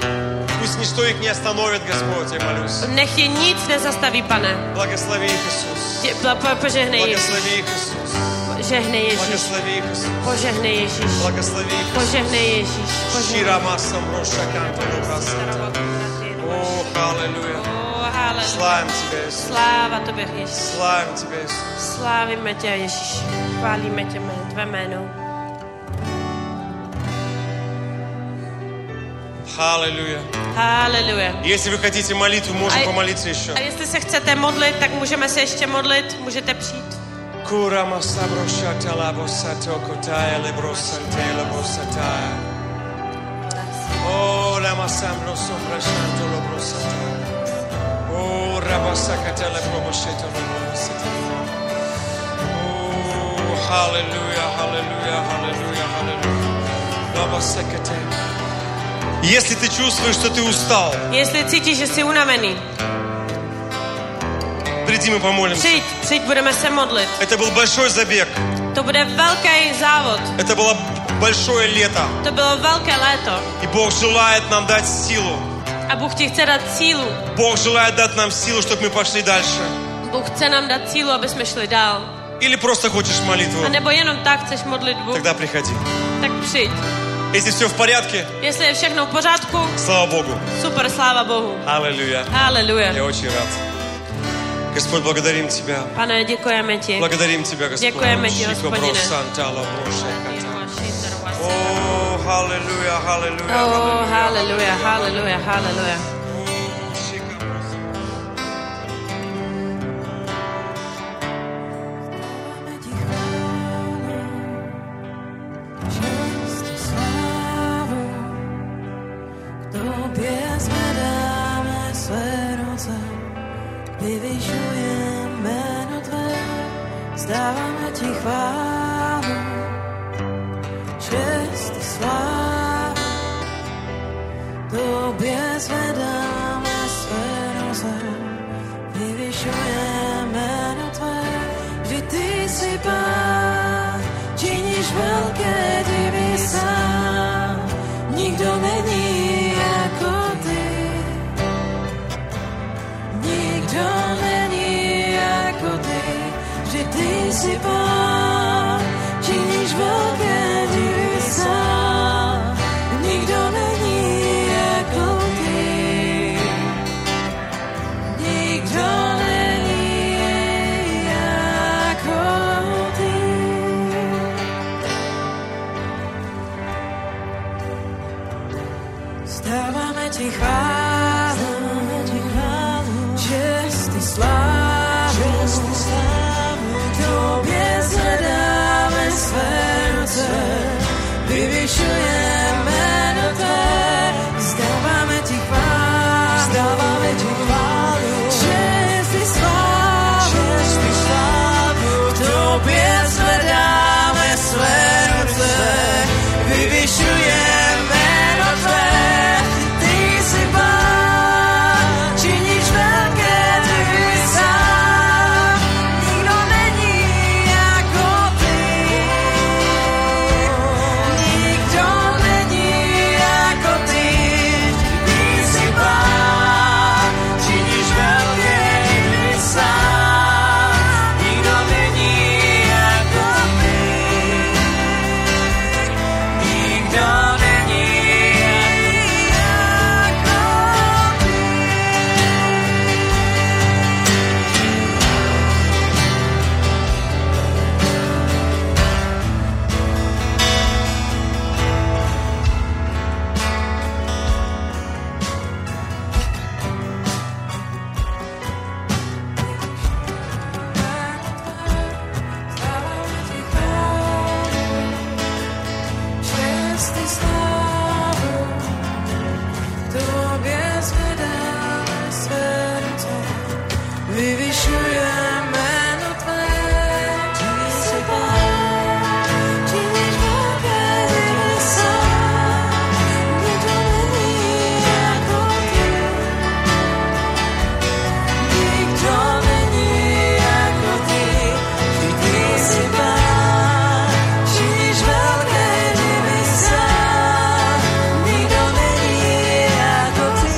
S13: Пусть ничто их не остановит, Господь, я молюсь.
S14: Nech tě nic nezastaví, pane.
S13: Благослови их, Иисус.
S14: Tě- po- po- Požehnej Ježíš.
S13: Благослови их, Иисус.
S14: Žehnej Ježíš.
S13: Благослови их, Иисус.
S14: Požehnej Ježíš.
S13: Благослови их,
S14: Požehnej Ježíš. Požehnej.
S13: Ширамасом О, аллилуйя.
S14: O, haleluja.
S13: Славим Тебя, Иисус.
S14: Sláva tobě, Ježíš.
S13: Славим Тебя, Иисус.
S14: Slávíme tě, Ježíš. Chválíme tě, jmé- tvé jméno.
S13: Аллилуйя.
S14: Haleluja.
S13: Если вы хотите молитву, можем
S14: Ай-
S13: помолиться еще.
S14: A jestli se chcete modlit, tak můžeme se ještě modlit, můžete přijít.
S13: Курамасаброшата лабосатокотая лебросанте лабосатая. О, ламасамросомбрашанто лабросатая. О, рабасаката лабромашето лабросатая. О, Аллилуйя, аллилуйя, аллилуйя, аллилуйя. Лабасаката. Если ты чувствуешь, что ты устал,
S14: Jestli cítíš, že jsi unavený,
S13: приди мы помолимся.
S14: přijď, přijď, budeme se modlit.
S13: Это был большой забег.
S14: To bude velký závod,
S13: Это было большое лето.
S14: to bylo velké léto
S13: И Бог желает нам дать силу.
S14: a Bůh ti chce dát sílu.
S13: Бог желает дать нам силу, чтобы мы пошли дальше.
S14: Bůh chce nám dát sílu, aby jsme šli dál.
S13: Или просто хочешь молитву,
S14: A nebo jenom tak chceš modlitbu,
S13: тогда приходи.
S14: tak přijď.
S13: Если все в порядке,
S14: Jestli je všechno v pořádku,
S13: слава Богу.
S14: super, sláva Bohu.
S13: Аллилуйя.
S14: Haleluja.
S13: Я очень рад. Господь, благодарим Тебя.
S14: Pane, děkujeme ti.
S13: Благодарим Тебя, Господь.
S14: Děkujeme ti,
S13: Щико
S14: hospodine.
S13: бросанта лаброшеката. О, аллилуйя, аллилуйя,
S14: Oh,
S13: аллилуйя.
S14: haleluja, haleluja, haleluja.
S3: Честь и славу K Tobie zvedamy swe ręce, gdy wysiłujemy na Twe, zdawamy Ci chwałę. Cześć i sławę, Tobie zvedamy swe ręce, gdy wysiłujemy na Twe, że Ty si Pan, czynisz wielkie dziwy sam. Nikdo není jako ty. Nikdo není jako ty. Že ty si pán, činíš velké divy sám. Nikdo není jako ty.
S1: ti chválu, čestný slávu, tobě zadáme své ruce, vyvyšujeme do té, vzdáváme ti chválu, vzdáváme ti chválu, čestný slávu, čestný slávu, tobě zvedáme své ruce, vyvyšujeme do tvé, ty jsi pán, činíš velké divy sám, nikdo není jako ty, nikdo není jako ty, ty jsi pán, činíš velké divy sám, nikdo není jako ty. Nikdo není jako ty. Čestný slávu, tobě zvedáme své ruce, vyvyšujeme jméno tvé. Ty jsi Pán, činíš velké divy nikdo není jako ty. Nikdo není jako ty, vždyť ty jsi Pán, činíš velké divy sám. Nikdo není jako ty,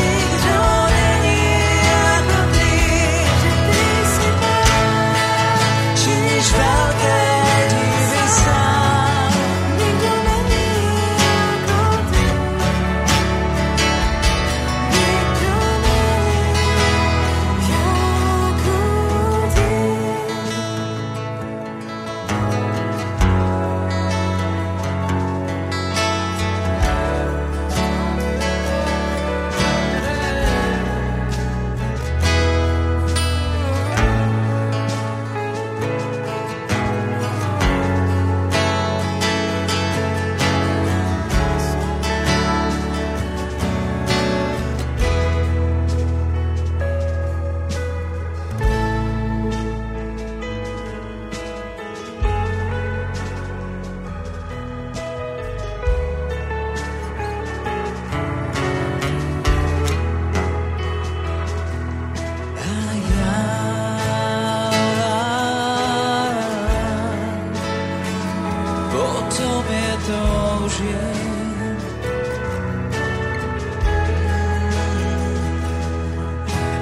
S1: nikdo není jako ty, vždyť ty jsi Pán, činíš velké divy sám. Nikdo není jako ty, nikdo není jako ty. Po tobě toužím.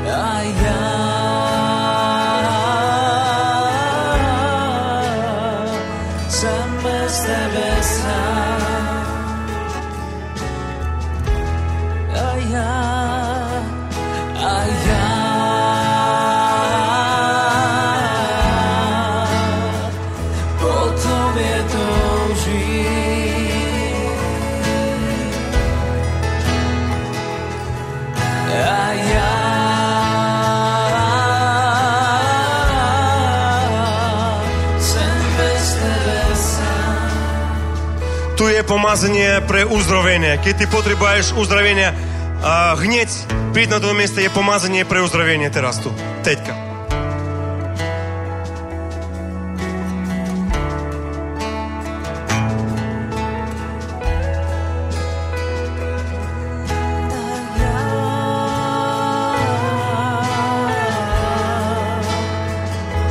S1: A já jsem bez tebe sám. A já, a já po tobě toužím. A já jsem bez tebe sám.
S13: Tu je pomazanie pre uzdravenie. Keď ty potrebuješ uzdravenie, a hneď príď na to miesto, je pomazanie pre uzdravenie teraz tu. Teďka.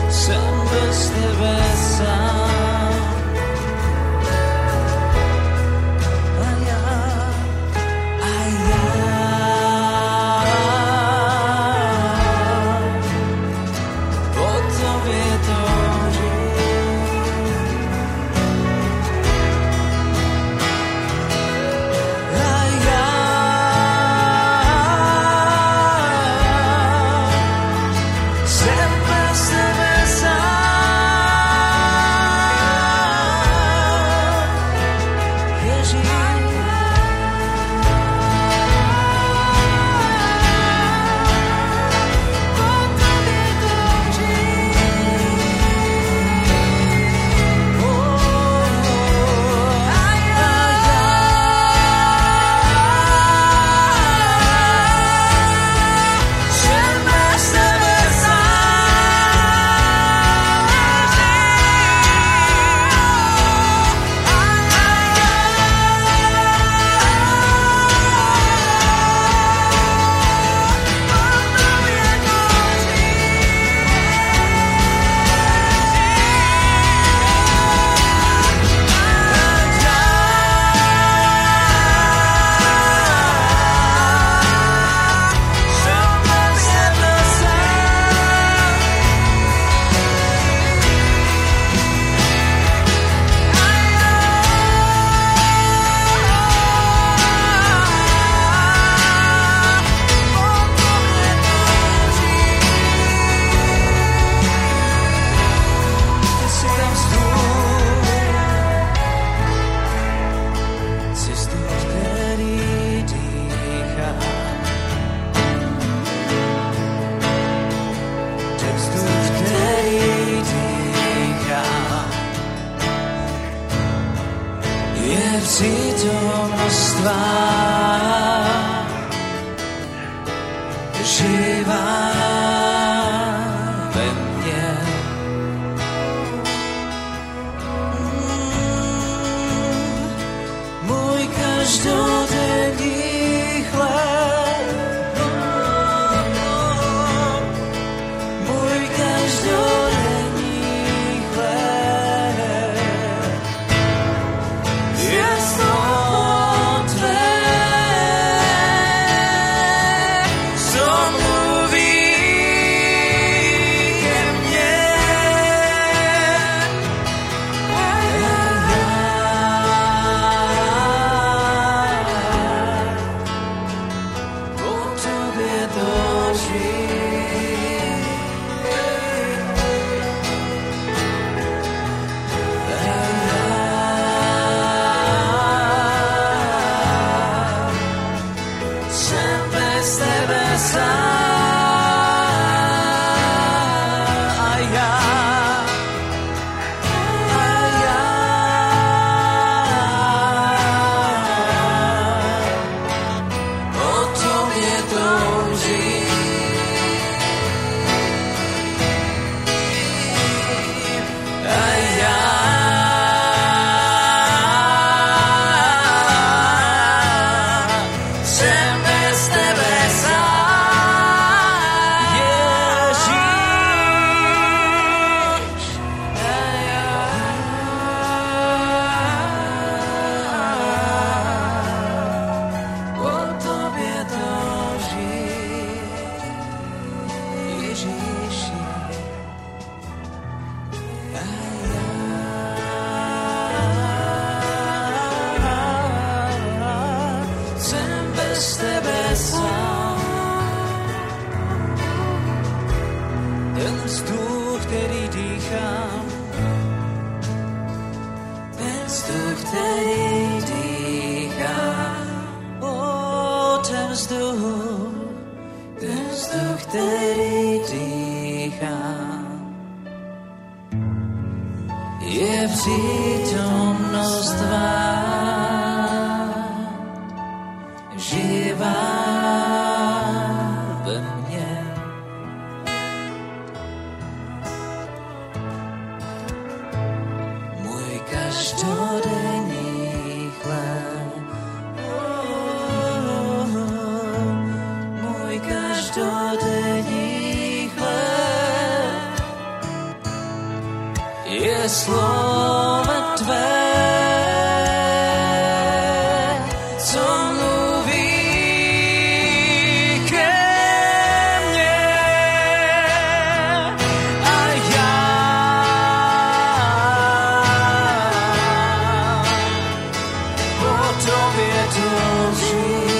S1: Jsem bez tebe sám. A já, a já přítomnost tvá živá ve mně. Mm, Můj každodenní chléb, můj každodenní chléb, je slovo tvé, co mluví ke mně. A já po tobě toužím. Jsem bez tebe sám a já, a já. O tobě toužím. A já jsem bez tebe sám. Ježíš. A já. O tobě toužím. Ježíši. A já jsem bez tebe sám. Ten vzduch, který dýchám, ten vzduch, který dýchám, o, ten vzduch, ten vzduch, který dýchám, je přítomnost tvá živá ve mně. Můj každodenní chléb, můj každodenní chléb je slovo tvé, co mluví ke mně. A já po tobě toužím.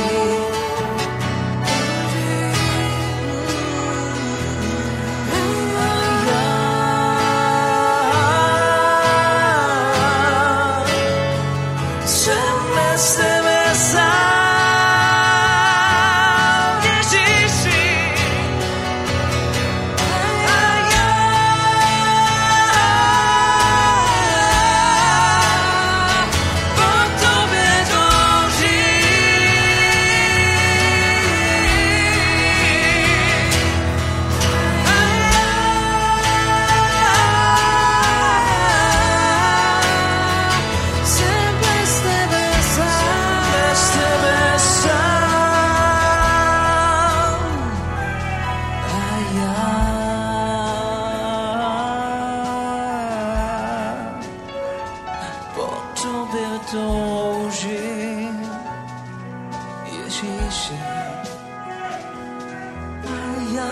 S1: Jsem bez tebe sám, bez tebe sám. A já po tobě toužím, Ježíši. A já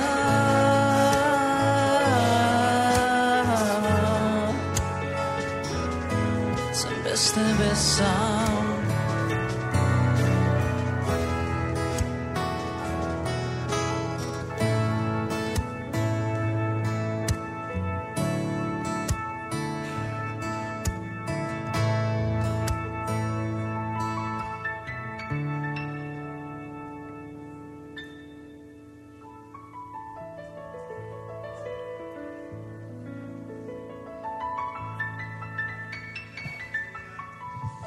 S1: jsem bez tebe sám.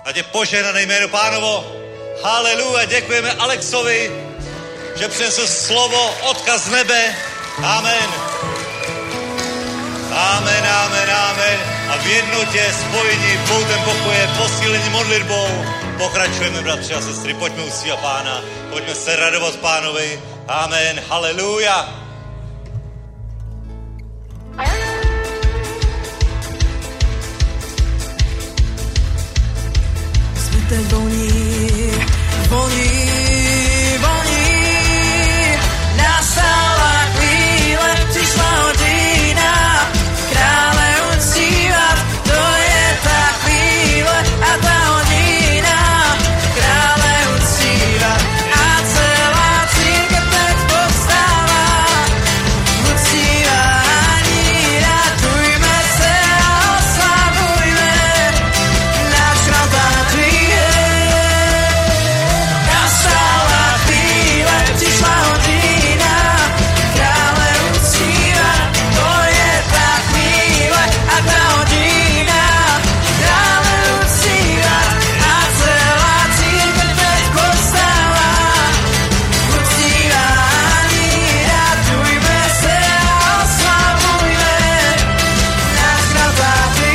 S4: Ať je požehnané jméno pánovo. Haleluja, děkujeme Alexovi, že přinesl slovo, odkaz z nebe. Amen. Amen, amen, amen. A v jednotě, spojení, poutem pokoje, posílení modlitbou pokračujeme, bratři a sestry. Pojďme uctívat pána, pojďme se radovat pánovi. Amen, haleluja.
S1: Světe voní, voní, voní. Nastala chvíle, přišla hodina. Krále uctívat, to je ta chvíle a ta hodina. Krále uctívat a celá církev teď povstává. Uctívání, radujme se a oslavujme. Náš rabatý Nastala chvíle, přišla hodina Krále uctívá, to je ta chvíle a ta hodina Krále uctívá a celá církev teď povstává Uctívání, radujme se a oslavujme Náš rabatý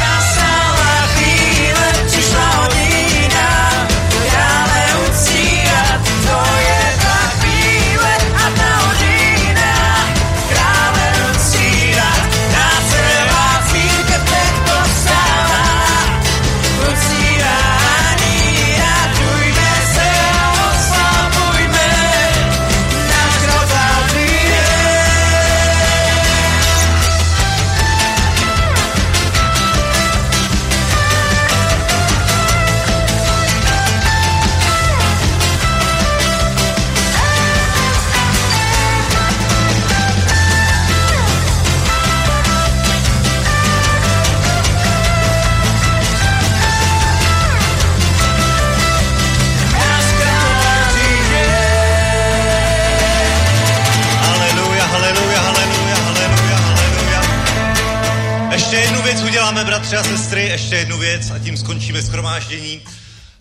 S1: Nastala chvíle, přišla hodina, krále uctívat, to je ta chvíle a ta hodina, krále uctívat, ta celá církev teď povstává. Uctívání, radujme se a oslavujme, náš rozhodný je.
S4: Haleluja, haleluja, haleluja, haleluja, haleluja. Ještě jednu věc uděláme, bratři a sestry, ještě jednu věc a tím skončíme schromáždění.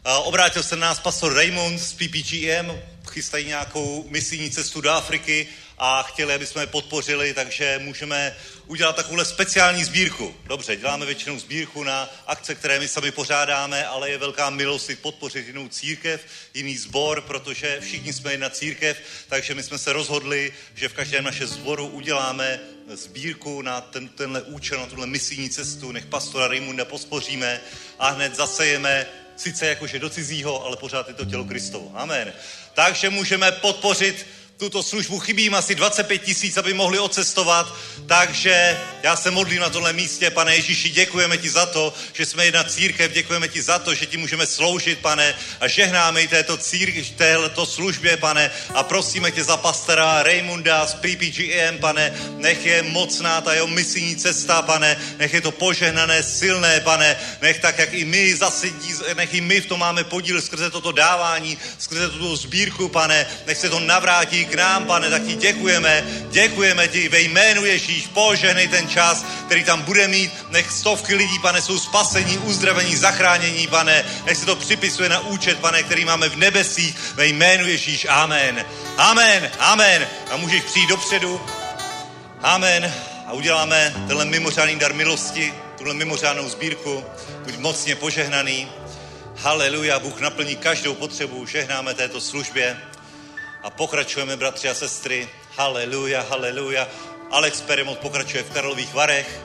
S4: A Obrátil se na nás pastor Raymond z PPGM, chystají nějakou misijní cestu do Afriky a chtěli, aby jsme je podpořili, takže můžeme udělat takovouhle speciální sbírku. Dobře, děláme většinou sbírku na akce, které my sami pořádáme, ale je velká milost si podpořit jinou církev, jiný sbor, protože všichni jsme jedna církev, takže my jsme se rozhodli, že v každém našem sboru uděláme sbírku na ten, tenhle účel, na tuhle misijní cestu, nech pastora Raymunda pospoříme a hned zasejeme, sice jakože do cizího, ale pořád je to tělo Kristovo. Amen. Takže můžeme podpořit tuto službu. Chybí jim asi 25 tisíc, aby mohli odcestovat, takže já se modlím na tohle místě, pane Ježíši, děkujeme ti za to, že jsme jedna církev, děkujeme ti za to, že ti můžeme sloužit, pane, a žehnáme i této církev, této službě, pane, a prosíme tě za pastora Raymunda z PPGM, pane, nech je mocná ta jeho misijní cesta, pane, nech je to požehnané, silné, pane, nech tak, jak i my zasedí, nech i my v tom máme podíl skrze toto dávání, skrze tuto sbírku, pane, nech se to navrátí k nám, pane, tak ti děkujeme, děkujeme ti ve jménu Ježíš, požehnej ten čas, který tam bude mít, nech stovky lidí, pane, jsou spasení, uzdravení, zachránění, pane, nech se to připisuje na účet, pane, který máme v nebesích, ve jménu Ježíš, amen, amen, amen, a můžeš přijít dopředu, Amen. A uděláme tenhle mimořádný dar milosti, tuhle mimořádnou sbírku. Buď mocně požehnaný. Haleluja, Bůh naplní každou potřebu. Žehnáme této službě a pokračujeme, bratři a sestry. Haleluja, haleluja. Alex Peremot pokračuje v Karlových Varech.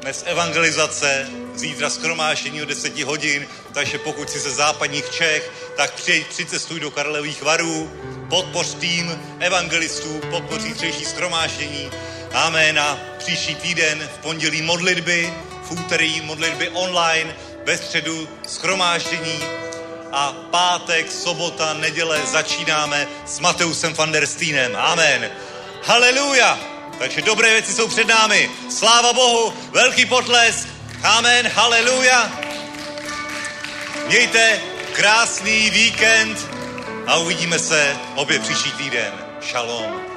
S4: Dnes evangelizace, zítra skromášení o 10 hodin, takže pokud jsi ze západních Čech, tak přijď, přicestuj do Karlových Varů, podpoř tým evangelistů, podpoř zítřejší skromášení. Amen. A příští týden v pondělí modlitby, v úterý modlitby online, ve středu skromášení a pátek, sobota, neděle začínáme s Mateusem van der Steenem. Amen. Haleluja. Takže dobré věci jsou před námi. Sláva Bohu, velký potles. Amen, haleluja. Mějte krásný víkend a uvidíme se opět příští týden. Shalom.